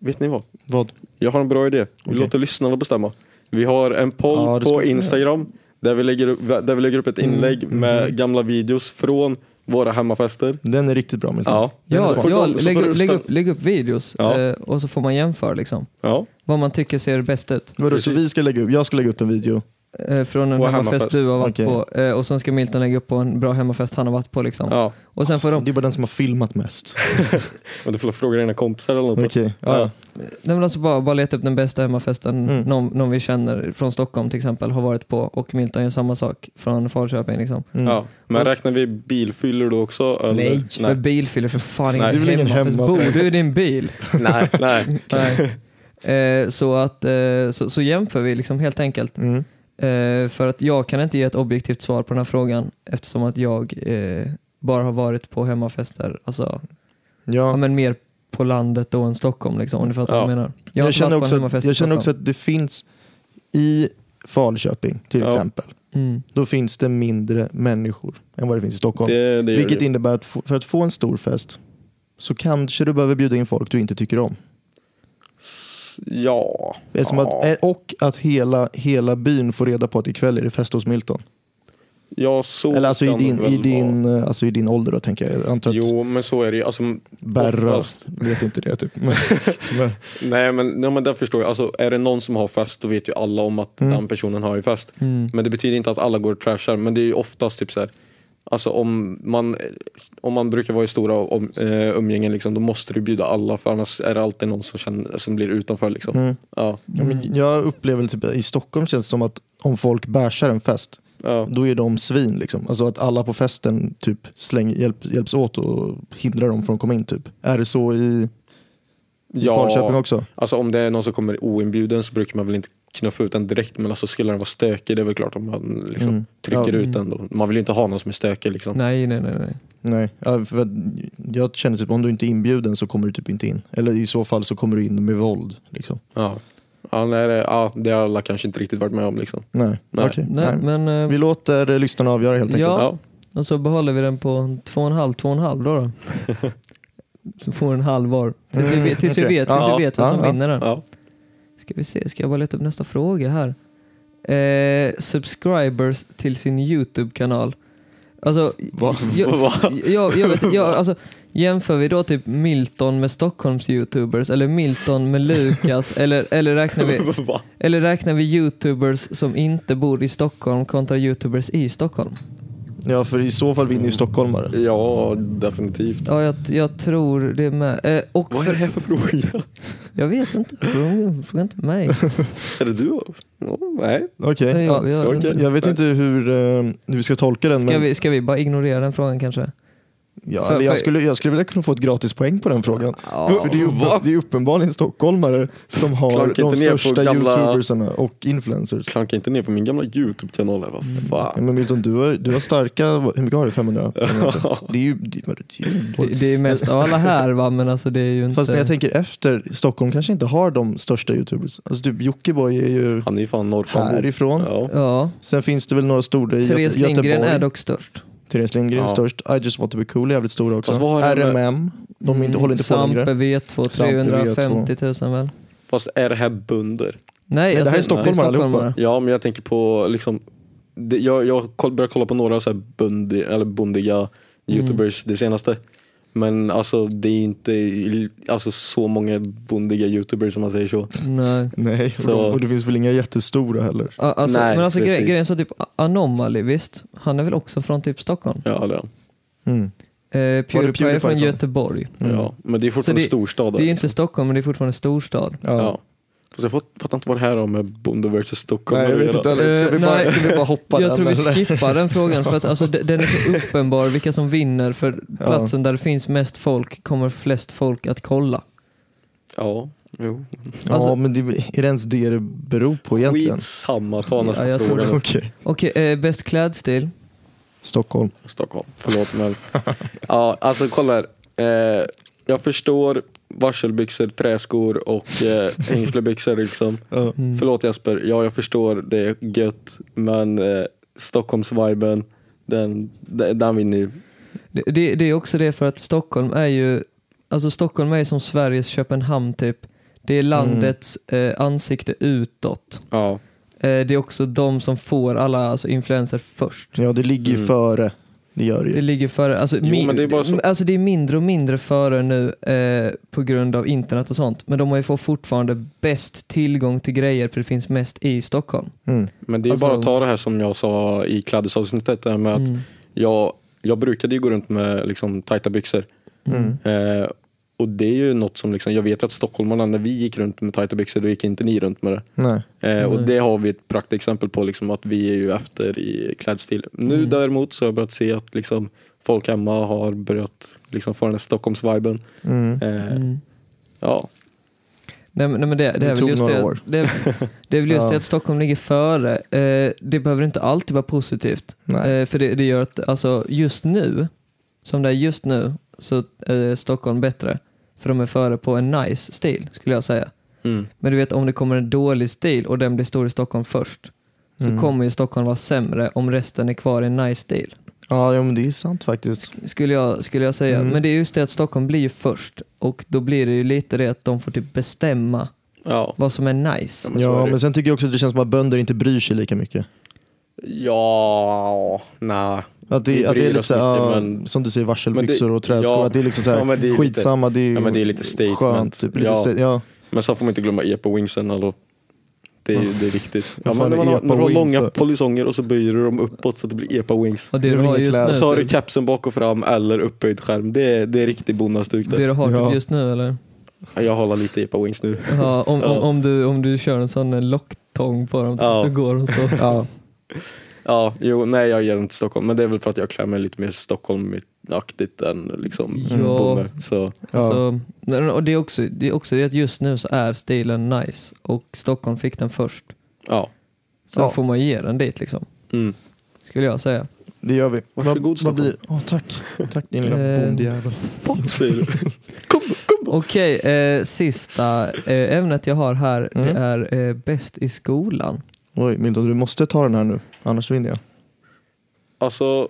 [SPEAKER 2] Vet ni vad?
[SPEAKER 4] Vad?
[SPEAKER 2] Jag har en bra idé. Vi
[SPEAKER 4] Okej.
[SPEAKER 2] låter lyssnarna bestämma. Vi har en poll
[SPEAKER 4] Ja, det
[SPEAKER 2] på
[SPEAKER 4] skulle-
[SPEAKER 2] Instagram där vi, lägger upp, där vi lägger upp ett
[SPEAKER 4] Mm,
[SPEAKER 2] inlägg med gamla videos från våra hemmafester.
[SPEAKER 4] Den är riktigt bra Milton.
[SPEAKER 2] Ja, Så
[SPEAKER 3] Ja,
[SPEAKER 2] får
[SPEAKER 3] ja
[SPEAKER 2] de- så
[SPEAKER 3] lägg,
[SPEAKER 2] får du
[SPEAKER 3] upp- lägg,
[SPEAKER 2] rösta.
[SPEAKER 3] upp, lägg upp videos
[SPEAKER 2] Ja.
[SPEAKER 3] eh, och så får man jämföra liksom,
[SPEAKER 2] Ja.
[SPEAKER 3] vad man tycker ser bäst ut.
[SPEAKER 4] Vadå, så
[SPEAKER 2] Precis.
[SPEAKER 4] vi ska lägga upp, jag ska lägga upp en video.
[SPEAKER 3] Eh, från en
[SPEAKER 2] På
[SPEAKER 3] hemmafest,
[SPEAKER 2] hemmafest.
[SPEAKER 3] du har varit
[SPEAKER 4] Okej.
[SPEAKER 3] på eh, och sen ska Milton lägga upp på en bra hemmafest han har varit på. Liksom.
[SPEAKER 2] Ja,
[SPEAKER 3] Och sen får de,
[SPEAKER 4] Det är bara den som har filmat mest.
[SPEAKER 2] men du får fråga dina kompisar eller något.
[SPEAKER 4] Okej, ja.
[SPEAKER 2] Ja.
[SPEAKER 4] ja.
[SPEAKER 3] de vill alltså bara, bara leta upp den bästa hemmafesten
[SPEAKER 4] Mm.
[SPEAKER 3] någon, någon vi känner från Stockholm till exempel har varit på och Milton gör samma sak från Falköping. Liksom.
[SPEAKER 4] Mm.
[SPEAKER 2] Ja. Men räknar vi bilfyller då också? Eller?
[SPEAKER 4] Nej.
[SPEAKER 2] Nej.
[SPEAKER 4] [laughs]
[SPEAKER 3] Men bilfyller för fan
[SPEAKER 2] Nej,
[SPEAKER 4] det är väl ingen
[SPEAKER 3] hemmafest.
[SPEAKER 4] hemmafest.
[SPEAKER 3] Bor du i din bil?
[SPEAKER 2] nej, nej.
[SPEAKER 3] Nej. Eh, så, att, eh, så, så jämför vi liksom helt enkelt.
[SPEAKER 4] Mm.
[SPEAKER 3] Eh, för att jag kan inte ge ett objektivt svar på den här frågan eftersom att jag eh, bara har varit på hemmafester, alltså ja,
[SPEAKER 4] Ja.
[SPEAKER 3] men mer på landet då än Stockholm liksom, om du fattar vad
[SPEAKER 2] Ja.
[SPEAKER 3] jag menar. Jag, har
[SPEAKER 4] Jag,
[SPEAKER 3] inte
[SPEAKER 4] känner
[SPEAKER 3] varit på en
[SPEAKER 4] också att,
[SPEAKER 3] hemmafest i
[SPEAKER 4] jag känner också
[SPEAKER 3] Stockholm.
[SPEAKER 4] att det finns i Falköping till
[SPEAKER 2] Ja.
[SPEAKER 4] exempel.
[SPEAKER 3] Mm.
[SPEAKER 4] Då finns det mindre människor än vad det finns i Stockholm.
[SPEAKER 2] Det, det gör
[SPEAKER 4] Vilket
[SPEAKER 2] det.
[SPEAKER 4] innebär att få- för att få en stor fest så kanske du behöver bjuda in folk du inte tycker om.
[SPEAKER 2] S- Ja.
[SPEAKER 4] Det är som
[SPEAKER 2] ja.
[SPEAKER 4] att, eh, och att hela, hela byn får reda på att ikväll är det fest hos Milton.
[SPEAKER 2] ja, så
[SPEAKER 4] Eller alltså i
[SPEAKER 2] kan det
[SPEAKER 4] din,
[SPEAKER 2] väl
[SPEAKER 4] i,
[SPEAKER 2] vara.
[SPEAKER 4] din, eh, alltså i din ålder då tänker jag. jag. Antar att
[SPEAKER 2] Jo, men så är det ju. Alltså,
[SPEAKER 4] Berra
[SPEAKER 2] oftast-
[SPEAKER 4] vet inte
[SPEAKER 2] [laughs]
[SPEAKER 4] det typ. Men, men,
[SPEAKER 2] nej, men, nej, men det förstår jag. Alltså, är det någon som har fest, då vet ju alla om att
[SPEAKER 4] Mm.
[SPEAKER 2] den personen har ju fest.
[SPEAKER 3] Mm.
[SPEAKER 2] Men det betyder inte att alla går och trashar, men det är ju oftast typ så här. Alltså om man, om man brukar vara i stora om, eh, umgängen, liksom, då måste du bjuda alla för annars är det alltid någon som, känner, som blir utanför. Liksom.
[SPEAKER 4] mm.
[SPEAKER 2] Ja,
[SPEAKER 4] ja, men jag upplever typ, i Stockholm känns det som att om folk bärsar en fest,
[SPEAKER 2] ja.
[SPEAKER 4] då är de svin. Liksom. Alltså att alla på festen typ släng, hjälp, hjälps åt och hindrar dem från att komma in. Typ. Är det så i, i Falköping
[SPEAKER 2] ja
[SPEAKER 4] också?
[SPEAKER 2] alltså, om det är någon som kommer oinbjuden så brukar man väl inte knuffa ut den direkt, men alltså, skulle den vara stökig, det är väl klart om man liksom,
[SPEAKER 4] Mm.
[SPEAKER 2] trycker
[SPEAKER 4] Ja.
[SPEAKER 2] ut den. Då. Man vill ju inte ha någon som är stökig. Liksom.
[SPEAKER 3] Nej, nej, nej. nej.
[SPEAKER 4] Nej, ja, för att jag känner typ om du inte är inbjuden så kommer du typ inte in. Eller i så fall så kommer du in med våld. Liksom.
[SPEAKER 2] Ja. Ja, nej, det, ja, det har alla kanske inte riktigt varit med om. Liksom.
[SPEAKER 4] Nej,
[SPEAKER 2] Nej.
[SPEAKER 4] okej.
[SPEAKER 3] nej
[SPEAKER 4] Nej.
[SPEAKER 3] men, eh,
[SPEAKER 4] Vi låter eh, lyssnarna avgöra helt enkelt.
[SPEAKER 3] Ja.
[SPEAKER 2] Ja.
[SPEAKER 3] Och så behåller vi den på två och en halv, två och en
[SPEAKER 4] [laughs]
[SPEAKER 3] halv då. då. så får den en halv var. Tills vi
[SPEAKER 4] Mm,
[SPEAKER 3] vet, tills vi
[SPEAKER 4] okej.
[SPEAKER 3] vet, tills
[SPEAKER 2] Ja,
[SPEAKER 3] vi vet vad
[SPEAKER 4] ja,
[SPEAKER 3] som
[SPEAKER 4] ja,
[SPEAKER 3] vinner den.
[SPEAKER 2] Ja.
[SPEAKER 3] Ska vi se, ska jag bara leta upp nästa fråga här. Eh, subscribers till sin YouTube-kanal. Alltså,
[SPEAKER 4] [laughs] Va?
[SPEAKER 3] jag,
[SPEAKER 2] Va?
[SPEAKER 3] jag, jag vet jag, alltså, jämför vi då typ Milton med Stockholms YouTubers eller Milton
[SPEAKER 4] [laughs]
[SPEAKER 3] med Lukas eller, eller, räknar vi,
[SPEAKER 2] Va?
[SPEAKER 3] eller räknar vi YouTubers som inte bor i Stockholm kontra YouTubers i Stockholm?
[SPEAKER 4] Ja, för i så fall vinner ju stockholmare.
[SPEAKER 2] ja, definitivt.
[SPEAKER 3] Ja, jag, jag tror det med. Eh, och
[SPEAKER 2] Vad är det
[SPEAKER 3] för,
[SPEAKER 2] här för fråga?
[SPEAKER 3] jag vet inte, fråga fråga inte mig.
[SPEAKER 4] [laughs]
[SPEAKER 2] Är det du? Ja, nej.
[SPEAKER 4] Okej,
[SPEAKER 3] Nej,
[SPEAKER 4] ja.
[SPEAKER 3] jag, jag,
[SPEAKER 2] okej.
[SPEAKER 4] jag vet inte hur, eh, hur vi ska tolka den.
[SPEAKER 3] ska,
[SPEAKER 4] men,
[SPEAKER 3] vi, ska vi bara ignorera den frågan kanske?
[SPEAKER 4] ja,
[SPEAKER 3] för-
[SPEAKER 4] eller
[SPEAKER 3] för-
[SPEAKER 4] jag, skulle, jag skulle vilja kunna få ett gratis poäng på den frågan. För det är, ju
[SPEAKER 2] Va?
[SPEAKER 4] uppen, det är uppenbarligen stockholmare som har
[SPEAKER 2] Klanka
[SPEAKER 4] de
[SPEAKER 2] inte ner på
[SPEAKER 4] största
[SPEAKER 2] gamla-
[SPEAKER 4] youtubersarna och influencers.
[SPEAKER 2] Klanka inte ner på min gamla YouTube-kanal. här, Vad
[SPEAKER 4] Ja,
[SPEAKER 2] fan.
[SPEAKER 4] men Milton, du har, du har starka, hur mycket har
[SPEAKER 2] [laughs]
[SPEAKER 4] du? 500? Det är ju... Det, det är ju
[SPEAKER 3] Det, det är mest av alla här va, men alltså det är ju inte...
[SPEAKER 4] Fast när jag tänker efter, Stockholm kanske inte har de största youtubers. Alltså typ Jockiboi är ju
[SPEAKER 2] Han är ju fan norrkombo.
[SPEAKER 4] härifrån.
[SPEAKER 2] Ja.
[SPEAKER 3] Ja,
[SPEAKER 4] Sen finns det väl några stora i Göte-
[SPEAKER 3] Therese
[SPEAKER 4] Göteborg.
[SPEAKER 3] Lindgren är dock störst.
[SPEAKER 4] Therese Lindgren
[SPEAKER 2] Ja.
[SPEAKER 4] störst. I just want to be cool är jävligt stora också.
[SPEAKER 2] Fast vad har det med-
[SPEAKER 4] RMM, de är inte, håller inte på längre.
[SPEAKER 3] Mm, Sampe V2,
[SPEAKER 4] Sampe V2.
[SPEAKER 3] 350 000 väl?
[SPEAKER 2] Fast är det här bunder?
[SPEAKER 3] Nej,
[SPEAKER 4] det här är
[SPEAKER 3] alltså,
[SPEAKER 4] stockholmare allihopa.
[SPEAKER 2] Ja, men jag tänker på liksom... Det, jag jag koll- började kolla på några så här bundi, eller bondiga YouTubers det senaste. Men alltså det är ju inte i- alltså, så många bondiga YouTubers om man säger så.
[SPEAKER 3] Nej.
[SPEAKER 4] Nej,
[SPEAKER 2] Så-
[SPEAKER 4] och det finns väl inga jättestora heller.
[SPEAKER 3] Ja, Alltså,
[SPEAKER 2] Nej,
[SPEAKER 3] men alltså gre-
[SPEAKER 2] precis.
[SPEAKER 3] grejen så typ Anomaly, visst? Han är väl också från typ Stockholm?
[SPEAKER 2] Ja, eller,
[SPEAKER 4] Mm.
[SPEAKER 3] Eh, Pewdiepie är
[SPEAKER 4] Pewdiepie
[SPEAKER 3] från
[SPEAKER 4] från?
[SPEAKER 3] Göteborg.
[SPEAKER 2] ja. Men det är fortfarande
[SPEAKER 3] det-
[SPEAKER 2] storstad. där,
[SPEAKER 3] Det är
[SPEAKER 2] liksom.
[SPEAKER 3] inte Stockholm, men det är fortfarande storstad.
[SPEAKER 4] Ja.
[SPEAKER 2] ja. Fast jag fat- fattar inte vad det här har med bonde versus Stockholm
[SPEAKER 4] Nej, jag
[SPEAKER 2] att
[SPEAKER 4] vet
[SPEAKER 2] göra.
[SPEAKER 4] inte heller. Ska vi
[SPEAKER 3] Eh,
[SPEAKER 4] bara,
[SPEAKER 3] nej.
[SPEAKER 4] ska vi bara hoppa
[SPEAKER 3] jag tror
[SPEAKER 4] den?
[SPEAKER 3] vi
[SPEAKER 4] eller?
[SPEAKER 3] skippar den frågan för att alltså, de- den är
[SPEAKER 4] [laughs]
[SPEAKER 3] så uppenbar vilka som vinner för
[SPEAKER 4] Ja.
[SPEAKER 3] platsen där det finns mest folk kommer flest folk att kolla.
[SPEAKER 2] Ja, jo.
[SPEAKER 3] alltså-
[SPEAKER 4] Ja, men det, är det ens det det beror på egentligen?
[SPEAKER 2] Skitsamma, ta nästa
[SPEAKER 3] Ja, jag tror
[SPEAKER 2] fråga. nu.
[SPEAKER 4] [laughs] Okej.
[SPEAKER 3] Okej, eh, bäst klädstil?
[SPEAKER 4] Stockholm.
[SPEAKER 2] Stockholm, förlåt men. ja, alltså kolla här. Eh, jag förstår varselbyxor, träskor och eh, hängslebyxor liksom.
[SPEAKER 4] Ja.
[SPEAKER 3] Mm.
[SPEAKER 2] Förlåt Jesper, ja jag förstår det är gött men eh, Stockholmsviben, den, den, den vinner ju.
[SPEAKER 3] Det, det, det är också det för att Stockholm är ju, alltså Stockholm är ju som Sveriges Köpenhamn typ. Det är landets eh, ansikte utåt.
[SPEAKER 2] Ja.
[SPEAKER 3] Eh, det är också de som får alla alltså, influenser först.
[SPEAKER 4] ja, det ligger ju
[SPEAKER 2] Mm.
[SPEAKER 4] före. Det gör det ju.
[SPEAKER 3] Det ligger före, alltså,
[SPEAKER 2] Jo, men det är bara så.
[SPEAKER 3] alltså det är mindre och mindre före nu eh, på grund av internet och sånt. Men de har ju fått fortfarande bäst tillgång till grejer för det finns mest i Stockholm.
[SPEAKER 4] Mm.
[SPEAKER 2] Men det är ju
[SPEAKER 3] Alltså-
[SPEAKER 2] bara att ta det här som jag sa i klädesavsnittet, det här med att
[SPEAKER 3] Mm.
[SPEAKER 2] jag, jag brukade ju gå runt med liksom, tajta byxor.
[SPEAKER 4] Mm.
[SPEAKER 2] Eh, och det är ju något som liksom, jag vet att stockholmarna, när vi gick runt med tajta byxor, då gick inte ni runt med det.
[SPEAKER 4] Nej.
[SPEAKER 2] Eh, och
[SPEAKER 4] Mm.
[SPEAKER 3] Nej.
[SPEAKER 2] det har vi ett praktexempel på, liksom, att vi är ju efter i klädstil. Nu
[SPEAKER 3] Mm.
[SPEAKER 2] däremot så har jag börjat se att liksom, folk hemma har börjat liksom, få den här Stockholmsviben.
[SPEAKER 4] Mm.
[SPEAKER 2] Eh,
[SPEAKER 3] Mm.
[SPEAKER 2] ja.
[SPEAKER 3] Nej, men- nej men det, det,
[SPEAKER 4] Det
[SPEAKER 3] är väl
[SPEAKER 4] tog
[SPEAKER 3] just
[SPEAKER 4] några
[SPEAKER 3] det,
[SPEAKER 4] år.
[SPEAKER 3] det,
[SPEAKER 4] [laughs]
[SPEAKER 3] det är väl just
[SPEAKER 4] Ja.
[SPEAKER 3] det att Stockholm ligger före. Eh, det behöver inte alltid vara positivt.
[SPEAKER 4] Nej.
[SPEAKER 3] Eh, för det, det gör att alltså, just nu, som det är just nu, så eh, är Stockholm bättre. För de är före på en nice stil skulle jag säga.
[SPEAKER 2] Mm.
[SPEAKER 3] Men du vet om det kommer en dålig stil och den blir stor i Stockholm först. Så
[SPEAKER 4] Mm.
[SPEAKER 3] kommer ju Stockholm vara sämre om resten är kvar i en nice stil.
[SPEAKER 4] Ja, ja, men det är sant faktiskt.
[SPEAKER 3] skulle jag, skulle jag säga.
[SPEAKER 4] Mm.
[SPEAKER 3] Men det är just det att Stockholm blir ju först och då blir det ju lite det att de får typ bestämma
[SPEAKER 2] Ja.
[SPEAKER 3] vad som är nice.
[SPEAKER 2] så är
[SPEAKER 4] Ja,
[SPEAKER 2] det.
[SPEAKER 4] men sen tycker jag också att det känns som att bönder inte bryr sig lika mycket.
[SPEAKER 2] Ja, nej.
[SPEAKER 4] Att det,
[SPEAKER 2] Vi
[SPEAKER 4] att det
[SPEAKER 2] bryr
[SPEAKER 4] är lite
[SPEAKER 2] oss
[SPEAKER 4] så här,
[SPEAKER 2] mycket,
[SPEAKER 4] ja,
[SPEAKER 2] men-
[SPEAKER 4] som du säger, varselbyxor
[SPEAKER 2] men det-
[SPEAKER 4] och träskor.
[SPEAKER 2] ja,
[SPEAKER 4] att det är liksom så här,
[SPEAKER 2] ja, men det är lite-
[SPEAKER 4] skitsamma, det är,
[SPEAKER 2] ja, men det är lite statement.
[SPEAKER 4] skönt. Typ, lite
[SPEAKER 2] Ja.
[SPEAKER 4] sta- ja.
[SPEAKER 2] Men sen får man inte glömma epa-wingsen. Hallå. Det är, ju- det är viktigt. Ja,
[SPEAKER 4] Vad
[SPEAKER 2] men
[SPEAKER 4] fan
[SPEAKER 2] när
[SPEAKER 4] är
[SPEAKER 2] man har, när du har
[SPEAKER 4] epa-wings då?
[SPEAKER 2] långa polisonger och så böjer du dem uppåt så att det blir epa-wings.
[SPEAKER 3] Och det,
[SPEAKER 4] Det är
[SPEAKER 3] du
[SPEAKER 4] väl
[SPEAKER 3] har
[SPEAKER 4] inget
[SPEAKER 3] just
[SPEAKER 4] kläs-
[SPEAKER 3] nu,
[SPEAKER 2] Så har du
[SPEAKER 3] typ,
[SPEAKER 2] kepsen bak och fram eller upphöjd skärm. Det är, det är riktig bonnastuk
[SPEAKER 3] det
[SPEAKER 2] där.
[SPEAKER 3] du har typ
[SPEAKER 4] Ja.
[SPEAKER 3] just nu eller?
[SPEAKER 2] Jag håller lite epa-wings nu.
[SPEAKER 3] Ja, om, om,
[SPEAKER 2] Ja.
[SPEAKER 3] om, du, om du kör en sån eh, locktång på dem
[SPEAKER 2] Ja.
[SPEAKER 3] så går de så.
[SPEAKER 4] Ja.
[SPEAKER 2] Ja, jo, nej jag ger den till Stockholm. Men det är väl för att jag klär mig lite mer Stockholm-aktigt än liksom
[SPEAKER 3] Ja.
[SPEAKER 2] bomber. Så,
[SPEAKER 4] [laughs] Ja.
[SPEAKER 3] Alltså, men- och det, är också, det är också det att just nu så är stilen nice och Stockholm fick den först.
[SPEAKER 2] ja.
[SPEAKER 3] Sen
[SPEAKER 4] Ja.
[SPEAKER 3] får man ge den dit liksom,
[SPEAKER 2] Mm.
[SPEAKER 3] skulle jag säga.
[SPEAKER 4] Det gör vi.
[SPEAKER 2] Varsågod,
[SPEAKER 4] vad
[SPEAKER 2] Stockholm.
[SPEAKER 4] blir... Åh, tack. Tack din lilla
[SPEAKER 3] Eh.
[SPEAKER 4] bondjävel.
[SPEAKER 2] Säger du. Kom, kom!
[SPEAKER 3] Okej, eh, sista eh, ämnet jag har här
[SPEAKER 4] Mm.
[SPEAKER 3] det är eh, bäst i skolan.
[SPEAKER 4] Oj, Milton, du måste ta den här nu. Annars vinner jag.
[SPEAKER 2] Alltså,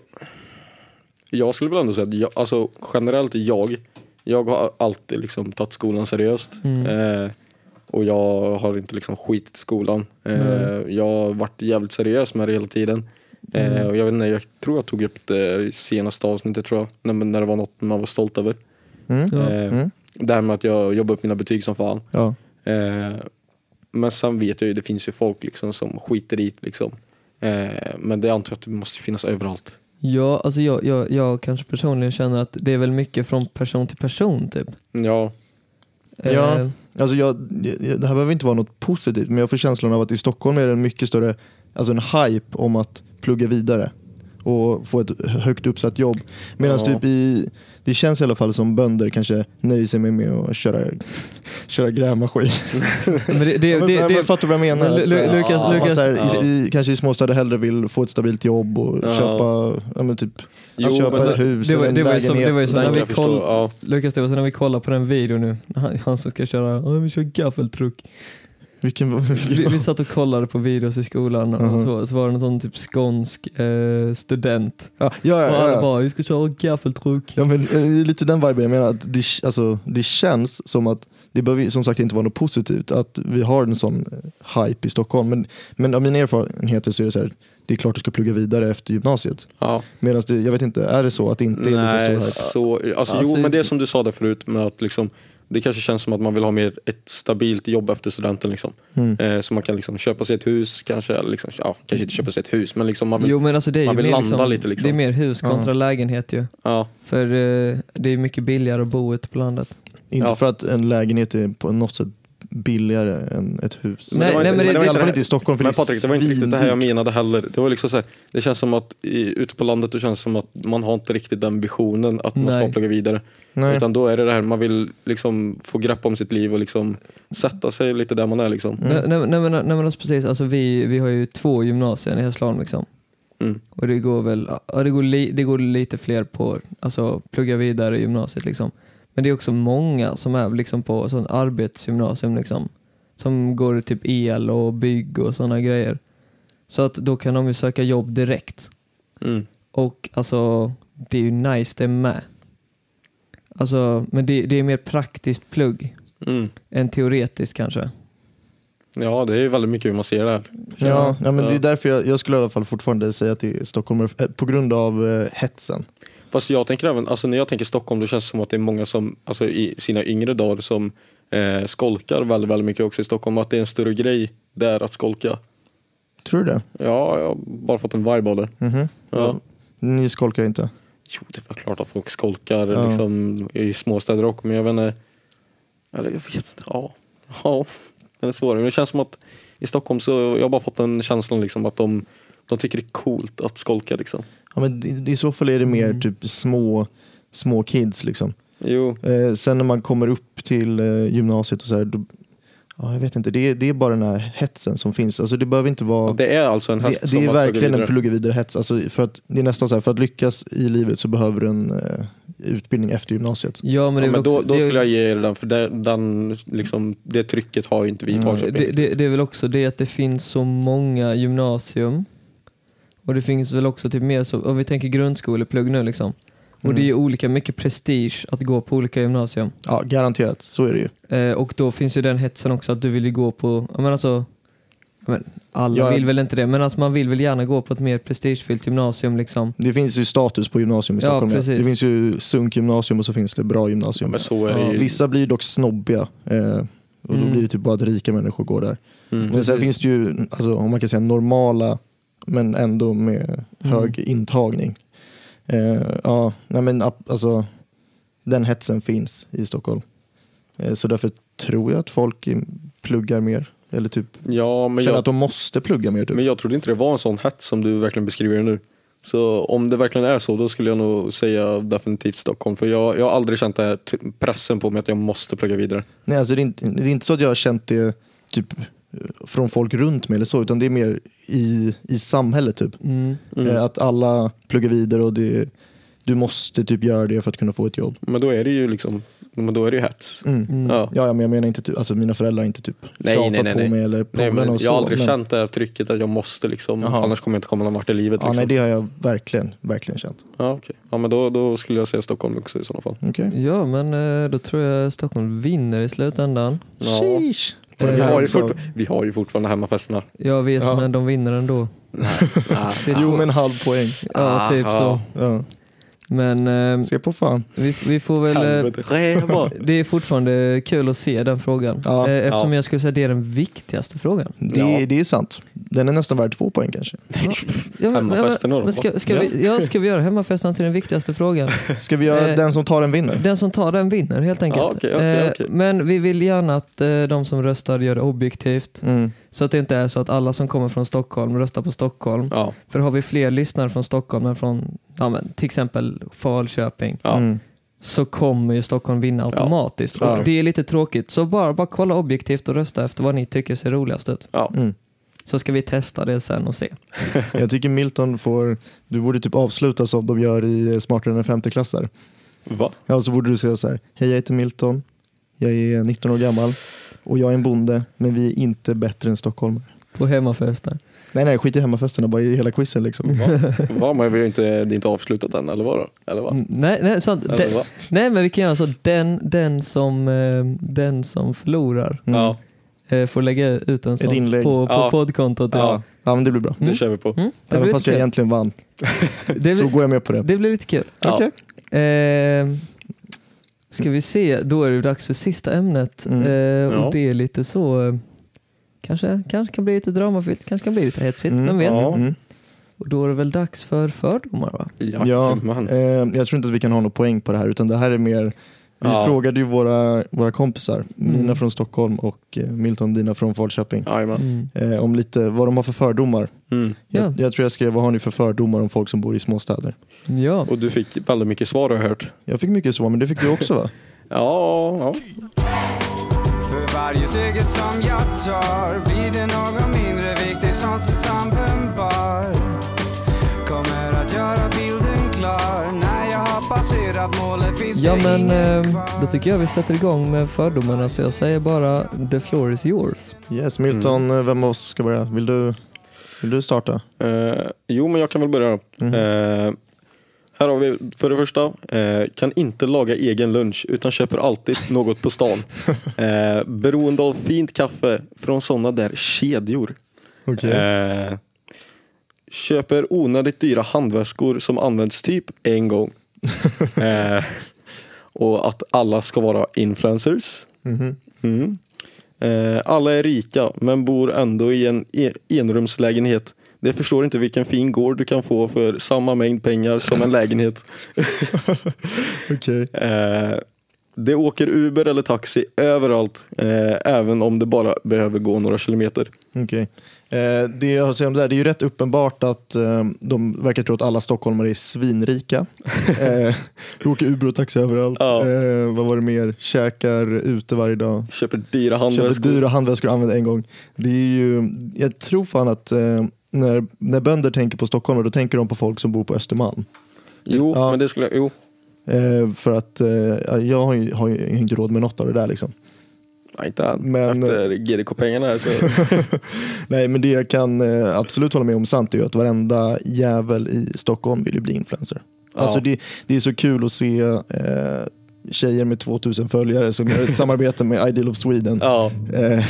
[SPEAKER 2] jag skulle väl ändå säga att jag, alltså, generellt jag, jag har alltid liksom tagit skolan seriöst.
[SPEAKER 3] Mm.
[SPEAKER 2] Eh, och jag har inte liksom skitit i skolan. Eh,
[SPEAKER 3] Nej.
[SPEAKER 2] jag har varit jävligt seriös med det hela tiden. Eh,
[SPEAKER 3] Mm.
[SPEAKER 2] och jag, vet inte, jag tror jag tog upp det i senaste avsnittet tror jag, när, när det var något man var stolt över.
[SPEAKER 4] Mm.
[SPEAKER 3] Ja.
[SPEAKER 2] Eh,
[SPEAKER 4] Mm.
[SPEAKER 2] Det här med att jag jobbar upp mina betyg som fan.
[SPEAKER 4] Ja.
[SPEAKER 2] Eh, men sen vet jag ju, det finns ju folk liksom som skiter i det. Liksom. Eh, men det antar jag att det måste finnas överallt.
[SPEAKER 3] Ja, alltså jag, jag, jag kanske personligen känner att det är väl mycket från person till person typ.
[SPEAKER 2] Ja,
[SPEAKER 4] Ja.
[SPEAKER 3] Eh,
[SPEAKER 4] Alltså jag, jag- det här behöver inte vara något positivt, men jag får känslan av att i Stockholm är det en mycket större alltså en hype om att plugga vidare och få ett högt uppsatt jobb. Medan
[SPEAKER 2] Ja.
[SPEAKER 4] typ i, det känns i alla fall som bönder kanske nöjer sig med, med att köra, köra grävmaskin.
[SPEAKER 3] men det,
[SPEAKER 4] [laughs]
[SPEAKER 3] det, det,
[SPEAKER 4] Men-
[SPEAKER 3] det,
[SPEAKER 4] men Fattar du vad jag menar?
[SPEAKER 3] Men Lu-
[SPEAKER 4] Att så här-
[SPEAKER 3] Lu- Lukas-
[SPEAKER 4] att man
[SPEAKER 3] Lukas-
[SPEAKER 4] så här,
[SPEAKER 2] Ja.
[SPEAKER 4] i, i, kanske i småstäder hellre vill få ett stabilt jobb och
[SPEAKER 2] Ja.
[SPEAKER 4] köpa, ja, men typ,
[SPEAKER 2] Jo,
[SPEAKER 4] att köpa
[SPEAKER 2] men
[SPEAKER 4] ett hus
[SPEAKER 3] det var-
[SPEAKER 4] eller en
[SPEAKER 3] det var ju
[SPEAKER 4] lägenhet.
[SPEAKER 3] som- det var ju som-
[SPEAKER 2] den
[SPEAKER 3] när
[SPEAKER 2] kan
[SPEAKER 3] vi
[SPEAKER 2] jag förstå.
[SPEAKER 3] koll-
[SPEAKER 2] Ja.
[SPEAKER 3] Lukas, det var så när vi kollar på den videon nu, han, han som ska köra, "Ja, vi kör gaffeltruck.
[SPEAKER 4] Vilken,
[SPEAKER 3] Vi,
[SPEAKER 4] vilken,
[SPEAKER 3] vi satt och kollade på videos i skolan och
[SPEAKER 4] Mhm.
[SPEAKER 2] Mm-hmm.
[SPEAKER 3] så, så var det någon sån typ skånsk eh, student.
[SPEAKER 4] [laughs] ja, ja,
[SPEAKER 3] Och
[SPEAKER 4] ja,
[SPEAKER 3] alla
[SPEAKER 4] ja.
[SPEAKER 3] bara, vi ska köra gaffeltruck.
[SPEAKER 4] Ja men eh, det är lite den viben jag menar, att det, alltså, det känns som att det behöver ju som sagt inte vara något positivt att vi har en sån eh, hype i Stockholm. Men, men av mina erfarenheter så är det så här, det är klart du ska plugga vidare efter gymnasiet.
[SPEAKER 2] Ja.
[SPEAKER 4] Medan det, jag vet inte, är det så att det inte är lika stor
[SPEAKER 2] Nej,
[SPEAKER 4] hype?
[SPEAKER 2] så, alltså,
[SPEAKER 3] Alltså-
[SPEAKER 2] jo, men det är som du sa där förut, med att liksom, det kanske känns som att man vill ha mer ett stabilt jobb efter studenten. Liksom.
[SPEAKER 4] Mm.
[SPEAKER 2] Eh, så man kan liksom köpa sig ett hus, kanske, eller liksom, ja, kanske inte köpa sig ett hus, men liksom man vill,
[SPEAKER 3] Jo men alltså det är
[SPEAKER 2] man
[SPEAKER 3] ju
[SPEAKER 2] vill
[SPEAKER 3] mer,
[SPEAKER 2] landa
[SPEAKER 3] liksom,
[SPEAKER 2] lite, liksom.
[SPEAKER 3] det är mer hus kontra lägenhet ju.
[SPEAKER 2] ja,
[SPEAKER 3] För eh, det är mycket billigare att bo ute på landet.
[SPEAKER 4] Inte
[SPEAKER 2] Ja.
[SPEAKER 4] för att en lägenhet är på något sätt billigare än ett hus.
[SPEAKER 2] Men det var
[SPEAKER 3] nej,
[SPEAKER 2] inte-
[SPEAKER 3] men det-
[SPEAKER 2] det var
[SPEAKER 4] I alla
[SPEAKER 2] inte
[SPEAKER 4] fall
[SPEAKER 2] det-
[SPEAKER 4] inte i Stockholm. För
[SPEAKER 2] Men
[SPEAKER 4] det är
[SPEAKER 2] Patrik, det var inte riktigt det här jag
[SPEAKER 4] svindyrt.
[SPEAKER 2] menade heller. Det var liksom så här, det känns som att i, ute på landet det känns som att man har inte riktigt den visionen att man
[SPEAKER 3] Nej.
[SPEAKER 2] ska plugga vidare.
[SPEAKER 4] Nej.
[SPEAKER 2] Utan då är det det här, man vill liksom få grepp om sitt liv och liksom sätta sig lite där man är. Liksom.
[SPEAKER 4] Mm.
[SPEAKER 3] Nej, nej, nej, men- nej men alltså precis, alltså vi, vi har ju två gymnasier i Hässleholm liksom.
[SPEAKER 2] Mm.
[SPEAKER 3] Och det går väl, ja, det går, li, det går lite fler på, alltså plugga vidare i gymnasiet liksom. Men det är också många som är liksom på sån arbetsgymnasium liksom. Som går typ el och bygg och sådana grejer. Så att då kan de ju söka jobb direkt.
[SPEAKER 2] Mm.
[SPEAKER 3] Och alltså, det är ju nice det med. Alltså, men det, det är mer praktiskt plugg
[SPEAKER 2] Mm.
[SPEAKER 3] än teoretiskt kanske.
[SPEAKER 2] Ja, det är ju väldigt mycket hur man ser det här.
[SPEAKER 4] Ja, ja, men
[SPEAKER 2] Ja.
[SPEAKER 4] det är därför jag, jag skulle i alla fall fortfarande säga att det är Stockholm på grund av eh, hetsen.
[SPEAKER 2] Fast jag tänker även, alltså när jag tänker Stockholm då känns det som att det är många som, alltså i sina yngre dagar som eh, skolkar väldigt, väldigt mycket också i Stockholm. Att det är en större grej där att skolka.
[SPEAKER 4] Tror du det?
[SPEAKER 2] Ja, jag har bara fått en vibe av det.
[SPEAKER 4] Mhm.
[SPEAKER 2] Ja.
[SPEAKER 4] Ni skolkar inte?
[SPEAKER 2] Jo, det är väl klart att folk skolkar
[SPEAKER 4] Ja.
[SPEAKER 2] liksom, i småstäder också, men jag vet inte. Eller jag vet inte. Ja, ja den är svårare. Men det känns som att i Stockholm så jag har bara fått den känslan liksom, att de, de tycker det är coolt att skolka. Liksom.
[SPEAKER 4] Ja, men i- I så fall är det mer
[SPEAKER 3] Mm.
[SPEAKER 4] typ små, små kids. Liksom.
[SPEAKER 2] Jo,
[SPEAKER 4] Eh, sen när man kommer upp till eh, gymnasiet och så här, då, Ja, jag vet inte, det är, det är bara den här hetsen som finns. Alltså, det behöver inte vara...
[SPEAKER 2] Det är alltså en häst
[SPEAKER 4] Det,
[SPEAKER 2] som
[SPEAKER 4] det är
[SPEAKER 2] har pluggat
[SPEAKER 4] verkligen en
[SPEAKER 2] vidare.
[SPEAKER 4] plugga vidare hets. Alltså för att, det är nästan så här, för att lyckas i livet så behöver du en eh, utbildning efter gymnasiet.
[SPEAKER 3] Ja, men
[SPEAKER 2] Ja,
[SPEAKER 3] det är väl
[SPEAKER 2] men då,
[SPEAKER 3] också-
[SPEAKER 2] då
[SPEAKER 3] det är-
[SPEAKER 2] skulle jag ge er den, för det, den, liksom, det trycket har ju inte vi i
[SPEAKER 4] Mm.
[SPEAKER 2] Falköping.
[SPEAKER 3] det, det, det är väl också det att det finns så många gymnasium och det finns väl också typ mer så, om vi tänker grundskoleplugg nu liksom. Och
[SPEAKER 4] Mm.
[SPEAKER 3] det är ju olika mycket prestige att gå på olika gymnasium.
[SPEAKER 4] Ja, garanterat. Så är det ju.
[SPEAKER 3] Eh, och då finns ju den hetsen också att du vill ju gå på, ja, men alltså, ja, men alla
[SPEAKER 4] Ja.
[SPEAKER 3] vill väl inte det, men alltså man vill väl gärna gå på ett mer prestigefyllt gymnasium liksom.
[SPEAKER 4] Det finns ju status på gymnasium i
[SPEAKER 3] Ja,
[SPEAKER 4] Stockholm.
[SPEAKER 3] precis.
[SPEAKER 4] det finns ju sunkgymnasium och så finns det bra
[SPEAKER 2] Ja,
[SPEAKER 4] gymnasium.
[SPEAKER 2] men så är
[SPEAKER 3] Ja,
[SPEAKER 2] det ju.
[SPEAKER 4] Vissa blir dock snobbiga eh, och då
[SPEAKER 3] Mm.
[SPEAKER 4] blir det typ bara att rika människor går där.
[SPEAKER 2] Mm.
[SPEAKER 4] Men sen
[SPEAKER 3] Precis.
[SPEAKER 4] finns det ju, alltså, om man kan säga normala, men ändå med
[SPEAKER 3] Mm.
[SPEAKER 4] hög intagning. Eh, ja, nej men ap- alltså, den hetsen finns i Stockholm. Eh, så därför tror jag att folk i- pluggar mer. Eller typ
[SPEAKER 2] Ja, men
[SPEAKER 4] känner
[SPEAKER 2] jag,
[SPEAKER 4] att de måste plugga mer. Typ.
[SPEAKER 2] men jag trodde inte det var en sån hets som du verkligen beskriver det nu. Så om det verkligen är så, då skulle jag nog säga definitivt Stockholm. För jag, jag har aldrig känt den här t- pressen på mig att jag måste plugga vidare.
[SPEAKER 4] Nej, alltså, det, är inte, det är inte så att jag har känt det typ, eh, från folk runt mig eller så, utan det är mer i, i samhället. typ.
[SPEAKER 3] Mm.
[SPEAKER 2] Mm.
[SPEAKER 4] Eh, att alla pluggar vidare och det, du måste typ göra det för att kunna få ett jobb.
[SPEAKER 2] Men då är det ju liksom, men då är det ju hets.
[SPEAKER 4] Mm.
[SPEAKER 3] Mm.
[SPEAKER 2] Ja.
[SPEAKER 4] Ja, ja, men jag menar inte typ, alltså mina föräldrar har inte typ
[SPEAKER 2] Nej,
[SPEAKER 4] tjatat
[SPEAKER 2] nej, nej,
[SPEAKER 4] på
[SPEAKER 2] nej.
[SPEAKER 4] mig eller
[SPEAKER 2] Nej,
[SPEAKER 4] pollarna
[SPEAKER 2] men
[SPEAKER 4] och så.
[SPEAKER 2] jag har aldrig
[SPEAKER 4] men,
[SPEAKER 2] känt det här trycket att jag måste liksom,
[SPEAKER 4] Jaha.
[SPEAKER 2] annars kommer jag inte komma någon vart i livet.
[SPEAKER 4] Ja,
[SPEAKER 2] Liksom.
[SPEAKER 4] nej, det har jag verkligen, verkligen känt.
[SPEAKER 2] ja, okej. ja, men då, då skulle jag säga Stockholm också i sådana fall.
[SPEAKER 4] Okej.
[SPEAKER 3] Ja, men eh, då tror jag Stockholm vinner i slutändan.
[SPEAKER 2] Ja.
[SPEAKER 4] Sheesh. På
[SPEAKER 2] Men
[SPEAKER 4] den
[SPEAKER 2] Vi
[SPEAKER 4] här
[SPEAKER 2] har, ju
[SPEAKER 4] också.
[SPEAKER 2] fortfar- vi har ju fortfarande hemmafesterna.
[SPEAKER 3] Jag vet,
[SPEAKER 4] Ja.
[SPEAKER 3] men de vinner ändå. Det är
[SPEAKER 4] Jo,
[SPEAKER 3] två-
[SPEAKER 4] men halv poäng.
[SPEAKER 3] Ja, typ så.
[SPEAKER 2] Ah,
[SPEAKER 4] Ja.
[SPEAKER 3] Men eh,
[SPEAKER 4] Se på fan.
[SPEAKER 3] vi, vi får väl... Eh,
[SPEAKER 2] Helvete. Rävar.
[SPEAKER 3] [laughs] det är fortfarande kul att se den frågan.
[SPEAKER 4] Ja.
[SPEAKER 3] Eh, eftersom
[SPEAKER 2] Ja.
[SPEAKER 3] jag skulle säga det är den viktigaste frågan.
[SPEAKER 4] Det,
[SPEAKER 2] Ja.
[SPEAKER 4] det är sant. Den är nästan värd två poäng kanske.
[SPEAKER 3] Ja, men-
[SPEAKER 2] Hemmafesten
[SPEAKER 3] ja,
[SPEAKER 2] då,
[SPEAKER 3] men- men ska, ska, vi, ja, ska vi göra hemmafesten till den
[SPEAKER 2] [laughs]
[SPEAKER 3] viktigaste frågan?
[SPEAKER 4] Ska vi göra
[SPEAKER 3] Eh,
[SPEAKER 4] den som tar den vinner?
[SPEAKER 3] Den som tar den vinner helt enkelt.
[SPEAKER 2] Ja, okej, okej,
[SPEAKER 3] Eh,
[SPEAKER 2] okej.
[SPEAKER 3] Men vi vill gärna att eh, de som röstar gör det objektivt.
[SPEAKER 4] Mm.
[SPEAKER 3] Så att det inte är så att alla som kommer från Stockholm röstar på Stockholm.
[SPEAKER 2] Ja,
[SPEAKER 3] För har vi fler lyssnare från Stockholm än från ja, men, till exempel Falköping
[SPEAKER 2] ja.
[SPEAKER 4] Mm.
[SPEAKER 3] så kommer ju Stockholm vinna automatiskt.
[SPEAKER 4] Ja.
[SPEAKER 3] Och det är lite tråkigt. Så bara, bara kolla objektivt och rösta efter vad ni tycker ser roligast ut.
[SPEAKER 4] Mm.
[SPEAKER 3] Så ska vi testa det sen och se.
[SPEAKER 4] Jag tycker Milton får, du borde typ avsluta som de gör i eh, Smartare än femteklassare.
[SPEAKER 2] Va?
[SPEAKER 4] Ja, så borde du säga så här. Hej, jag heter Milton. Jag är 19 år gammal och jag är en bonde, men vi är inte bättre än Stockholm.
[SPEAKER 3] På hemmafesten.
[SPEAKER 4] Nej, nej, skit i hemmafesterna, bara i hela quizen
[SPEAKER 3] Mm.
[SPEAKER 4] liksom.
[SPEAKER 2] Va? Men vi har ju inte, det är inte avslutat än, eller vadå? Eller va?
[SPEAKER 3] Mm, Nej, nej, sånt.
[SPEAKER 2] Eller
[SPEAKER 3] Den,
[SPEAKER 2] va?
[SPEAKER 3] nej men vi kan göra så. Den, den, som, eh, den som förlorar
[SPEAKER 4] Mm.
[SPEAKER 2] Ja,
[SPEAKER 3] eh, får lägga ut en sån
[SPEAKER 4] inlägg.
[SPEAKER 3] på, på
[SPEAKER 2] Ja.
[SPEAKER 3] poddkontot.
[SPEAKER 4] Ja. ja, men det blir bra.
[SPEAKER 2] det kör vi på.
[SPEAKER 3] Mm, det,
[SPEAKER 4] Även
[SPEAKER 3] blir
[SPEAKER 4] fast
[SPEAKER 3] lite
[SPEAKER 4] jag
[SPEAKER 3] kul.
[SPEAKER 4] egentligen vann,
[SPEAKER 3] det,
[SPEAKER 4] så
[SPEAKER 3] blir,
[SPEAKER 4] går jag med på det.
[SPEAKER 3] det blir lite kul.
[SPEAKER 2] Ja.
[SPEAKER 4] Okej.
[SPEAKER 3] Eh, ska vi se, då är det dags för sista ämnet.
[SPEAKER 4] Mm.
[SPEAKER 3] Eh, och
[SPEAKER 2] Ja.
[SPEAKER 3] det är lite så, eh, kanske, kanske kan bli lite dramafyllt, kanske kan bli lite hetsigt, vem vet?
[SPEAKER 4] Ja. Mm.
[SPEAKER 3] Och då är det väl dags för fördomar va?
[SPEAKER 2] Ja,
[SPEAKER 4] Ja.
[SPEAKER 2] Man.
[SPEAKER 4] Eh, jag tror inte att vi kan ha någon poäng på det här, utan det här är mer... Vi
[SPEAKER 2] Ja.
[SPEAKER 4] frågade ju våra, våra kompisar, mina
[SPEAKER 3] Mm.
[SPEAKER 4] från Stockholm och eh, Milton, dina från Falköping,
[SPEAKER 2] Jajamän.
[SPEAKER 3] Mm.
[SPEAKER 4] eh, om lite vad de har för fördomar.
[SPEAKER 2] Mm.
[SPEAKER 3] Ja.
[SPEAKER 4] Jag, jag tror jag skrev, vad har ni för fördomar om folk som bor i småstäder?
[SPEAKER 3] Ja.
[SPEAKER 2] Och du fick väldigt mycket svar har jag hört.
[SPEAKER 4] Jag fick mycket svar, men det fick du
[SPEAKER 2] [laughs]
[SPEAKER 4] också va?
[SPEAKER 2] Ja, ja.
[SPEAKER 1] För varje seger som jag tar blir det någon mindre viktig som Susanne Bembar Kommer att göra bilden klar när jag har passerat målet finns
[SPEAKER 3] Ja
[SPEAKER 1] det
[SPEAKER 3] men
[SPEAKER 1] ingen
[SPEAKER 3] eh,
[SPEAKER 1] kvar
[SPEAKER 3] då tycker jag vi sätter igång med fördomarna så jag säger bara the floor is yours.
[SPEAKER 4] Yes, Milton,
[SPEAKER 2] Mm.
[SPEAKER 4] eh, vem av oss ska börja? Vill du, vill du starta?
[SPEAKER 2] Eh, jo, men jag kan väl börja. då. Eh, här har vi för det första, eh, kan inte laga egen lunch utan köper alltid något på stan. Eh, beroende av fint kaffe från sådana där kedjor. Eh, köper onödigt dyra handväskor som används typ en gång. eh, och att alla ska vara influencers.
[SPEAKER 4] Mhm.
[SPEAKER 2] Mm. Eh, alla är rika men bor ändå i en e- enrumslägenhet. Det förstår inte vilken fin gård du kan få för samma mängd pengar som en lägenhet.
[SPEAKER 4] Okej.
[SPEAKER 2] Eh, Det åker Uber eller taxi överallt, eh, även om det bara behöver gå några kilometer.
[SPEAKER 4] Okej. Eh, det jag har att säga om det där, det är ju rätt uppenbart att eh, de verkar tro att alla stockholmare
[SPEAKER 2] [laughs]
[SPEAKER 4] är svinrika. eh, du åker Uber och taxi överallt.
[SPEAKER 2] Ja.
[SPEAKER 4] Eh, vad var det mer? Käkar ute varje dag.
[SPEAKER 2] Köper dyra
[SPEAKER 4] Köper
[SPEAKER 2] handväskor.
[SPEAKER 4] dyra handväskor och använder en gång. Det är ju, jag tror fan att eh, när, när bönder tänker på stockholmare då tänker de på folk som bor på Östermalm.
[SPEAKER 2] Jo,
[SPEAKER 4] Ja.
[SPEAKER 2] men det skulle jag... Jo.
[SPEAKER 4] Eh, för att eh, jag har ju, har ju inte råd med något av det
[SPEAKER 2] [laughs]
[SPEAKER 4] där liksom.
[SPEAKER 2] Nej, inte än.
[SPEAKER 4] Men- eh,
[SPEAKER 2] Efter GDK-pengarna här så...
[SPEAKER 4] [laughs] Nej, men det jag kan eh, absolut hålla med om sant är ju att varenda jävel i Stockholm vill ju bli influencer. Alltså det, det är så kul att se eh, tjejer med 2000 följare som gör ett samarbete med Ideal of Sweden.
[SPEAKER 2] ja.
[SPEAKER 4] Eh,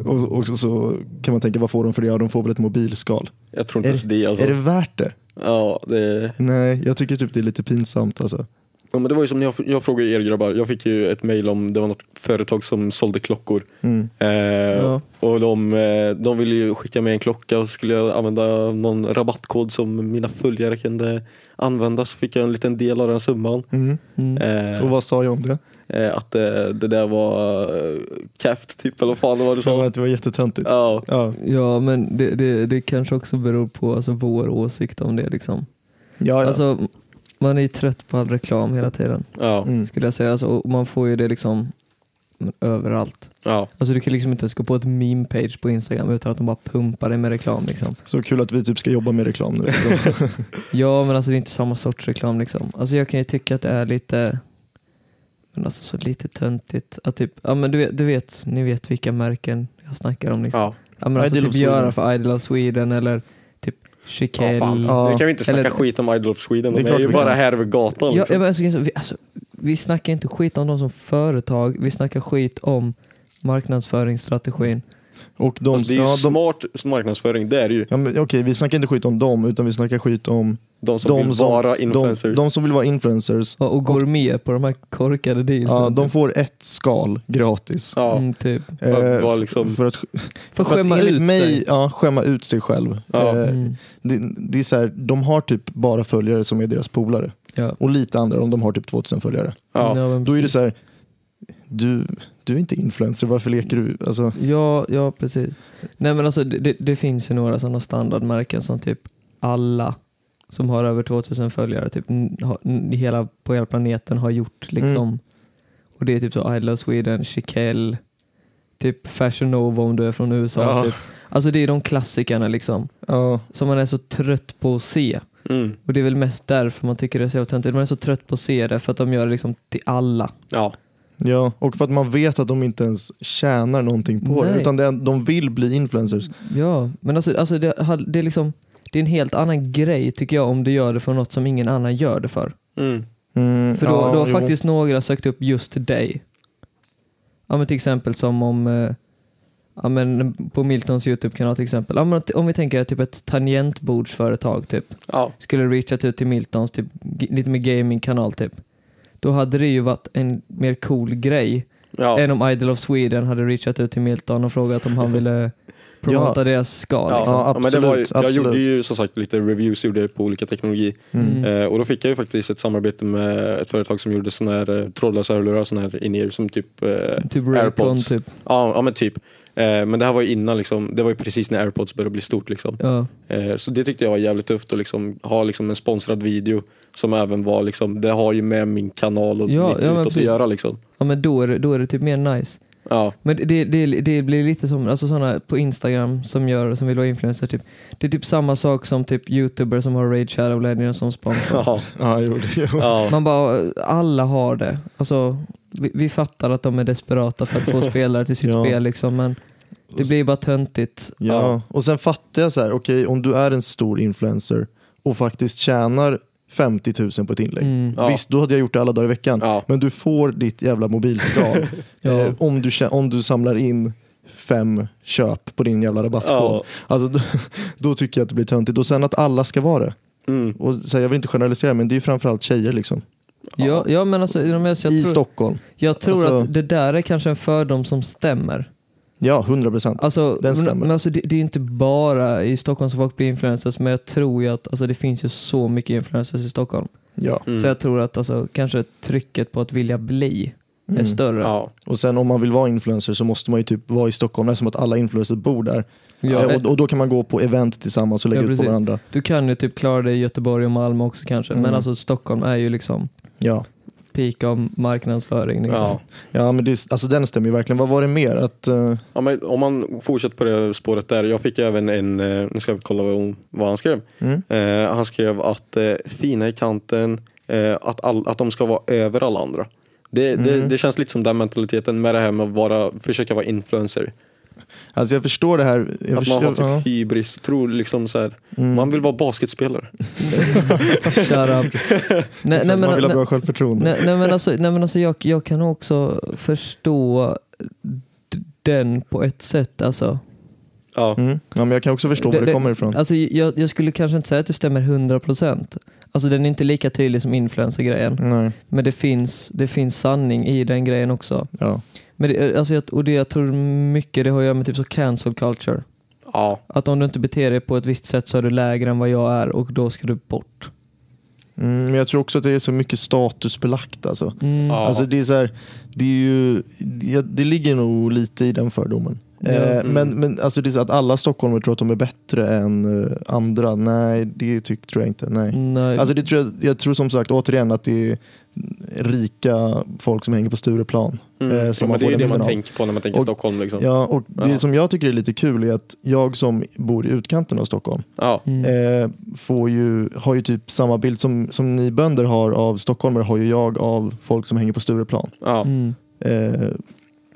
[SPEAKER 4] [laughs] och, och så, så kan man tänka, vad får de för det? Ja, de får väl ett mobilskal.
[SPEAKER 2] Jag tror inte
[SPEAKER 4] Är
[SPEAKER 2] ens det alltså.
[SPEAKER 4] Är det värt det?
[SPEAKER 2] Ja, det...
[SPEAKER 4] Nej, jag tycker typ det är lite pinsamt alltså.
[SPEAKER 2] Ja, men det var ju som jag, jag frågade er grabbar, jag fick ju ett mail om det var något företag som sålde klockor.
[SPEAKER 4] Mm.
[SPEAKER 2] Eh,
[SPEAKER 3] Ja.
[SPEAKER 2] Och de, eh, de ville ju skicka med en klocka och så skulle jag använda någon rabattkod som mina följare kunde använda så fick jag en liten del av den summan.
[SPEAKER 4] Mm.
[SPEAKER 3] Mm.
[SPEAKER 2] Eh,
[SPEAKER 4] Och vad sa jag om det?
[SPEAKER 2] eh, att eh, det där var eh, käft typ eller vad fan det var du
[SPEAKER 4] Jag sa
[SPEAKER 2] sa.
[SPEAKER 4] att det var jättetöntigt.
[SPEAKER 2] Ja,
[SPEAKER 4] Ja.
[SPEAKER 3] Ja, men det, det, det kanske också beror på alltså, vår åsikt om det. Liksom.
[SPEAKER 4] Ja, ja.
[SPEAKER 3] Alltså, man är ju trött på all reklam hela tiden,
[SPEAKER 2] ja,
[SPEAKER 4] Mm.
[SPEAKER 3] skulle jag säga. Alltså, och man får ju det liksom överallt.
[SPEAKER 2] ja.
[SPEAKER 3] Alltså, du kan liksom inte ens gå på ett meme-page på Instagram utan att de bara pumpar dig med reklam. Liksom.
[SPEAKER 4] Så kul att vi typ ska jobba med
[SPEAKER 2] [laughs]
[SPEAKER 4] reklam nu.
[SPEAKER 3] Ja, men alltså det är inte samma sorts reklam liksom. Alltså jag kan ju tycka att det är lite, men alltså så lite töntigt att typ, ja men du vet, du vet ni vet vilka märken jag snackar om liksom. Ja,
[SPEAKER 2] ja.
[SPEAKER 3] men alltså
[SPEAKER 4] Idol of
[SPEAKER 3] typ
[SPEAKER 4] Sweden.
[SPEAKER 3] göra för Idol of Sweden eller typ Chiquelle.
[SPEAKER 2] fan.
[SPEAKER 3] Ja,
[SPEAKER 4] Ja.
[SPEAKER 2] Nu kan vi inte snacka
[SPEAKER 3] Eller-
[SPEAKER 2] skit om Idol of Sweden,
[SPEAKER 4] Det
[SPEAKER 2] de
[SPEAKER 4] är
[SPEAKER 2] är
[SPEAKER 4] klart
[SPEAKER 2] ju
[SPEAKER 4] vi
[SPEAKER 2] bara
[SPEAKER 4] kan.
[SPEAKER 2] här över gatan.
[SPEAKER 3] jag,
[SPEAKER 2] Liksom.
[SPEAKER 3] bara, alltså, vi, alltså, vi snackar inte skit om dem som företag, vi snackar skit om marknadsföringsstrategin.
[SPEAKER 4] Och de,
[SPEAKER 2] Fast det är ju
[SPEAKER 4] ja, de,
[SPEAKER 2] smart marknadsföring, det är det ju.
[SPEAKER 4] Ja, men, okej, vi snackar inte skit om dem, utan vi snackar skit om
[SPEAKER 2] De som
[SPEAKER 4] de,
[SPEAKER 2] vill
[SPEAKER 4] som,
[SPEAKER 2] vara influencers.
[SPEAKER 4] De, de som vill vara influencers.
[SPEAKER 3] Och, och går med på de här korkade dealsen.
[SPEAKER 4] Ja, de får ett skal gratis.
[SPEAKER 2] ja.
[SPEAKER 3] mm, typ.
[SPEAKER 2] för att
[SPEAKER 4] Eh,
[SPEAKER 2] vara liksom-
[SPEAKER 4] f- för att,
[SPEAKER 3] För att
[SPEAKER 4] fast
[SPEAKER 3] skämma
[SPEAKER 4] enligt
[SPEAKER 3] ut
[SPEAKER 4] mig,
[SPEAKER 3] sig.
[SPEAKER 4] Ja, skämma ut sig själv.
[SPEAKER 2] Ja.
[SPEAKER 4] Eh,
[SPEAKER 3] Mm.
[SPEAKER 4] det, det är så här, de har typ bara följare som är deras polare.
[SPEAKER 3] Ja.
[SPEAKER 4] Och lite andra om de har typ 2000 följare.
[SPEAKER 2] ja.
[SPEAKER 3] Ja, men
[SPEAKER 4] Då är det så här, du, du är inte influencer, varför leker du? Alltså,
[SPEAKER 3] Ja, ja precis. Nej men alltså det, det, det finns ju några sådana standardmärken som typ alla som har över 2000 följare typ, n- har- n- hela, på hela planeten har gjort.
[SPEAKER 4] Mm.
[SPEAKER 3] liksom. Och det är typ så Idol of Sweden, Chiquelle, typ Fashion Nova om du är från USA.
[SPEAKER 4] Ja.
[SPEAKER 3] Typ. Alltså det är de klassikerna liksom,
[SPEAKER 4] ja,
[SPEAKER 3] som man är så trött på att se.
[SPEAKER 2] Mm.
[SPEAKER 3] Och det är väl mest därför man tycker det är så autentiskt. Man är så trött på att se det för att de gör det liksom till alla.
[SPEAKER 2] ja.
[SPEAKER 4] ja. Och för att man vet att de inte ens tjänar någonting på det,
[SPEAKER 3] Nej.
[SPEAKER 4] utan det, är- de vill bli influencers.
[SPEAKER 3] Ja, men alltså, alltså det, har- det, är liksom, det är en helt annan grej tycker jag om du gör det för något som ingen annan gör det för.
[SPEAKER 2] Mm.
[SPEAKER 4] Mm,
[SPEAKER 3] För då,
[SPEAKER 4] ja,
[SPEAKER 3] då har
[SPEAKER 4] jo.
[SPEAKER 3] faktiskt några sökt upp just dig. Ja, men till exempel som om eh, ja, men på Miltons YouTube-kanal till exempel. Ja, men att- om vi tänker typ ett tangentbordsföretag typ.
[SPEAKER 2] Ja.
[SPEAKER 3] Skulle reachat ut till Miltons typ, g- lite mer gamingkanal typ. Då hade det ju varit en mer cool grej
[SPEAKER 2] Ja.
[SPEAKER 3] än om Idol of Sweden hade reachat ut till Milton och
[SPEAKER 2] [laughs]
[SPEAKER 3] frågat om han ville promota deras skal.
[SPEAKER 2] Ja,
[SPEAKER 3] liksom.
[SPEAKER 4] Ja,
[SPEAKER 2] ja, men det var ju,
[SPEAKER 4] absolut,
[SPEAKER 2] jag
[SPEAKER 4] absolut.
[SPEAKER 2] gjorde ju som sagt lite reviews gjorde jag på olika teknologi
[SPEAKER 3] Mm.
[SPEAKER 2] eh, och då fick jag ju faktiskt ett samarbete med ett företag som gjorde sådana här eh, trådlösa hörlurar, sådana här in-ear som typ, eh,
[SPEAKER 3] Typ Raycon
[SPEAKER 2] airpods.
[SPEAKER 3] typ.
[SPEAKER 2] Ja, ja men typ. Eh, men det här var ju innan liksom, det var ju precis när airpods började bli stort liksom.
[SPEAKER 3] Ja.
[SPEAKER 2] Eh, så det tyckte jag var jävligt tufft att liksom, ha liksom en sponsrad video som även var liksom, det har ju med min kanal och
[SPEAKER 3] Ja,
[SPEAKER 2] mitt
[SPEAKER 3] ja, men
[SPEAKER 2] utåt att
[SPEAKER 3] precis.
[SPEAKER 2] göra liksom.
[SPEAKER 3] ja men då är, det, då är det typ mer nice.
[SPEAKER 2] Ja, [laughs]
[SPEAKER 3] Men det, det, det blir lite som alltså sådana på Instagram som, gör, som vill vara influencer. Typ. Det är typ samma sak som typ youtuber som har Raid Shadow Legends som sponsor.
[SPEAKER 2] ja,
[SPEAKER 4] Ja, jo, det, jo.
[SPEAKER 2] ja,
[SPEAKER 3] Man bara, alla har det. Alltså, vi, vi fattar att de är desperata för att få spelare till sitt
[SPEAKER 4] Ja.
[SPEAKER 3] spel liksom, men det blir bara töntigt.
[SPEAKER 4] Ja, och sen fattar jag så här, okej om du är en stor influencer och faktiskt tjänar 50 000 på ett inlägg.
[SPEAKER 3] Mm.
[SPEAKER 2] Ja.
[SPEAKER 4] Visst, då hade jag gjort det alla dagar i veckan.
[SPEAKER 2] Ja.
[SPEAKER 4] Men du får ditt jävla
[SPEAKER 3] [laughs]
[SPEAKER 4] mobilskal
[SPEAKER 3] Ja.
[SPEAKER 4] eh, om, du, tjä- om du samlar in fem köp på din jävla rabattkod.
[SPEAKER 2] Ja.
[SPEAKER 4] Alltså, då, [laughs] då tycker jag att det blir töntigt. Och sen att alla ska vara det.
[SPEAKER 2] mm,
[SPEAKER 4] Och, så här, jag vill inte generalisera, men det är ju framförallt tjejer liksom.
[SPEAKER 3] Ja, ja, men alltså, jag, jag,
[SPEAKER 4] I
[SPEAKER 3] tror,
[SPEAKER 4] Stockholm.
[SPEAKER 3] jag tror
[SPEAKER 4] Alltså-
[SPEAKER 3] att det där är kanske en fördom som stämmer.
[SPEAKER 4] Ja, 100 procent.
[SPEAKER 3] Alltså,
[SPEAKER 4] Den stämmer.
[SPEAKER 3] men, men alltså, det, det är ju inte bara i Stockholm som folk blir influencers, men jag tror ju att alltså, det finns ju så mycket influencers i Stockholm.
[SPEAKER 4] Ja.
[SPEAKER 2] Mm.
[SPEAKER 3] Så jag tror att alltså, kanske trycket på att vilja bli är
[SPEAKER 4] Mm.
[SPEAKER 3] större.
[SPEAKER 2] Ja,
[SPEAKER 4] Och sen om man vill vara influencer så måste man ju typ vara i Stockholm, eftersom att alla influencers bor där. Eh, Och, och då kan man gå på event tillsammans och lägga
[SPEAKER 3] Ja,
[SPEAKER 4] ut på
[SPEAKER 3] precis.
[SPEAKER 4] varandra.
[SPEAKER 3] Du kan ju typ klara dig i Göteborg och Malmö också kanske, men
[SPEAKER 4] Mm.
[SPEAKER 3] alltså Stockholm är ju liksom
[SPEAKER 4] Ja.
[SPEAKER 3] peak av marknadsföring. Liksom.
[SPEAKER 2] ja.
[SPEAKER 4] Ja, men det, alltså den stämmer ju verkligen. Vad var det mer? Att, eh,
[SPEAKER 2] ja men om man fortsätter på det spåret där. Jag fick ju även en, eh, nu ska jag kolla vad hon- vad han skrev.
[SPEAKER 4] mm,
[SPEAKER 2] Eh, han skrev att eh, fina i kanten, eh, att, all, att de ska vara över alla andra. Det, det,
[SPEAKER 4] Mm.
[SPEAKER 2] det känns lite som den mentaliteten med det här med att vara, försöka vara influencer.
[SPEAKER 4] alltså jag förstår det här. Jag
[SPEAKER 2] att man har
[SPEAKER 4] förstår,
[SPEAKER 2] typ hybris, tror liksom så här,
[SPEAKER 4] mm.
[SPEAKER 2] man vill vara basketspelare.
[SPEAKER 3] [laughs]
[SPEAKER 2] [laughs]
[SPEAKER 3] Shout out. nej, nej,
[SPEAKER 4] Exakt,
[SPEAKER 3] men,
[SPEAKER 4] man vill ha
[SPEAKER 3] nej,
[SPEAKER 4] bra självförtroende.
[SPEAKER 3] nej, nej men alltså, nej, men alltså jag, jag kan också förstå d- den på ett sätt. Alltså.
[SPEAKER 2] Ja,
[SPEAKER 4] Mm. Ja, men jag kan också förstå
[SPEAKER 3] Det-
[SPEAKER 4] var det
[SPEAKER 3] det-
[SPEAKER 4] kommer ifrån.
[SPEAKER 3] Alltså, jag, jag skulle kanske inte säga att det stämmer 100%. Alltså den är inte lika tydlig som influencer-grejen.
[SPEAKER 2] Mm.
[SPEAKER 4] Nej,
[SPEAKER 3] Men det finns, det finns sanning i den grejen också.
[SPEAKER 4] ja.
[SPEAKER 3] Men det, alltså, jag, och det jag tror mycket det har att göra med typ så cancel culture.
[SPEAKER 2] ja.
[SPEAKER 3] Att om du inte beter dig på ett visst sätt så är du lägre än vad jag är och då ska du bort.
[SPEAKER 4] Mm, men jag tror också att det är så mycket statusbelagt. Alltså.
[SPEAKER 2] Ja.
[SPEAKER 4] Alltså det är så här, det är ju, det, det ligger nog lite i den fördomen.
[SPEAKER 3] Ja.
[SPEAKER 4] Eh,
[SPEAKER 2] Mm.
[SPEAKER 4] Men, men alltså det är så att alla stockholmare tror att de är bättre än eh, andra. Nej, det tyck, tror jag inte.
[SPEAKER 2] Mm.
[SPEAKER 4] Nej.
[SPEAKER 3] Nej.
[SPEAKER 4] Alltså det tror jag, jag tror som sagt återigen att det är rika folk som hänger på Stureplan.
[SPEAKER 2] Mm.
[SPEAKER 4] Eh,
[SPEAKER 2] ja
[SPEAKER 4] som
[SPEAKER 2] men
[SPEAKER 4] man
[SPEAKER 2] det är
[SPEAKER 4] får
[SPEAKER 2] ju det
[SPEAKER 4] den
[SPEAKER 2] man
[SPEAKER 4] bilden av.
[SPEAKER 2] tänker på när man tänker
[SPEAKER 4] Och-
[SPEAKER 2] Stockholm. Liksom. Ja.
[SPEAKER 4] Ja, och det
[SPEAKER 2] Ja.
[SPEAKER 4] som jag tycker är lite kul är att jag som bor i utkanten av Stockholm
[SPEAKER 3] Mm.
[SPEAKER 4] eh, får ju, har ju typ samma bild som, som ni bönder har av stockholmare har ju jag av folk som hänger på Stureplan.
[SPEAKER 2] Ja.
[SPEAKER 3] Mm.
[SPEAKER 4] Eh,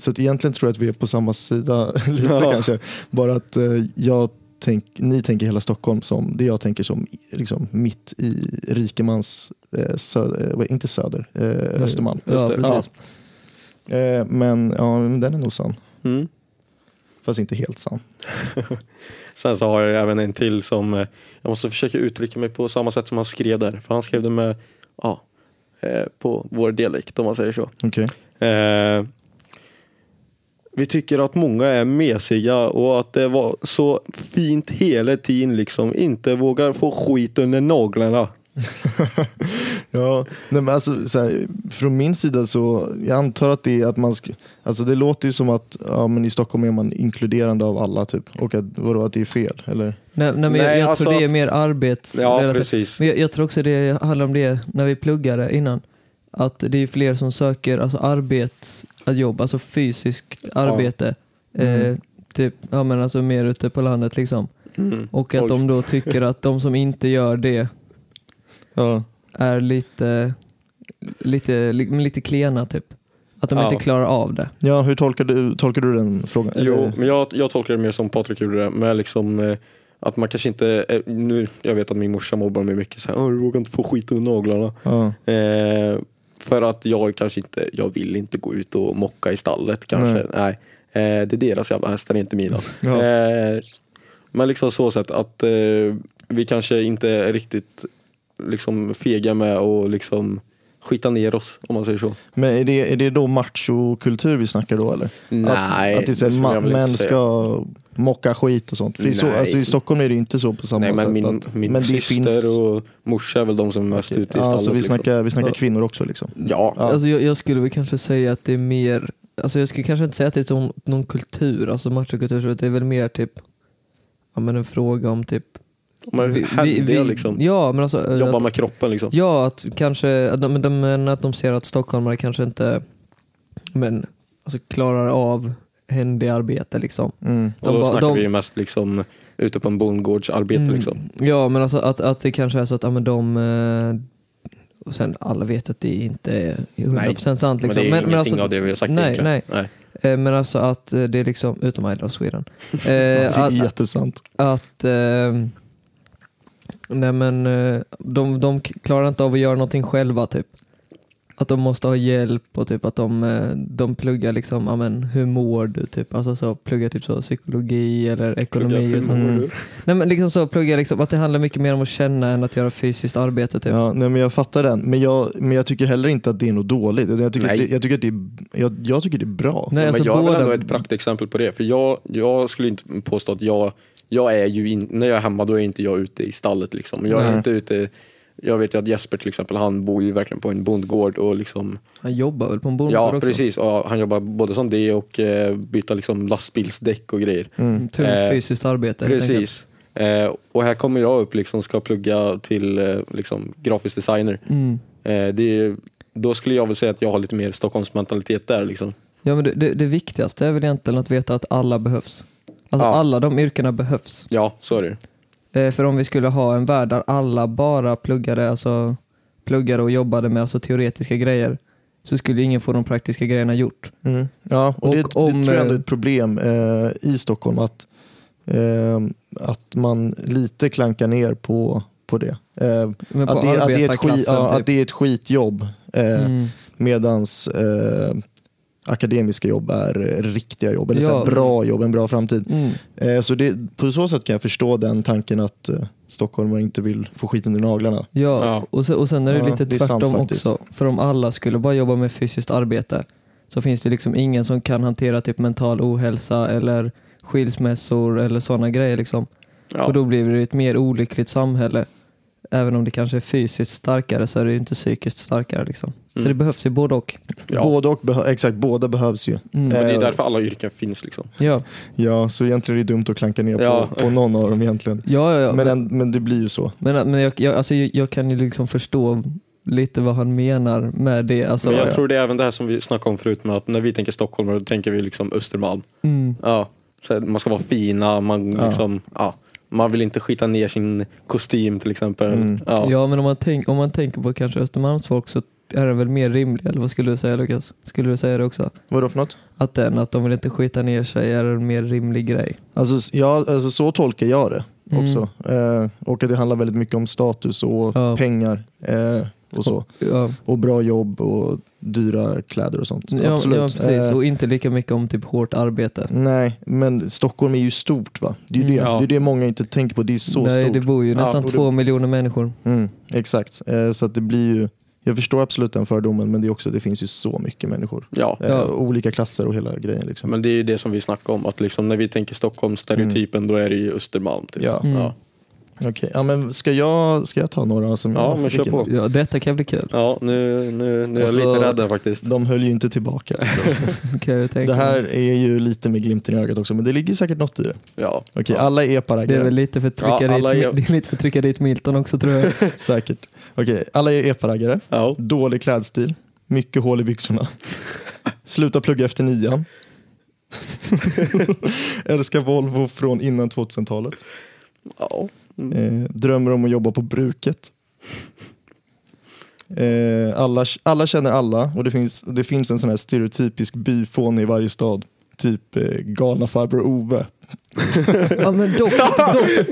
[SPEAKER 4] så att egentligen tror jag att vi är på samma sida [laughs] lite
[SPEAKER 2] Ja.
[SPEAKER 4] kanske. Bara att eh, jag tänk, ni tänker hela Stockholm som det jag tänker som i- liksom, mitt i rikemans, eh, sö, eh, vad- inte söder, eh, Östermalm.
[SPEAKER 3] Ja,
[SPEAKER 2] Just det.
[SPEAKER 3] precis.
[SPEAKER 4] Eh, men ja, men den är nog sann.
[SPEAKER 2] Mm.
[SPEAKER 4] Fast inte helt sann.
[SPEAKER 2] Sen så har jag ju även en till som eh, jag måste försöka uttrycka mig på samma sätt som han skrev där. För han skrev det med, ja, eh, på vår dialekt om man säger så.
[SPEAKER 4] Okej.
[SPEAKER 2] Eh, vi tycker att många är mesiga och att det var så fint hela tiden liksom. Inte vågar få skit under naglarna.
[SPEAKER 4] Ja, nej men alltså, så här, från min sida så, jag antar att det är att man, sk- alltså det låter ju som att ja, men i Stockholm är man inkluderande av alla typ. Och att, vadå, att det är fel? Eller?
[SPEAKER 3] Nej, nej, men
[SPEAKER 2] Nej,
[SPEAKER 3] jag, jag
[SPEAKER 2] alltså
[SPEAKER 3] tror det är
[SPEAKER 2] att-
[SPEAKER 3] mer arbets...
[SPEAKER 2] Ja,
[SPEAKER 3] relaterat.
[SPEAKER 2] precis.
[SPEAKER 3] Men jag, jag tror också det handlar om det när vi pluggade innan. Att det är fler som söker alltså arbets, att jobb, alltså fysiskt arbete. Eh,
[SPEAKER 4] Mm.
[SPEAKER 3] typ, ja, men alltså mer ute på landet liksom.
[SPEAKER 2] Mm.
[SPEAKER 3] Och att
[SPEAKER 2] Oj.
[SPEAKER 3] de då tycker att de som inte gör det
[SPEAKER 4] Ja.
[SPEAKER 3] är lite, lite, li, men lite klena typ. Att de
[SPEAKER 2] Ja.
[SPEAKER 3] inte klarar av det.
[SPEAKER 4] Ja, hur tolkar du, tolkar du den frågan?
[SPEAKER 2] Jo,
[SPEAKER 4] Eller-
[SPEAKER 2] men jag, jag tolkar det mer som Patrik gjorde det, med liksom eh, att man kanske inte, eh, nu, jag vet att min morsa mobbar mig mycket så här, "Åh, du vågar inte få skit under naglarna.
[SPEAKER 4] Ja.
[SPEAKER 2] Eh, för att jag kanske inte, jag vill inte gå ut och mocka i stallet kanske. Nej. Eh, det är deras jävla hästar, inte mina.
[SPEAKER 4] Ja.
[SPEAKER 2] Eh, men liksom så sätt att eh, vi kanske inte är riktigt liksom fega med och liksom skita ner oss om man säger så.
[SPEAKER 4] Men är det, är det då machokultur vi snackar då eller?
[SPEAKER 2] Nej,
[SPEAKER 4] att, att det är så
[SPEAKER 2] det skulle
[SPEAKER 4] här,
[SPEAKER 2] jag
[SPEAKER 4] man,
[SPEAKER 2] väl inte
[SPEAKER 4] män
[SPEAKER 2] säga.
[SPEAKER 4] ska mocka skit och sånt. För det är så,
[SPEAKER 2] Nej.
[SPEAKER 4] alltså, I Stockholm är det inte så på samma
[SPEAKER 2] Nej,
[SPEAKER 4] sätt.
[SPEAKER 2] men min,
[SPEAKER 4] att,
[SPEAKER 2] min syster och morsa är väl de som är mest ute i
[SPEAKER 4] ja,
[SPEAKER 2] stallet.
[SPEAKER 4] så vi
[SPEAKER 2] liksom.
[SPEAKER 4] snackar, vi snackar
[SPEAKER 3] Ja.
[SPEAKER 4] kvinnor också liksom.
[SPEAKER 2] Ja,
[SPEAKER 4] Ja.
[SPEAKER 3] Alltså jag, jag skulle väl kanske säga att det är mer, alltså jag skulle kanske inte säga att det är som någon kultur, alltså machokultur, så det är väl mer typ, ja men en fråga om typ...
[SPEAKER 2] men Alltså, vi, händiga liksom.
[SPEAKER 3] Ja men alltså, eh,
[SPEAKER 2] Jobba
[SPEAKER 3] att,
[SPEAKER 2] med kroppen liksom.
[SPEAKER 3] ja att kanske, att de, men de, men att de ser att stockholmare kanske inte, men alltså klarar av händig arbete liksom.
[SPEAKER 4] Mm.
[SPEAKER 2] och då
[SPEAKER 3] de bara-
[SPEAKER 2] snackar
[SPEAKER 3] de-
[SPEAKER 2] vi ju mest liksom ute på en bondgårdsarbete
[SPEAKER 3] Mm.
[SPEAKER 2] liksom.
[SPEAKER 3] Ja men alltså att, att det kanske är så att, ja men de, eh, och sen alla vet att det inte är 100% sant liksom.
[SPEAKER 2] Men det är ingenting
[SPEAKER 3] alltså-
[SPEAKER 2] av det vi har sagt
[SPEAKER 3] nej,
[SPEAKER 2] egentligen.
[SPEAKER 3] nej.
[SPEAKER 2] nej.
[SPEAKER 3] Eh, Men alltså att eh, det är liksom, utom I
[SPEAKER 2] [laughs]
[SPEAKER 3] Love Sweden.
[SPEAKER 4] Det
[SPEAKER 2] Alltså,
[SPEAKER 3] Eh,
[SPEAKER 4] är
[SPEAKER 3] att,
[SPEAKER 4] jättesant.
[SPEAKER 3] att eh, nej men eh, de, de klarar inte av att göra någonting själva typ. Att de måste ha hjälp och typ att de, eh, de pluggar liksom, ja men hur mår du typ? Alltså så pluggar typ så psykologi eller ekonomi och sånt.
[SPEAKER 4] Mm.
[SPEAKER 3] Nej men liksom så pluggar liksom, att det handlar mycket mer om att känna än att göra fysiskt arbete typ.
[SPEAKER 4] Ja, nej, men jag fattar den. Men jag, men jag tycker heller inte att det är något dåligt. Jag tycker, att
[SPEAKER 2] Nej.
[SPEAKER 4] det, jag tycker, att det, är, jag, jag tycker det är bra.
[SPEAKER 3] Nej,
[SPEAKER 2] men
[SPEAKER 3] alltså
[SPEAKER 2] jag är väl
[SPEAKER 3] båda-
[SPEAKER 2] ändå ett praktexempel på det. För jag, jag skulle inte påstå att jag, jag är ju in, när jag är hemma då är inte jag ute i stallet liksom. Jag är
[SPEAKER 4] Nej.
[SPEAKER 2] inte ute Jag vet ju att Jesper till exempel, han bor ju verkligen på en bondgård och liksom
[SPEAKER 3] Han jobbar väl på en bondgård
[SPEAKER 2] Ja
[SPEAKER 3] också?
[SPEAKER 2] precis, och han jobbar både som det och eh, byta liksom lastbilsdäck och grejer.
[SPEAKER 4] Mm.
[SPEAKER 3] Tungt
[SPEAKER 2] Eh,
[SPEAKER 3] fysiskt arbete. helt enkelt.
[SPEAKER 2] Precis. Eh, och här kommer jag upp liksom, ska plugga till eh, liksom, grafisk designer.
[SPEAKER 3] Mm.
[SPEAKER 2] Eh, det är, då skulle jag väl säga att jag har lite mer Stockholmsmentalitet där liksom.
[SPEAKER 3] Ja, men det, det, det viktigaste är väl egentligen att veta att alla behövs. Alltså
[SPEAKER 2] Ja.
[SPEAKER 3] alla de yrkena behövs.
[SPEAKER 2] Ja, så är det ju.
[SPEAKER 3] Eh, för om vi skulle ha en värld där alla bara pluggade, alltså, pluggade och jobbade med alltså, teoretiska grejer så skulle ingen få de praktiska grejerna gjort.
[SPEAKER 4] Mm. Ja, och,
[SPEAKER 3] Och
[SPEAKER 4] det,
[SPEAKER 3] om,
[SPEAKER 4] det tror jag ändå är
[SPEAKER 3] eh,
[SPEAKER 4] ett problem eh, i Stockholm att, eh, att man lite klankar ner på, på det. Eh,
[SPEAKER 3] Men
[SPEAKER 4] att, det, att, det är ett skit, ja, att
[SPEAKER 3] typ.
[SPEAKER 4] det är ett skitjobb eh,
[SPEAKER 3] Mm.
[SPEAKER 4] medans eh, akademiska jobb är eh, riktiga jobb, eller
[SPEAKER 3] Ja.
[SPEAKER 4] så här bra jobb, en bra framtid.
[SPEAKER 3] Mm.
[SPEAKER 4] Eh, så det, på så sätt kan jag förstå den tanken att eh, stockholmare inte vill få skit under naglarna.
[SPEAKER 3] Ja,
[SPEAKER 2] Ja.
[SPEAKER 3] Och, sen, och sen är det
[SPEAKER 4] Ja,
[SPEAKER 3] lite
[SPEAKER 4] det är sant
[SPEAKER 3] tvärtom
[SPEAKER 4] faktiskt.
[SPEAKER 3] också. För om alla skulle bara jobba med fysiskt arbete så finns det liksom ingen som kan hantera typ mental ohälsa eller skilsmässor eller sådana grejer. Liksom. Och
[SPEAKER 2] Ja.
[SPEAKER 3] då blir det ett mer olyckligt samhälle. Även om det kanske är fysiskt starkare så är det ju inte psykiskt starkare. Liksom. Så
[SPEAKER 2] Mm.
[SPEAKER 3] det behövs ju både och.
[SPEAKER 2] Ja.
[SPEAKER 4] Både och behö- exakt, båda behövs ju.
[SPEAKER 3] Mm.
[SPEAKER 2] Men det är
[SPEAKER 4] Eh,
[SPEAKER 2] därför alla yrken finns liksom.
[SPEAKER 3] Ja,
[SPEAKER 4] Ja, så egentligen är det dumt att klanka ner
[SPEAKER 2] Ja.
[SPEAKER 4] på, på någon av dem egentligen.
[SPEAKER 3] ja, ja, ja.
[SPEAKER 4] Men,
[SPEAKER 3] Men,
[SPEAKER 4] en, men det blir ju så.
[SPEAKER 3] men, jag, jag, alltså, jag, jag kan ju liksom förstå lite vad han menar med det. Alltså,
[SPEAKER 2] Men jag
[SPEAKER 4] ja.
[SPEAKER 2] tror det är även det här som vi snackade om förut med att när vi tänker Stockholm då tänker vi liksom Östermalm.
[SPEAKER 3] mm.
[SPEAKER 2] Ja. Så här, man ska vara fina, man,
[SPEAKER 4] Ja.
[SPEAKER 2] liksom, ja. man vill inte skita ner sin kostym till exempel.
[SPEAKER 4] Mm.
[SPEAKER 2] Ja.
[SPEAKER 3] Ja, men om man, tänk, om man tänker på kanske Östermalmsfolk så är den väl mer rimlig, eller vad skulle du säga Lukas? Skulle du säga det också?
[SPEAKER 4] Vadå för något?
[SPEAKER 3] Att den, att de vill inte skita ner sig, är en mer rimlig grej.
[SPEAKER 4] Alltså, s- ja, alltså så tolkar jag det
[SPEAKER 3] Mm.
[SPEAKER 4] också. Eh, och att det handlar väldigt mycket om status och
[SPEAKER 3] Ja.
[SPEAKER 4] pengar eh, och så.
[SPEAKER 3] Ja,
[SPEAKER 4] Och bra jobb och dyra kläder och sånt.
[SPEAKER 3] ja,
[SPEAKER 4] Absolut.
[SPEAKER 3] ja precis.
[SPEAKER 4] Eh,
[SPEAKER 3] Och inte lika mycket om typ hårt arbete.
[SPEAKER 4] nej, men Stockholm är ju stort va? Det är ju
[SPEAKER 3] Mm.
[SPEAKER 4] det.
[SPEAKER 2] Ja.
[SPEAKER 4] Det, är det många inte tänker på. Det är så
[SPEAKER 3] Nej,
[SPEAKER 4] stort.
[SPEAKER 3] det bor ju
[SPEAKER 2] Ja,
[SPEAKER 3] nästan
[SPEAKER 2] och det-
[SPEAKER 3] två miljoner människor.
[SPEAKER 4] Mm, exakt. Eh, så att det blir ju... Jag förstår absolut den fördomen men det, är också, det finns ju så mycket människor.
[SPEAKER 2] Ja.
[SPEAKER 4] Eh,
[SPEAKER 3] Ja.
[SPEAKER 4] Olika klasser och hela grejen. Liksom.
[SPEAKER 2] Men det är ju det som vi snackar om, att liksom när vi tänker Stockholmsstereotypen då är det ju Östermalm. Typ.
[SPEAKER 4] Ja,
[SPEAKER 3] Mm.
[SPEAKER 2] Ja.
[SPEAKER 4] okej. ja, men ska, jag, ska jag ta några som
[SPEAKER 2] Ja,
[SPEAKER 4] jag
[SPEAKER 2] men
[SPEAKER 4] fick
[SPEAKER 2] kör på.
[SPEAKER 4] innan?
[SPEAKER 3] Ja, detta kan bli kul.
[SPEAKER 2] ja, nu, nu, nu är jag
[SPEAKER 4] Alltså-
[SPEAKER 2] lite rädd här faktiskt.
[SPEAKER 4] De höll ju inte tillbaka. Alltså.
[SPEAKER 3] Kan jag tänka.
[SPEAKER 4] Det här är ju lite med glimten i ögat också, men det ligger säkert något i det.
[SPEAKER 2] Ja.
[SPEAKER 4] Okej,
[SPEAKER 2] ja.
[SPEAKER 4] alla är
[SPEAKER 3] det är väl
[SPEAKER 4] epa-raggare.
[SPEAKER 3] lite för att trycka,
[SPEAKER 2] Ja, alla
[SPEAKER 3] dit,
[SPEAKER 2] är-
[SPEAKER 3] [laughs] det är lite för att trycka dit Milton också tror
[SPEAKER 2] [laughs]
[SPEAKER 3] jag.
[SPEAKER 4] Säkert. Okej, alla är epa-raggare.
[SPEAKER 2] Ja.
[SPEAKER 4] Dålig klädstil. Mycket hål i byxorna. Sluta plugga efter nian. [laughs] Älskar Volvo från innan 2000-talet.
[SPEAKER 2] Ja.
[SPEAKER 4] Eh, drömmer om att jobba på bruket. Eh, alla, alla känner alla och det finns, det finns en sån här stereotypisk byfån i varje stad. Typ eh, galna farbror Ove.
[SPEAKER 3] Ja men dock, dock,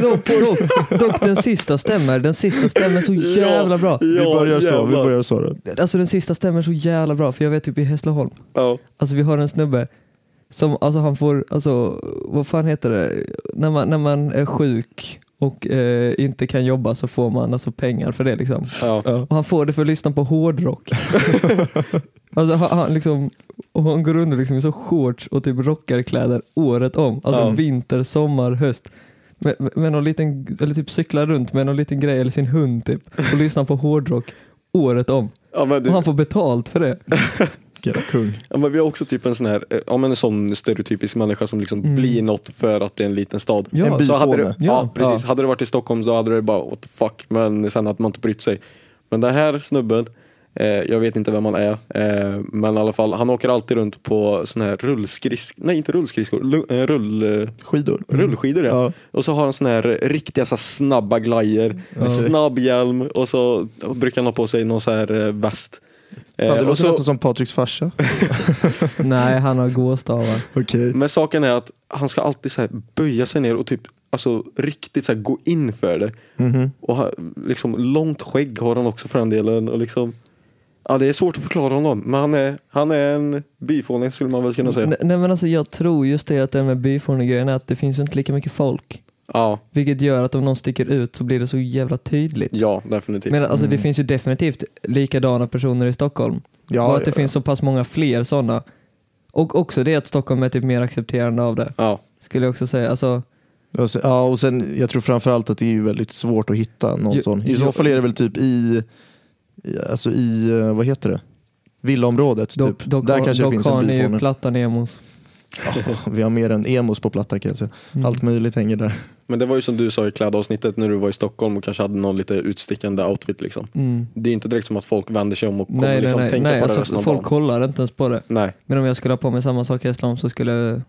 [SPEAKER 3] dock, dock, dock den sista stämmer. Den sista stämmer så jävla bra.
[SPEAKER 4] Vi börjar så. Vi
[SPEAKER 2] jävlar.
[SPEAKER 4] börjar så då.
[SPEAKER 3] Alltså den sista stämmer så jävla bra för jag vet typ i Hässleholm,
[SPEAKER 2] Ja.
[SPEAKER 3] alltså vi har en snubbe som, alltså han får, alltså vad fan heter det, när man, när man är sjuk och eh, inte kan jobba så får man alltså pengar för det liksom.
[SPEAKER 2] Ja.
[SPEAKER 4] Ja.
[SPEAKER 3] Och han får det för att lyssna
[SPEAKER 2] [laughs]
[SPEAKER 3] på hårdrock. alltså han, han liksom, och han går under liksom i så shorts och typ rockarkläder året om. Alltså
[SPEAKER 2] Ja.
[SPEAKER 3] vinter, sommar, höst. Med, med- med någon liten, eller typ cyklar runt med någon liten grej eller sin hund typ och lyssnar på hårdrock året om.
[SPEAKER 2] Ja, men, du,
[SPEAKER 3] Och han får betalt
[SPEAKER 2] [laughs]
[SPEAKER 3] för det.
[SPEAKER 4] Jävla kung.
[SPEAKER 2] ja, men vi har också typ en sån här, eh, ja, men en sån stereotypisk människa som liksom
[SPEAKER 3] Mm.
[SPEAKER 2] blir något för att det är en liten stad.
[SPEAKER 3] Ja.
[SPEAKER 4] En by-
[SPEAKER 2] så hade det, ja.
[SPEAKER 4] byfåne.
[SPEAKER 3] Ja.
[SPEAKER 2] precis. Hade det varit i Stockholm då hade det bara what the fuck, men sen att man inte brytt sig. Men den här snubben, eh, jag vet inte vem han är, eh, men i alla fall, han åker alltid runt på sån här rullskridsk, nej inte rullskridskor, lu- eh, rull, eh,
[SPEAKER 4] Skidor.
[SPEAKER 2] rullskidor ja.
[SPEAKER 4] Mm. Ja.
[SPEAKER 3] Eh,
[SPEAKER 2] Och så har han sån här riktiga så här, snabba glajer,
[SPEAKER 3] Ja.
[SPEAKER 2] snabb hjälm och så brukar han ha på sig någon så här eh, väst. Eh,
[SPEAKER 4] Fan, det
[SPEAKER 2] och
[SPEAKER 4] låter
[SPEAKER 2] så-
[SPEAKER 4] nästan som Patriks
[SPEAKER 3] [laughs]
[SPEAKER 4] farsa.
[SPEAKER 3] Nej, han har gåstavar.
[SPEAKER 4] Okej.
[SPEAKER 2] Men saken är att han ska alltid så här böja sig ner och typ alltså, riktigt så här gå in för det.
[SPEAKER 4] Mhm.
[SPEAKER 2] Och ha, liksom, långt skägg har han också för den delen. Och liksom, ja, det är svårt att förklara honom, men han är, han är en byfåning skulle man väl kunna säga.
[SPEAKER 3] Nej, nej men alltså jag tror just det att det med byfånegrejen är att det finns ju inte lika mycket folk.
[SPEAKER 2] Ja,
[SPEAKER 3] Vilket gör att om någon sticker ut så blir det så jävla tydligt.
[SPEAKER 2] ja, definitivt.
[SPEAKER 3] Men alltså det finns ju definitivt likadana personer i Stockholm. och
[SPEAKER 4] Ja,
[SPEAKER 3] att det
[SPEAKER 4] ja,
[SPEAKER 3] finns så pass många fler sådana. Och också det att Stockholm är typ mer accepterande av det.
[SPEAKER 2] ja.
[SPEAKER 3] Skulle jag också säga. Alltså,
[SPEAKER 4] Och sen- Ja, och sen, jag tror framförallt att det är ju väldigt svårt att hitta någon
[SPEAKER 3] Jo,
[SPEAKER 4] sån. I så
[SPEAKER 3] jo.
[SPEAKER 4] fall är det väl typ i, i- alltså i eh, vad heter det? Villaområdet.
[SPEAKER 3] Dock,
[SPEAKER 4] typ.
[SPEAKER 3] dock,
[SPEAKER 4] Där
[SPEAKER 3] har-
[SPEAKER 4] kanske
[SPEAKER 3] dock
[SPEAKER 4] det finns
[SPEAKER 3] har
[SPEAKER 4] en
[SPEAKER 3] ni ju
[SPEAKER 4] byfåne.
[SPEAKER 3] platta Nemos.
[SPEAKER 4] [laughs] Ja, vi har mer än emos på plattan kan jag säga.
[SPEAKER 3] Mm.
[SPEAKER 4] Allt möjligt hänger där.
[SPEAKER 2] Men det var ju som du sa i klädavsnittet när du var i Stockholm och kanske hade någon lite utstickande outfit liksom.
[SPEAKER 3] Mm.
[SPEAKER 2] Det är inte direkt som att folk vänder sig om och kommer
[SPEAKER 3] Nej,
[SPEAKER 2] liksom
[SPEAKER 3] nej, nej,
[SPEAKER 2] tänka
[SPEAKER 3] nej.
[SPEAKER 2] på det
[SPEAKER 3] Alltså,
[SPEAKER 2] resten av
[SPEAKER 3] folk
[SPEAKER 2] dagen.
[SPEAKER 3] kollar inte ens på det.
[SPEAKER 2] Nej,
[SPEAKER 3] Men om jag skulle ha på mig samma sak i islam så skulle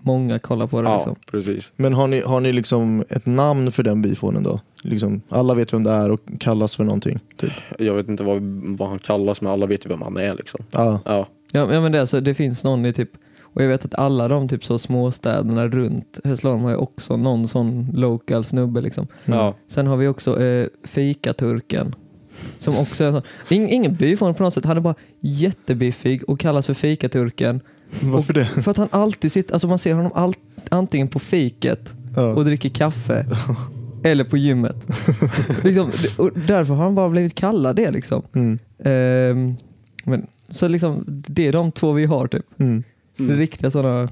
[SPEAKER 3] många kolla på det.
[SPEAKER 2] ja,
[SPEAKER 3] Liksom.
[SPEAKER 2] precis.
[SPEAKER 4] Men har ni, har ni liksom ett namn för den byfånen då? Liksom, alla vet vem det är och kallas för någonting. Typ.
[SPEAKER 2] Jag vet inte vad, vad han kallas men alla vet ju vem han är liksom.
[SPEAKER 4] Ja,
[SPEAKER 2] Ja,
[SPEAKER 3] Ja, ja men det, är alltså, det finns någon i typ, och jag vet att alla de typ så småstäderna runt Hässleholm har ju också någon sån local snubbe liksom.
[SPEAKER 2] ja.
[SPEAKER 3] Sen har vi också eh, Fikaturken. Som också är en sån, ing, ingen byfån på något sätt, han är bara jättebiffig och kallas för Fikaturken.
[SPEAKER 4] varför det?
[SPEAKER 3] För att han alltid sitter, alltså man ser honom all, antingen på fiket och
[SPEAKER 4] Ja.
[SPEAKER 3] dricker kaffe eller på gymmet. liksom, och därför har han bara blivit kallad det liksom.
[SPEAKER 4] Mm.
[SPEAKER 3] Ehm, men, så liksom, det är de två vi har typ.
[SPEAKER 4] Mm.
[SPEAKER 2] Mm.
[SPEAKER 3] Riktiga sådana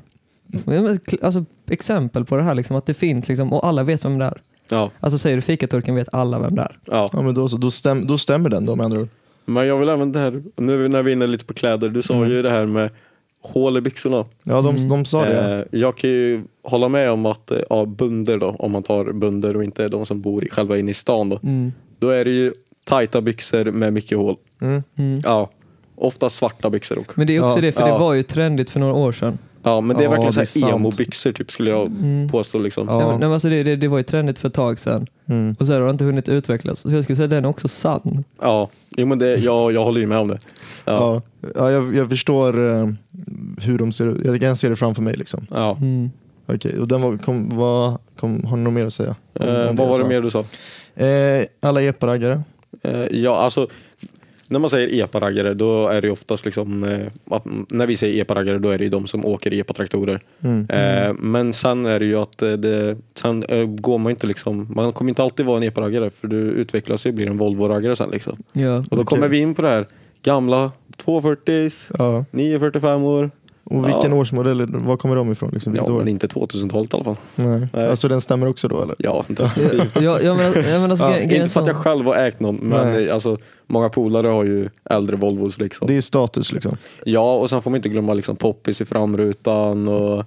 [SPEAKER 3] men, alltså, exempel på det här, liksom, att det finns liksom, och alla vet vem det är.
[SPEAKER 2] ja,
[SPEAKER 3] Alltså säger du fikaturken vet alla vem det är.
[SPEAKER 2] ja.
[SPEAKER 4] Ja, men då, så, då, stäm, då stämmer den då med andra ord.
[SPEAKER 2] Men jag vill även det här, nu när vi är inne lite på kläder, du sa
[SPEAKER 4] Mm.
[SPEAKER 2] ju det här med hål i byxorna.
[SPEAKER 4] Ja, de,
[SPEAKER 3] Mm.
[SPEAKER 4] de sa det.
[SPEAKER 2] Eh, jag kan ju hålla med om att, eh, ja, bunder då, om man tar bunder och inte de som bor i, själva inne i stan då. Då är det ju tajta byxor med mycket hål.
[SPEAKER 4] Mm.
[SPEAKER 3] Mm.
[SPEAKER 2] Ja, ofta svarta byxor också.
[SPEAKER 3] Men det är också
[SPEAKER 4] Ja,
[SPEAKER 3] det, för
[SPEAKER 2] ja.
[SPEAKER 3] det var ju trendigt för några år sedan.
[SPEAKER 2] Ja, men det är
[SPEAKER 4] Ja,
[SPEAKER 2] verkligen
[SPEAKER 4] det är
[SPEAKER 2] så här
[SPEAKER 4] sant.
[SPEAKER 2] emo-byxor typ skulle jag
[SPEAKER 3] Mm.
[SPEAKER 2] påstå liksom.
[SPEAKER 4] Ja.
[SPEAKER 3] Nej, men- nej, men alltså det, det, det var ju trendigt för ett tag sedan
[SPEAKER 4] Mm.
[SPEAKER 3] och så här har det inte hunnit utvecklas. Så jag skulle säga att den är också sann.
[SPEAKER 2] Ja, jo, men det, jag, jag håller ju med om det. Ja,
[SPEAKER 4] Ja. Ja, jag, jag förstår eh, hur de ser ut. Jag kan se det framför mig. Liksom.
[SPEAKER 2] ja.
[SPEAKER 3] Mm.
[SPEAKER 4] Okej, och den var, kom, vad, kom, har ni något mer att säga? Om-
[SPEAKER 2] Eh,
[SPEAKER 4] om
[SPEAKER 2] vad
[SPEAKER 4] jag
[SPEAKER 2] var det
[SPEAKER 4] sa?
[SPEAKER 2] mer du sa?
[SPEAKER 4] Eh, alla epa-raggare.
[SPEAKER 2] Eh, ja, alltså när man säger epa-raggare då är det ju oftast liksom, eh, att, när vi säger epa-raggare då är det ju de som åker epa-traktorer.
[SPEAKER 4] Mm.
[SPEAKER 2] Eh, men sen är det ju att eh, det, sen eh, går man inte liksom, man kommer inte alltid vara en epa-raggare för du utvecklas ju och blir en Volvo-raggare sen liksom.
[SPEAKER 3] Ja.
[SPEAKER 2] Och då
[SPEAKER 4] Okej.
[SPEAKER 2] kommer vi in på det här gamla 240s,
[SPEAKER 4] Ja.
[SPEAKER 2] 945 år.
[SPEAKER 4] Och vilken
[SPEAKER 2] Ja.
[SPEAKER 4] årsmodell, är det- var kommer de ifrån? Liksom?
[SPEAKER 2] Ja,
[SPEAKER 4] Vilket år?
[SPEAKER 2] men inte 2000-talet i alla fall.
[SPEAKER 4] Nej.
[SPEAKER 2] Nej.
[SPEAKER 4] Alltså den stämmer också då eller?
[SPEAKER 2] Ja,
[SPEAKER 4] [laughs]
[SPEAKER 2] definitivt.
[SPEAKER 3] Ja, ja, men, ja, men alltså,
[SPEAKER 4] Ja,
[SPEAKER 3] grejen- grejen
[SPEAKER 2] Inte för att
[SPEAKER 3] är
[SPEAKER 2] jag
[SPEAKER 3] så-
[SPEAKER 2] själv har ägt någon, men
[SPEAKER 4] Nej.
[SPEAKER 2] eh, alltså, många polare har ju äldre Volvos. Liksom.
[SPEAKER 4] Det är status liksom.
[SPEAKER 2] Ja, och sen får man inte glömma liksom, poppis i framrutan och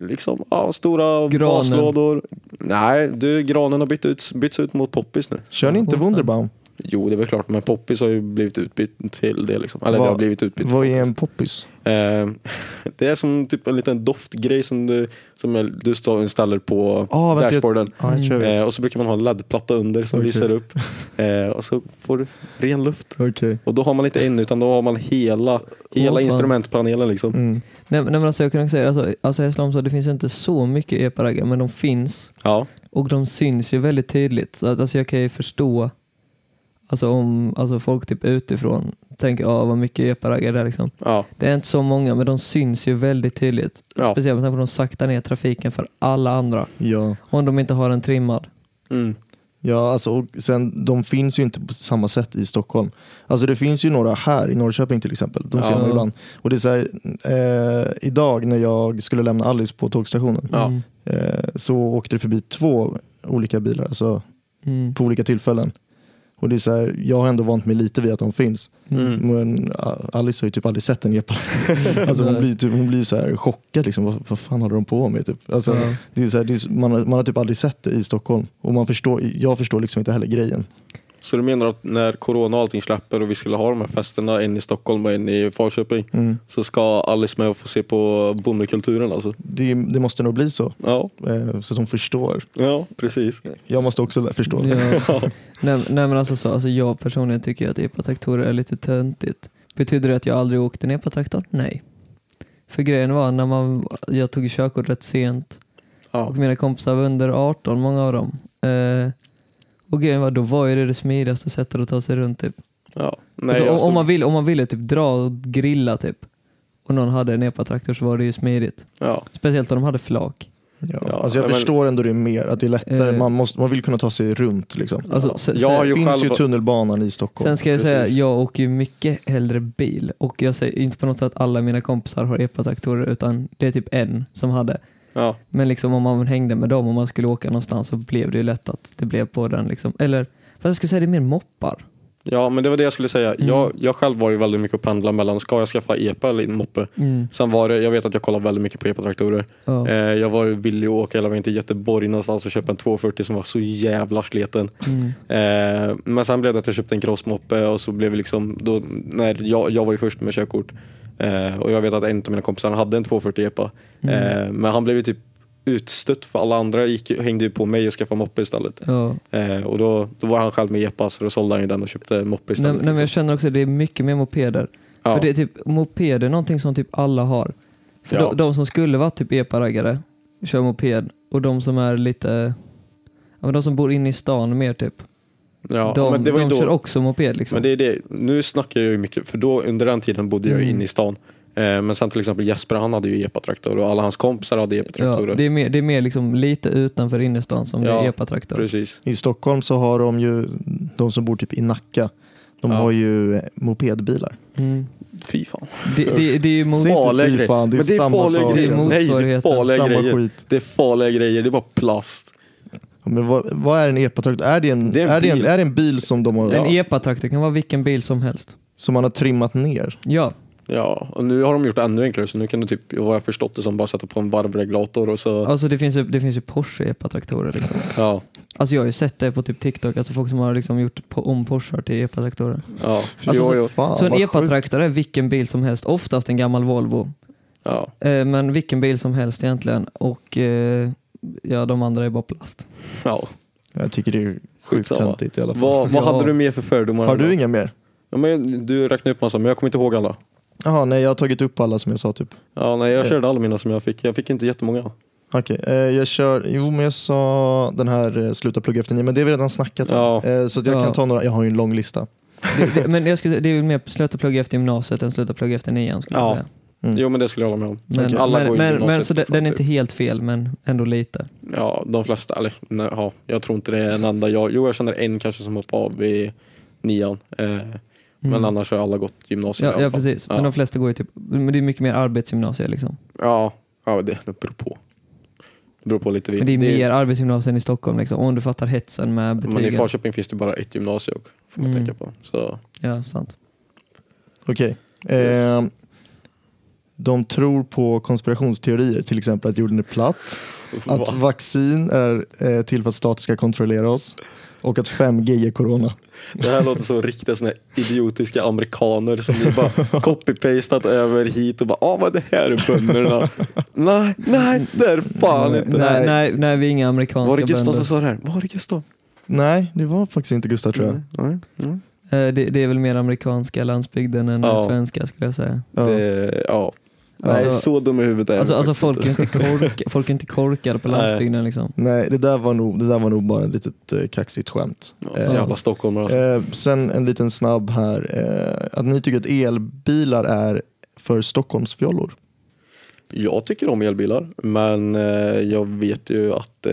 [SPEAKER 2] liksom, ja, stora
[SPEAKER 3] Granen.
[SPEAKER 2] baslådor. Nej, du, granen har bytt ut, bytts ut mot poppis nu.
[SPEAKER 4] Kör ni inte
[SPEAKER 3] Åh, fan.
[SPEAKER 4] Wunderbaum?
[SPEAKER 2] Jo, det är väl klart, men poppis har ju blivit utbytt till det. Liksom. Eller
[SPEAKER 4] Vad-
[SPEAKER 2] det har blivit utbytt till
[SPEAKER 4] Vad är
[SPEAKER 2] poppis.
[SPEAKER 4] en poppis?
[SPEAKER 2] Eh, [laughs] det är som typ en liten doftgrej som du, som är- du står- ställer på
[SPEAKER 4] Ah, vänta, jag-
[SPEAKER 2] dashboarden.
[SPEAKER 4] Ja, jag tror jag vet.
[SPEAKER 2] Eh, och så brukar man ha en LED-platta under som
[SPEAKER 4] Okej.
[SPEAKER 2] lyser
[SPEAKER 4] [laughs]
[SPEAKER 2] upp. Eh, och så får du ren luft.
[SPEAKER 4] Okej.
[SPEAKER 2] Och då har man inte en utan då har man hela, hela
[SPEAKER 3] Åh, fan.
[SPEAKER 2] instrumentpanelen liksom.
[SPEAKER 4] Mm.
[SPEAKER 3] Nej, men nej, men alltså, jag kan också säga, alltså, alltså Hässleholm så det finns inte så mycket epa-raggare, men de finns
[SPEAKER 2] Ja,
[SPEAKER 3] och de syns ju väldigt tydligt. Så att, alltså, jag kan ju förstå alltså, om alltså, folk typ utifrån tänker ja vad mycket epa-raggare det är. Liksom.
[SPEAKER 2] ja,
[SPEAKER 3] Det är inte så många, men de syns ju väldigt tydligt.
[SPEAKER 2] ja.
[SPEAKER 3] Speciellt med tanke på att de saktar ner trafiken för alla andra,
[SPEAKER 4] Ja.
[SPEAKER 3] om de inte har en trimmad.
[SPEAKER 2] Mm.
[SPEAKER 4] Ja, alltså, och sen, de finns ju inte på samma sätt i Stockholm. Alltså det finns ju några här i Norrköping till exempel. De ser
[SPEAKER 2] Ja.
[SPEAKER 4] man ibland. Och det är så här, eh, idag när jag skulle lämna Alice på tågstationen
[SPEAKER 2] Ja.
[SPEAKER 3] Mm.
[SPEAKER 4] eh, så åkte det förbi två olika bilar alltså,
[SPEAKER 3] Mm.
[SPEAKER 4] på olika tillfällen. Och det är så här, jag har ändå vant mig lite vid att de finns.
[SPEAKER 2] Mm.
[SPEAKER 4] Men ah, Alice har ju typ aldrig sett
[SPEAKER 2] [laughs]
[SPEAKER 4] en epa. Alltså hon blir, typ, hon blir så här chockad, liksom. vad, vad fan håller de på med? Typ. Alltså,
[SPEAKER 3] Ja.
[SPEAKER 4] det är så här, det är, man, har- man har typ aldrig sett det i Stockholm. Och man förstår, jag förstår liksom inte heller grejen.
[SPEAKER 2] Så du menar att när corona och allting släpper och vi skulle ha de här festerna en i Stockholm och en i Falköping
[SPEAKER 4] Mm.
[SPEAKER 2] så ska Alice med och få se på bondekulturen alltså?
[SPEAKER 4] Det, det måste nog bli så,
[SPEAKER 2] Ja,
[SPEAKER 4] eh, så att hon förstår.
[SPEAKER 2] ja precis.
[SPEAKER 4] Jag måste också lä- förstå.
[SPEAKER 2] [laughs]
[SPEAKER 3] Ja. nej, nej men alltså, så, alltså jag personligen tycker ju att epatraktorer är lite töntigt. Betyder det att jag aldrig åkte en epatraktor? Nej. För grejen var när man, jag tog körkort rätt sent
[SPEAKER 2] Ja.
[SPEAKER 3] och mina kompisar var under 18, många av dem. Eh, och grejen var, då var ju det det smidigaste sättet att ta sig runt typ.
[SPEAKER 2] Ja. Nej,
[SPEAKER 3] alltså,
[SPEAKER 2] jag
[SPEAKER 3] om,
[SPEAKER 2] stod-
[SPEAKER 3] om, man vill, om man ville typ dra och grilla typ och någon hade en epatraktor så var det ju smidigt.
[SPEAKER 2] ja.
[SPEAKER 3] Speciellt om de hade flak.
[SPEAKER 4] Ja.
[SPEAKER 2] Ja,
[SPEAKER 4] alltså jag
[SPEAKER 2] men-
[SPEAKER 4] förstår ändå det mer, att det är lättare.
[SPEAKER 3] Eh.
[SPEAKER 4] Man, måste, man vill kunna ta sig runt. Liksom.
[SPEAKER 3] Alltså,
[SPEAKER 2] Ja.
[SPEAKER 3] se-
[SPEAKER 2] Jag
[SPEAKER 3] se-
[SPEAKER 2] har
[SPEAKER 4] Det
[SPEAKER 2] ju
[SPEAKER 4] finns
[SPEAKER 2] själv-
[SPEAKER 4] ju tunnelbanan i Stockholm.
[SPEAKER 3] Sen ska jag säga,
[SPEAKER 2] Precis.
[SPEAKER 3] jag åker ju mycket hellre bil och jag säger inte på något sätt att alla mina kompisar har epatraktorer utan det är typ en som hade.
[SPEAKER 2] Ja,
[SPEAKER 3] Men liksom om man hängde med dem och man skulle åka någonstans så blev det ju lätt att det blev på den liksom. Eller, fast jag skulle säga det är mer moppar.
[SPEAKER 2] ja men det var det jag skulle säga.
[SPEAKER 3] Mm.
[SPEAKER 2] Jag, jag själv var ju väldigt mycket och pendla mellan, ska jag skaffa epa eller moppe? Sen var det, jag vet att jag kollade väldigt mycket på E epatraktorer.
[SPEAKER 3] Ja.
[SPEAKER 2] Eh, jag var ju villig att åka hela vägen till Göteborg någonstans och köpa en 240 som var så jävla sliten.
[SPEAKER 3] Mm.
[SPEAKER 2] Eh, men sen blev det att jag köpte en crossmoppe och så blev det liksom, då, när jag, jag var ju först med körkort eh, och jag vet att en av mina kompisar hade en 240 epa.
[SPEAKER 3] Mm.
[SPEAKER 2] Eh, men han blev ju typ utstött för alla andra gick, ju- hängde ju på mig och skaffade moppe istället.
[SPEAKER 3] Ja.
[SPEAKER 2] Eh, och då, då var han själv med epa så då sålde han ju den och köpte moppe
[SPEAKER 3] Nej,
[SPEAKER 2] istället.
[SPEAKER 3] nej, men jag
[SPEAKER 2] liksom.
[SPEAKER 3] känner också att det är mycket mer mopeder.
[SPEAKER 2] ja.
[SPEAKER 3] För det är typ, moped är någonting som typ alla har. För
[SPEAKER 2] Ja.
[SPEAKER 3] de, de som skulle vara typ epa-raggare kör moped och de som är lite, ja, men de som bor inne i stan mer typ,
[SPEAKER 2] ja.
[SPEAKER 3] de,
[SPEAKER 2] men det var ju
[SPEAKER 3] de
[SPEAKER 2] då-
[SPEAKER 3] kör också moped liksom.
[SPEAKER 2] Men det är det. Nu snackar jag ju mycket, för då under den tiden bodde jag
[SPEAKER 3] Mm.
[SPEAKER 2] inne i stan. Eh, men sen till exempel Jesper, han hade ju epatraktor och alla hans kompisar hade epatraktorer.
[SPEAKER 3] ja, det är mer, det är mer liksom lite utanför innerstan som det
[SPEAKER 2] Ja,
[SPEAKER 3] är epa-traktor.
[SPEAKER 2] Precis.
[SPEAKER 4] I Stockholm så har de ju, de som bor typ i Nacka, de
[SPEAKER 2] Ja.
[SPEAKER 4] har ju eh, mopedbilar.
[SPEAKER 3] Mm.
[SPEAKER 2] Fy fan.
[SPEAKER 3] Det, det, det är ju mot...
[SPEAKER 4] Säg inte
[SPEAKER 2] Farliga
[SPEAKER 4] fy
[SPEAKER 2] grejer.
[SPEAKER 4] fan, det är
[SPEAKER 2] Men det är
[SPEAKER 4] samma
[SPEAKER 2] farliga
[SPEAKER 4] sak.
[SPEAKER 2] grejer.
[SPEAKER 3] Det är
[SPEAKER 2] Nej, det är
[SPEAKER 3] motsvarigheten.
[SPEAKER 2] farliga
[SPEAKER 4] Samma
[SPEAKER 2] grejer.
[SPEAKER 4] skit.
[SPEAKER 2] Det är farliga grejer. Det är bara plast.
[SPEAKER 4] Ja, Men vad, vad är en epatraktor? Är det en,
[SPEAKER 2] Det är en
[SPEAKER 4] är det en,
[SPEAKER 2] bil.
[SPEAKER 4] är det en bil som, de har,
[SPEAKER 3] En e- epa-traktor kan vara vilken bil som helst.
[SPEAKER 4] som man har trimmat ner?
[SPEAKER 3] Ja,
[SPEAKER 2] Ja, och nu har de gjort det ännu enklare. Så nu kan du typ, vad jag förstått det som, bara sätta på en varvregulator och så.
[SPEAKER 3] alltså det finns ju, det finns ju Porsche epa-traktorer liksom.
[SPEAKER 2] Ja,
[SPEAKER 3] Alltså jag har ju sett det på typ TikTok, alltså folk som har liksom gjort po- om Porsche till epa-traktorer.
[SPEAKER 2] ja,
[SPEAKER 3] Alltså,
[SPEAKER 2] jo, jo.
[SPEAKER 4] Fan,
[SPEAKER 3] så en
[SPEAKER 4] vad sjukt.
[SPEAKER 3] epa-traktor är vilken bil som helst, oftast en gammal Volvo.
[SPEAKER 2] ja.
[SPEAKER 3] Eh, men vilken bil som helst egentligen och eh, ja, de andra är bara
[SPEAKER 2] [laughs]
[SPEAKER 3] plast.
[SPEAKER 2] ja.
[SPEAKER 4] Jag tycker det är sjukt
[SPEAKER 2] Skitsamma.
[SPEAKER 4] töntigt i alla fall.
[SPEAKER 2] Vad, vad
[SPEAKER 3] Ja.
[SPEAKER 2] hade du mer för fördomar?
[SPEAKER 4] Har du inga mer?
[SPEAKER 2] Ja, men du räknade upp massa, men jag kommer inte ihåg alla.
[SPEAKER 4] Jaha, nej jag har tagit upp alla som jag sa typ.
[SPEAKER 2] Ja, nej, jag
[SPEAKER 4] Eh.
[SPEAKER 2] körde alla mina som jag fick. Jag fick inte jättemånga.
[SPEAKER 4] Okej, eh, jag kör, jo men jag sa den här eh, sluta plugga efter nio, men det har vi redan snackat om.
[SPEAKER 2] Ja.
[SPEAKER 4] Eh, så att jag
[SPEAKER 3] Ja.
[SPEAKER 4] kan ta några, jag har ju en lång lista.
[SPEAKER 3] Det, det, men jag skulle, det är väl mer sluta plugga efter gymnasiet än sluta plugga efter nian skulle
[SPEAKER 2] Ja,
[SPEAKER 3] jag säga.
[SPEAKER 4] Mm.
[SPEAKER 2] Jo men det skulle jag hålla med om.
[SPEAKER 3] Men,
[SPEAKER 2] Okej. Alla går
[SPEAKER 3] men,
[SPEAKER 2] ju
[SPEAKER 3] men, men
[SPEAKER 2] gymnasiet typ.
[SPEAKER 3] så det, den är
[SPEAKER 2] fortfarande,
[SPEAKER 3] inte helt fel men ändå lite.
[SPEAKER 2] typ. Ja, de flesta. Eller nej, ja, jag tror inte det är en enda. Jag, jo jag känner en kanske som hoppade av i nian. Eh, Men annars har alla gått gymnasiet i
[SPEAKER 3] Mm. Ja,
[SPEAKER 2] alla
[SPEAKER 3] ja
[SPEAKER 2] fall.
[SPEAKER 3] precis, men
[SPEAKER 2] Ja.
[SPEAKER 3] de flesta går ju typ, men det är mycket mer arbetsgymnasier liksom.
[SPEAKER 2] Ja, ja det, det beror på. Det beror på lite.
[SPEAKER 3] Men det är mer arbetsgymnasier än i Stockholm liksom, om du fattar hetsen med
[SPEAKER 2] men i
[SPEAKER 3] betygen.
[SPEAKER 2] Falköping finns det bara ett gymnasium också, får man
[SPEAKER 3] Mm.
[SPEAKER 2] tänka på. Så,
[SPEAKER 3] Ja, sant.
[SPEAKER 4] Okej. Eh, de tror på konspirationsteorier, till exempel att jorden är platt, att
[SPEAKER 2] va?
[SPEAKER 4] vaccin är eh, till för att staten ska kontrollera oss och att 5G är corona.
[SPEAKER 2] Det här låter som riktiga såna här idiotiska amerikaner som vi bara copy-pastat över hit och bara ah vad är det här är bönderna. nej, nej det är fan
[SPEAKER 4] Nej,
[SPEAKER 2] inte.
[SPEAKER 3] Nej, nej, nej, vi är inga amerikanska
[SPEAKER 2] Var det Gustav
[SPEAKER 3] bönder.
[SPEAKER 2] som sa det här? Var det Gustav?
[SPEAKER 4] Nej, det var faktiskt inte Gustav tror jag.
[SPEAKER 2] Nej, nej.
[SPEAKER 3] Eh, Det, det är väl mer amerikanska landsbygden än
[SPEAKER 2] Ja.
[SPEAKER 3] svenska skulle jag säga.
[SPEAKER 4] Ja.
[SPEAKER 2] Det, ja.
[SPEAKER 3] Alltså-
[SPEAKER 2] Nej, så dum i huvudet är jag
[SPEAKER 3] Alltså, alltså
[SPEAKER 2] faktiskt
[SPEAKER 3] folk, är
[SPEAKER 2] inte.
[SPEAKER 3] inte kork, folk är inte korkade på
[SPEAKER 2] Nej.
[SPEAKER 3] landsbygden liksom.
[SPEAKER 4] Nej, det där var nog, det där var nog bara ett litet eh, kaxigt skämt.
[SPEAKER 2] Ja,
[SPEAKER 4] Eh,
[SPEAKER 2] jävla stockholmare alltså.
[SPEAKER 4] Eh, sen en liten snabb här. Eh, att ni tycker att elbilar är för Stockholmsfjollor.
[SPEAKER 2] Jag tycker om elbilar, men eh, jag vet ju att eh,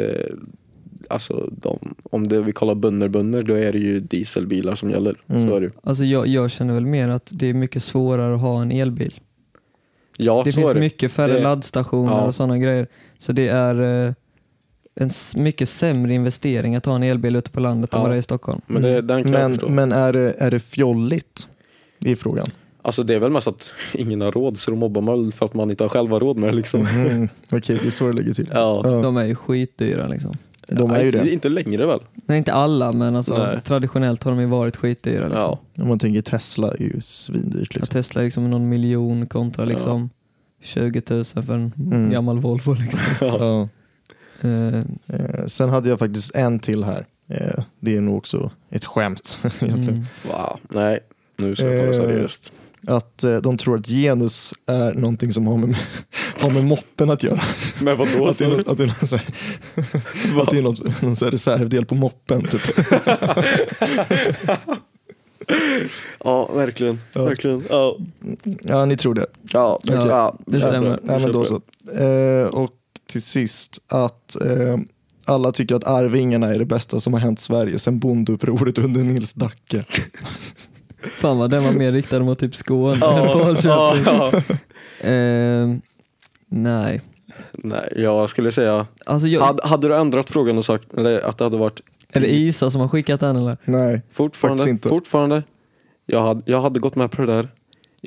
[SPEAKER 2] alltså, de, om det, vi kollar bönder-bönder, då är det ju dieselbilar som gäller.
[SPEAKER 4] Mm.
[SPEAKER 2] Så är det ju.
[SPEAKER 3] Alltså jag, jag känner väl mer att det är mycket svårare att ha en elbil.
[SPEAKER 2] Ja,
[SPEAKER 3] det
[SPEAKER 2] så
[SPEAKER 3] finns
[SPEAKER 2] är det.
[SPEAKER 3] mycket färre
[SPEAKER 2] Det-
[SPEAKER 3] laddstationer
[SPEAKER 2] Ja.
[SPEAKER 3] och sådana grejer. Så det är eh, en s- mycket sämre investering att ha en elbil ute på landet än
[SPEAKER 2] Ja.
[SPEAKER 3] vad det är i Stockholm.
[SPEAKER 2] Men det, den kan
[SPEAKER 3] Mm.
[SPEAKER 2] jag
[SPEAKER 4] Men,
[SPEAKER 2] förstå.
[SPEAKER 4] men är, det, är det fjolligt? Det är frågan.
[SPEAKER 2] Alltså det är väl mest att ingen har råd så de mobbar man väl för att man inte har själva råd med det liksom.
[SPEAKER 4] Mm, Okej, det är så det ligger till.
[SPEAKER 2] [laughs] Ja.
[SPEAKER 4] Ja,
[SPEAKER 3] De är ju skitdyra liksom.
[SPEAKER 4] de är
[SPEAKER 2] Ja,
[SPEAKER 4] ju
[SPEAKER 2] inte,
[SPEAKER 4] det.
[SPEAKER 2] inte längre väl?
[SPEAKER 3] Nej inte alla men alltså,
[SPEAKER 2] Nej.
[SPEAKER 3] traditionellt har de ju varit skitdyra. Liksom.
[SPEAKER 2] Ja.
[SPEAKER 4] Om man tänker Tesla är ju svindyrt.
[SPEAKER 3] Att
[SPEAKER 4] Liksom.
[SPEAKER 3] Tesla är liksom någon miljon kontra
[SPEAKER 2] Ja.
[SPEAKER 3] liksom 20 000 för en
[SPEAKER 4] Mm.
[SPEAKER 3] gammal Volvo. Liksom.
[SPEAKER 4] Ja.
[SPEAKER 3] Eh,
[SPEAKER 4] Eh, sen hade jag faktiskt en till här. Eh, det är nog också ett skämt. [laughs] egentligen.
[SPEAKER 3] mm.
[SPEAKER 2] Wow. Nej, nu ska jag ta det
[SPEAKER 4] Eh.
[SPEAKER 2] seriöst.
[SPEAKER 4] Att eh, de tror att genus är någonting som har med, [laughs] har med moppen att göra.
[SPEAKER 2] Men vadå?
[SPEAKER 4] Att det är,
[SPEAKER 3] [laughs]
[SPEAKER 4] något, att det är, något, så här- att det är något, någon så här reservdel på moppen. Typ.
[SPEAKER 2] Ja, verkligen.
[SPEAKER 4] Ja.
[SPEAKER 2] Verkligen. Ja,
[SPEAKER 4] Ja, ni tror det.
[SPEAKER 2] ja,
[SPEAKER 3] Ja,
[SPEAKER 2] okej. ja
[SPEAKER 3] det
[SPEAKER 2] köper
[SPEAKER 3] stämmer.
[SPEAKER 2] Jag
[SPEAKER 4] Nej, men
[SPEAKER 2] köper
[SPEAKER 4] då
[SPEAKER 2] det.
[SPEAKER 4] så. Eh, och till sist att eh, alla tycker att Arvingarna är det bästa som har hänt Sverige sedan bondeupproret under Nils Dacke.
[SPEAKER 3] Fan vad den var mer riktad [laughs] mot typ Skåne än
[SPEAKER 2] Ja,
[SPEAKER 3] Falköping.
[SPEAKER 2] ja, ja.
[SPEAKER 3] Eh, Ehm, nej,
[SPEAKER 2] Nej, jag skulle säga,
[SPEAKER 3] Alltså, jag,
[SPEAKER 2] hade, hade du ändrat frågan och sagt eller att det hade varit
[SPEAKER 3] är det Isa som har skickat den eller?
[SPEAKER 4] Nej.
[SPEAKER 2] fortfarande,
[SPEAKER 4] Faktiskt inte.
[SPEAKER 2] fortfarande. Jag hade, jag hade gått med på det där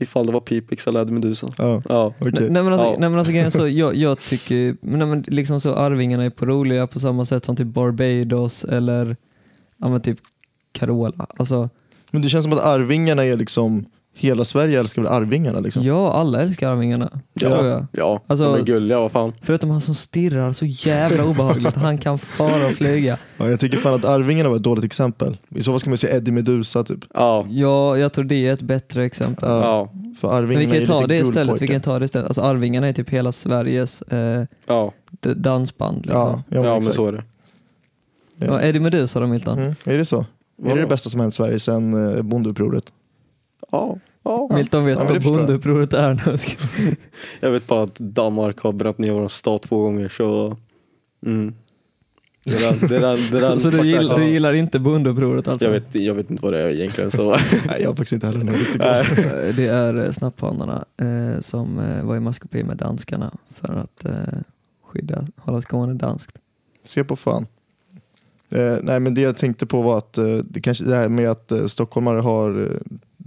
[SPEAKER 2] ifall det var Pipix eller Eddie Meduza.
[SPEAKER 4] Ja,
[SPEAKER 2] Ja.
[SPEAKER 4] okej.
[SPEAKER 3] Nej men alltså,
[SPEAKER 2] Ja.
[SPEAKER 3] nej, men alltså grejen är så, jag, jag tycker ju- men, nej, men liksom så Arvingarna är på roliga på samma sätt som typ Barbados eller ja, men typ Carola. Alltså,
[SPEAKER 4] Men det känns som att Arvingarna är liksom, hela Sverige älskar väl Arvingarna liksom?
[SPEAKER 3] ja, alla älskar Arvingarna.
[SPEAKER 2] Ja.
[SPEAKER 3] Tror jag.
[SPEAKER 2] Ja,
[SPEAKER 3] Alltså-
[SPEAKER 2] de är gulliga, vad fan.
[SPEAKER 3] Förutom han som stirrar så jävla obehagligt. Han kan fara och flyga.
[SPEAKER 4] Ja, jag tycker fan att Arvingarna var ett dåligt exempel. I så fall ska man säga Eddie Meduza typ.
[SPEAKER 2] Ja,
[SPEAKER 3] Ja, jag tror det är ett bättre exempel.
[SPEAKER 4] Ja,
[SPEAKER 2] ja,
[SPEAKER 4] För
[SPEAKER 3] Men
[SPEAKER 4] Arvingarna
[SPEAKER 3] vi kan
[SPEAKER 4] är
[SPEAKER 3] ju ta
[SPEAKER 4] lite
[SPEAKER 3] det istället. Vi
[SPEAKER 4] guldpojkar.
[SPEAKER 3] kan ta det istället. Alltså Arvingarna är typ hela Sveriges eh,
[SPEAKER 2] ja,
[SPEAKER 3] d- dansband. Liksom.
[SPEAKER 4] Ja, ja,
[SPEAKER 2] ja,
[SPEAKER 4] men,
[SPEAKER 2] men
[SPEAKER 4] exakt.
[SPEAKER 2] så är det.
[SPEAKER 3] Ja. Eddie Meduza då Milton?
[SPEAKER 4] Mm. Är det så? Är det
[SPEAKER 2] Vadå?
[SPEAKER 4] det bästa som hänt Sverige sedan eh,
[SPEAKER 3] [laughs]
[SPEAKER 4] bondeupproret?
[SPEAKER 2] Ja,
[SPEAKER 4] [laughs]
[SPEAKER 2] ja.
[SPEAKER 3] Milton vet
[SPEAKER 4] Ja, men
[SPEAKER 3] vad
[SPEAKER 4] det förstår jag.
[SPEAKER 3] bondeupproret är nu.
[SPEAKER 2] [laughs] Jag vet bara att Danmark har bränt ner vår stat två gånger så... Mm. Det där, det där,
[SPEAKER 4] [laughs]
[SPEAKER 2] det där
[SPEAKER 3] så så du,
[SPEAKER 2] faktiskt-
[SPEAKER 3] gill, du gillar inte bondeupproret alltså?
[SPEAKER 2] jag, vet, jag vet inte vad det är egentligen så...
[SPEAKER 4] [laughs] Nej, jag har faktiskt inte heller något
[SPEAKER 2] Nej.
[SPEAKER 3] [laughs] Eh, Det är eh, snapphanarna eh, som eh, var i maskopi med danskarna för att eh, skydda, hålla Skåne danskt.
[SPEAKER 4] Se på fan. Eh, nej, men det jag tänkte på var att eh, det, kanske, det här med att eh, stockholmare har, eh,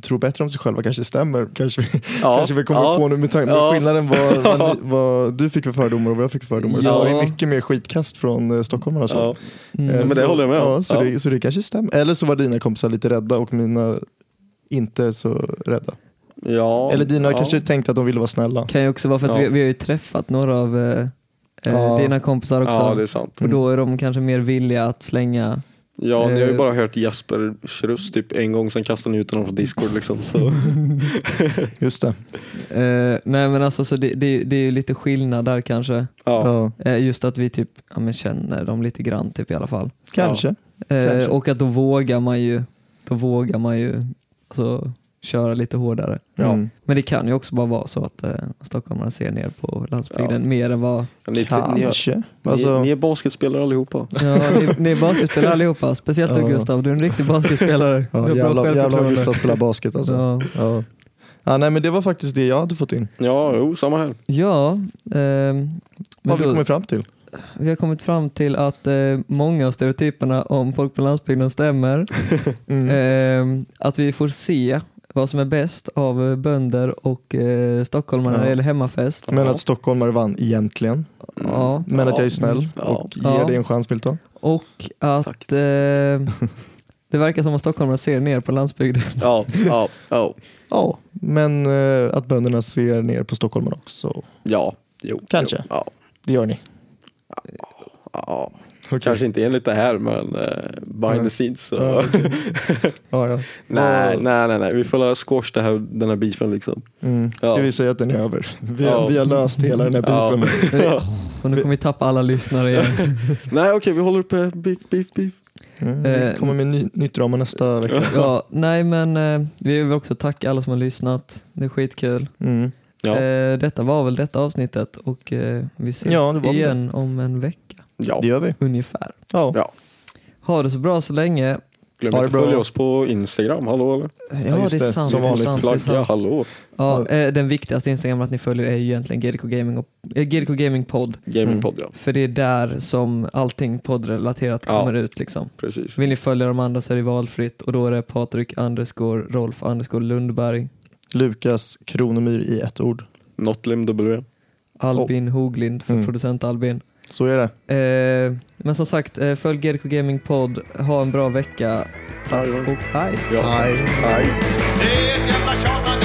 [SPEAKER 4] tror bättre om sig själva kanske stämmer. Kanske,
[SPEAKER 2] Ja,
[SPEAKER 4] kanske vi kommer
[SPEAKER 2] ja.
[SPEAKER 4] på nu med tanke
[SPEAKER 2] Ja.
[SPEAKER 4] på skillnaden
[SPEAKER 2] [laughs]
[SPEAKER 4] vad, vad, ni- vad du fick för fördomar och vad jag fick för fördomar. Så
[SPEAKER 2] Ja.
[SPEAKER 4] var det mycket mer skitkast från eh, stockholmarna. Så.
[SPEAKER 2] Ja.
[SPEAKER 3] Mm.
[SPEAKER 4] Eh,
[SPEAKER 2] men det
[SPEAKER 4] så,
[SPEAKER 2] håller jag med om.
[SPEAKER 4] ja, så,
[SPEAKER 2] Ja.
[SPEAKER 4] Det, så det kanske stämmer. Eller så var dina kompisar lite rädda och mina inte så rädda.
[SPEAKER 2] ja.
[SPEAKER 4] Eller dina
[SPEAKER 2] ja.
[SPEAKER 4] kanske tänkte att de ville vara snälla.
[SPEAKER 3] kan ju också vara för att
[SPEAKER 2] Ja.
[SPEAKER 3] vi, vi har ju träffat några av eh, eh,
[SPEAKER 4] Ja.
[SPEAKER 3] dina kompisar också.
[SPEAKER 2] Ja, det är sant.
[SPEAKER 3] Och då är de kanske mer villiga att slänga.
[SPEAKER 2] Ja, ni har ju
[SPEAKER 3] Eh.
[SPEAKER 2] bara hört Jasper Schruss typ en gång, sen kastade ni ut honom från Discord liksom. Så.
[SPEAKER 4] Just det.
[SPEAKER 3] Eh, nej men alltså så det, det, det är ju lite skillnad där kanske.
[SPEAKER 2] Ja.
[SPEAKER 4] Ja.
[SPEAKER 3] Eh, just att vi typ ja, men känner dem lite grann typ i alla fall.
[SPEAKER 4] Kanske.
[SPEAKER 3] Eh,
[SPEAKER 4] Kanske.
[SPEAKER 3] och att då vågar man ju, då vågar man ju alltså, köra lite hårdare. Mm.
[SPEAKER 4] Ja.
[SPEAKER 3] Men det kan ju också bara vara så att eh, stockholmarna ser ner på landsbygden mer än vad...
[SPEAKER 2] Ni, ni, har,
[SPEAKER 4] Kanske.
[SPEAKER 2] ni,
[SPEAKER 4] Alltså,
[SPEAKER 2] ni är basketspelare allihopa.
[SPEAKER 3] Ja, ni, ni är basketspelare allihopa, speciellt du
[SPEAKER 4] Ja.
[SPEAKER 3] Gustav, du är en riktig basketspelare. du
[SPEAKER 4] ja,
[SPEAKER 3] har bra
[SPEAKER 4] jävlar, jävlar vad
[SPEAKER 3] självförtroende.
[SPEAKER 4] Gustav spelar basket alltså. Ja.
[SPEAKER 3] Ja,
[SPEAKER 4] Ja. nej, men det var faktiskt det jag hade fått in.
[SPEAKER 2] Ja, jo, samma här.
[SPEAKER 3] ja ehm, men
[SPEAKER 4] Vad vi
[SPEAKER 3] då,
[SPEAKER 4] kommit fram till.
[SPEAKER 3] vi har kommit fram till att eh, många av stereotyperna om folk på landsbygden stämmer.
[SPEAKER 4] Mm.
[SPEAKER 3] Ehm, att vi får se vad som är bäst av eh, bönder och eh, stockholmare när det
[SPEAKER 4] Ja.
[SPEAKER 3] gäller hemmafest.
[SPEAKER 4] men alltså-
[SPEAKER 2] ja.
[SPEAKER 4] att stockholmare vann egentligen.
[SPEAKER 3] Ja.
[SPEAKER 4] Men att jag är snäll
[SPEAKER 2] Ja.
[SPEAKER 4] och ger
[SPEAKER 3] Ja.
[SPEAKER 4] dig en chans Milton.
[SPEAKER 3] Och att
[SPEAKER 2] Tack.
[SPEAKER 4] [laughs]
[SPEAKER 3] eh, det verkar som att stockholmarna ser ner på landsbygden.
[SPEAKER 2] Ja, ja, ja.
[SPEAKER 4] Ja, men eh, att bönderna ser ner på stockholmarna också.
[SPEAKER 2] Ja, jo.
[SPEAKER 4] Kanske.
[SPEAKER 2] Jo, ja.
[SPEAKER 4] Det gör ni.
[SPEAKER 2] Ja,
[SPEAKER 4] Okej.
[SPEAKER 2] kanske inte enligt det här men eh, behind
[SPEAKER 4] Mm.
[SPEAKER 2] the scenes så.
[SPEAKER 4] Ja, okej. ja, ja.
[SPEAKER 2] [laughs] nej,
[SPEAKER 4] Ja.
[SPEAKER 2] nej, nej, nej, vi får la squash det här, den här beefen liksom.
[SPEAKER 4] Mm. Ska
[SPEAKER 2] Ja.
[SPEAKER 4] vi säga att den är över? Vi,
[SPEAKER 2] Ja.
[SPEAKER 4] vi har löst hela den här
[SPEAKER 2] Ja.
[SPEAKER 4] beefen.
[SPEAKER 3] Och nu kommer vi tappa alla
[SPEAKER 4] [laughs]
[SPEAKER 3] lyssnare igen.
[SPEAKER 2] Nej okej, vi håller uppe beef, beef, beef.
[SPEAKER 4] Mm. Vi
[SPEAKER 3] Eh.
[SPEAKER 4] kommer med ny, nytt drama nästa vecka.
[SPEAKER 3] Ja, nej men eh, vi vill också tacka alla som har lyssnat. Det är skitkul.
[SPEAKER 4] Mm.
[SPEAKER 2] Ja,
[SPEAKER 3] Eh, detta var väl detta avsnittet och eh, vi ses
[SPEAKER 4] Ja, det var väl
[SPEAKER 3] igen om en vecka
[SPEAKER 2] ja.
[SPEAKER 4] Det gör vi.
[SPEAKER 3] ungefär.
[SPEAKER 4] Ja.
[SPEAKER 2] ja.
[SPEAKER 3] Ha det så bra så länge.
[SPEAKER 2] Glöm inte
[SPEAKER 4] Ha
[SPEAKER 2] att
[SPEAKER 4] det bra.
[SPEAKER 2] följa oss på Instagram, hallå eller?
[SPEAKER 3] Ja,
[SPEAKER 4] just
[SPEAKER 3] det är
[SPEAKER 4] det.
[SPEAKER 3] sant.
[SPEAKER 4] Som
[SPEAKER 3] det är
[SPEAKER 4] vanligt.
[SPEAKER 3] sant, det är
[SPEAKER 2] Flagga,
[SPEAKER 3] sant.
[SPEAKER 2] hallå.
[SPEAKER 3] Ja, eh, den viktigaste Instagram att ni följer är ju egentligen GDK Gaming, och, eh, GDK Gaming Podd.
[SPEAKER 2] Gamingpodd
[SPEAKER 4] Mm.
[SPEAKER 2] ja,
[SPEAKER 3] För det är där som allting poddrelaterat
[SPEAKER 2] Ja.
[SPEAKER 3] kommer ut liksom.
[SPEAKER 2] precis.
[SPEAKER 3] Vill ni följa de andra så är det valfritt och då är det Patrik underscore Rolf underscore Lundberg,
[SPEAKER 4] Lukas Kronemyr i ett ord.
[SPEAKER 2] Notlim W.
[SPEAKER 3] Albin Hoglind för
[SPEAKER 4] Mm.
[SPEAKER 3] producent Albin.
[SPEAKER 4] Så är det.
[SPEAKER 3] Eh, men som sagt, eh, följ GDK Gaming Podd, ha en bra vecka. Tack och hej!
[SPEAKER 2] Ja.
[SPEAKER 4] Hej.
[SPEAKER 2] Hej.
[SPEAKER 6] Det är ett jävla tjat man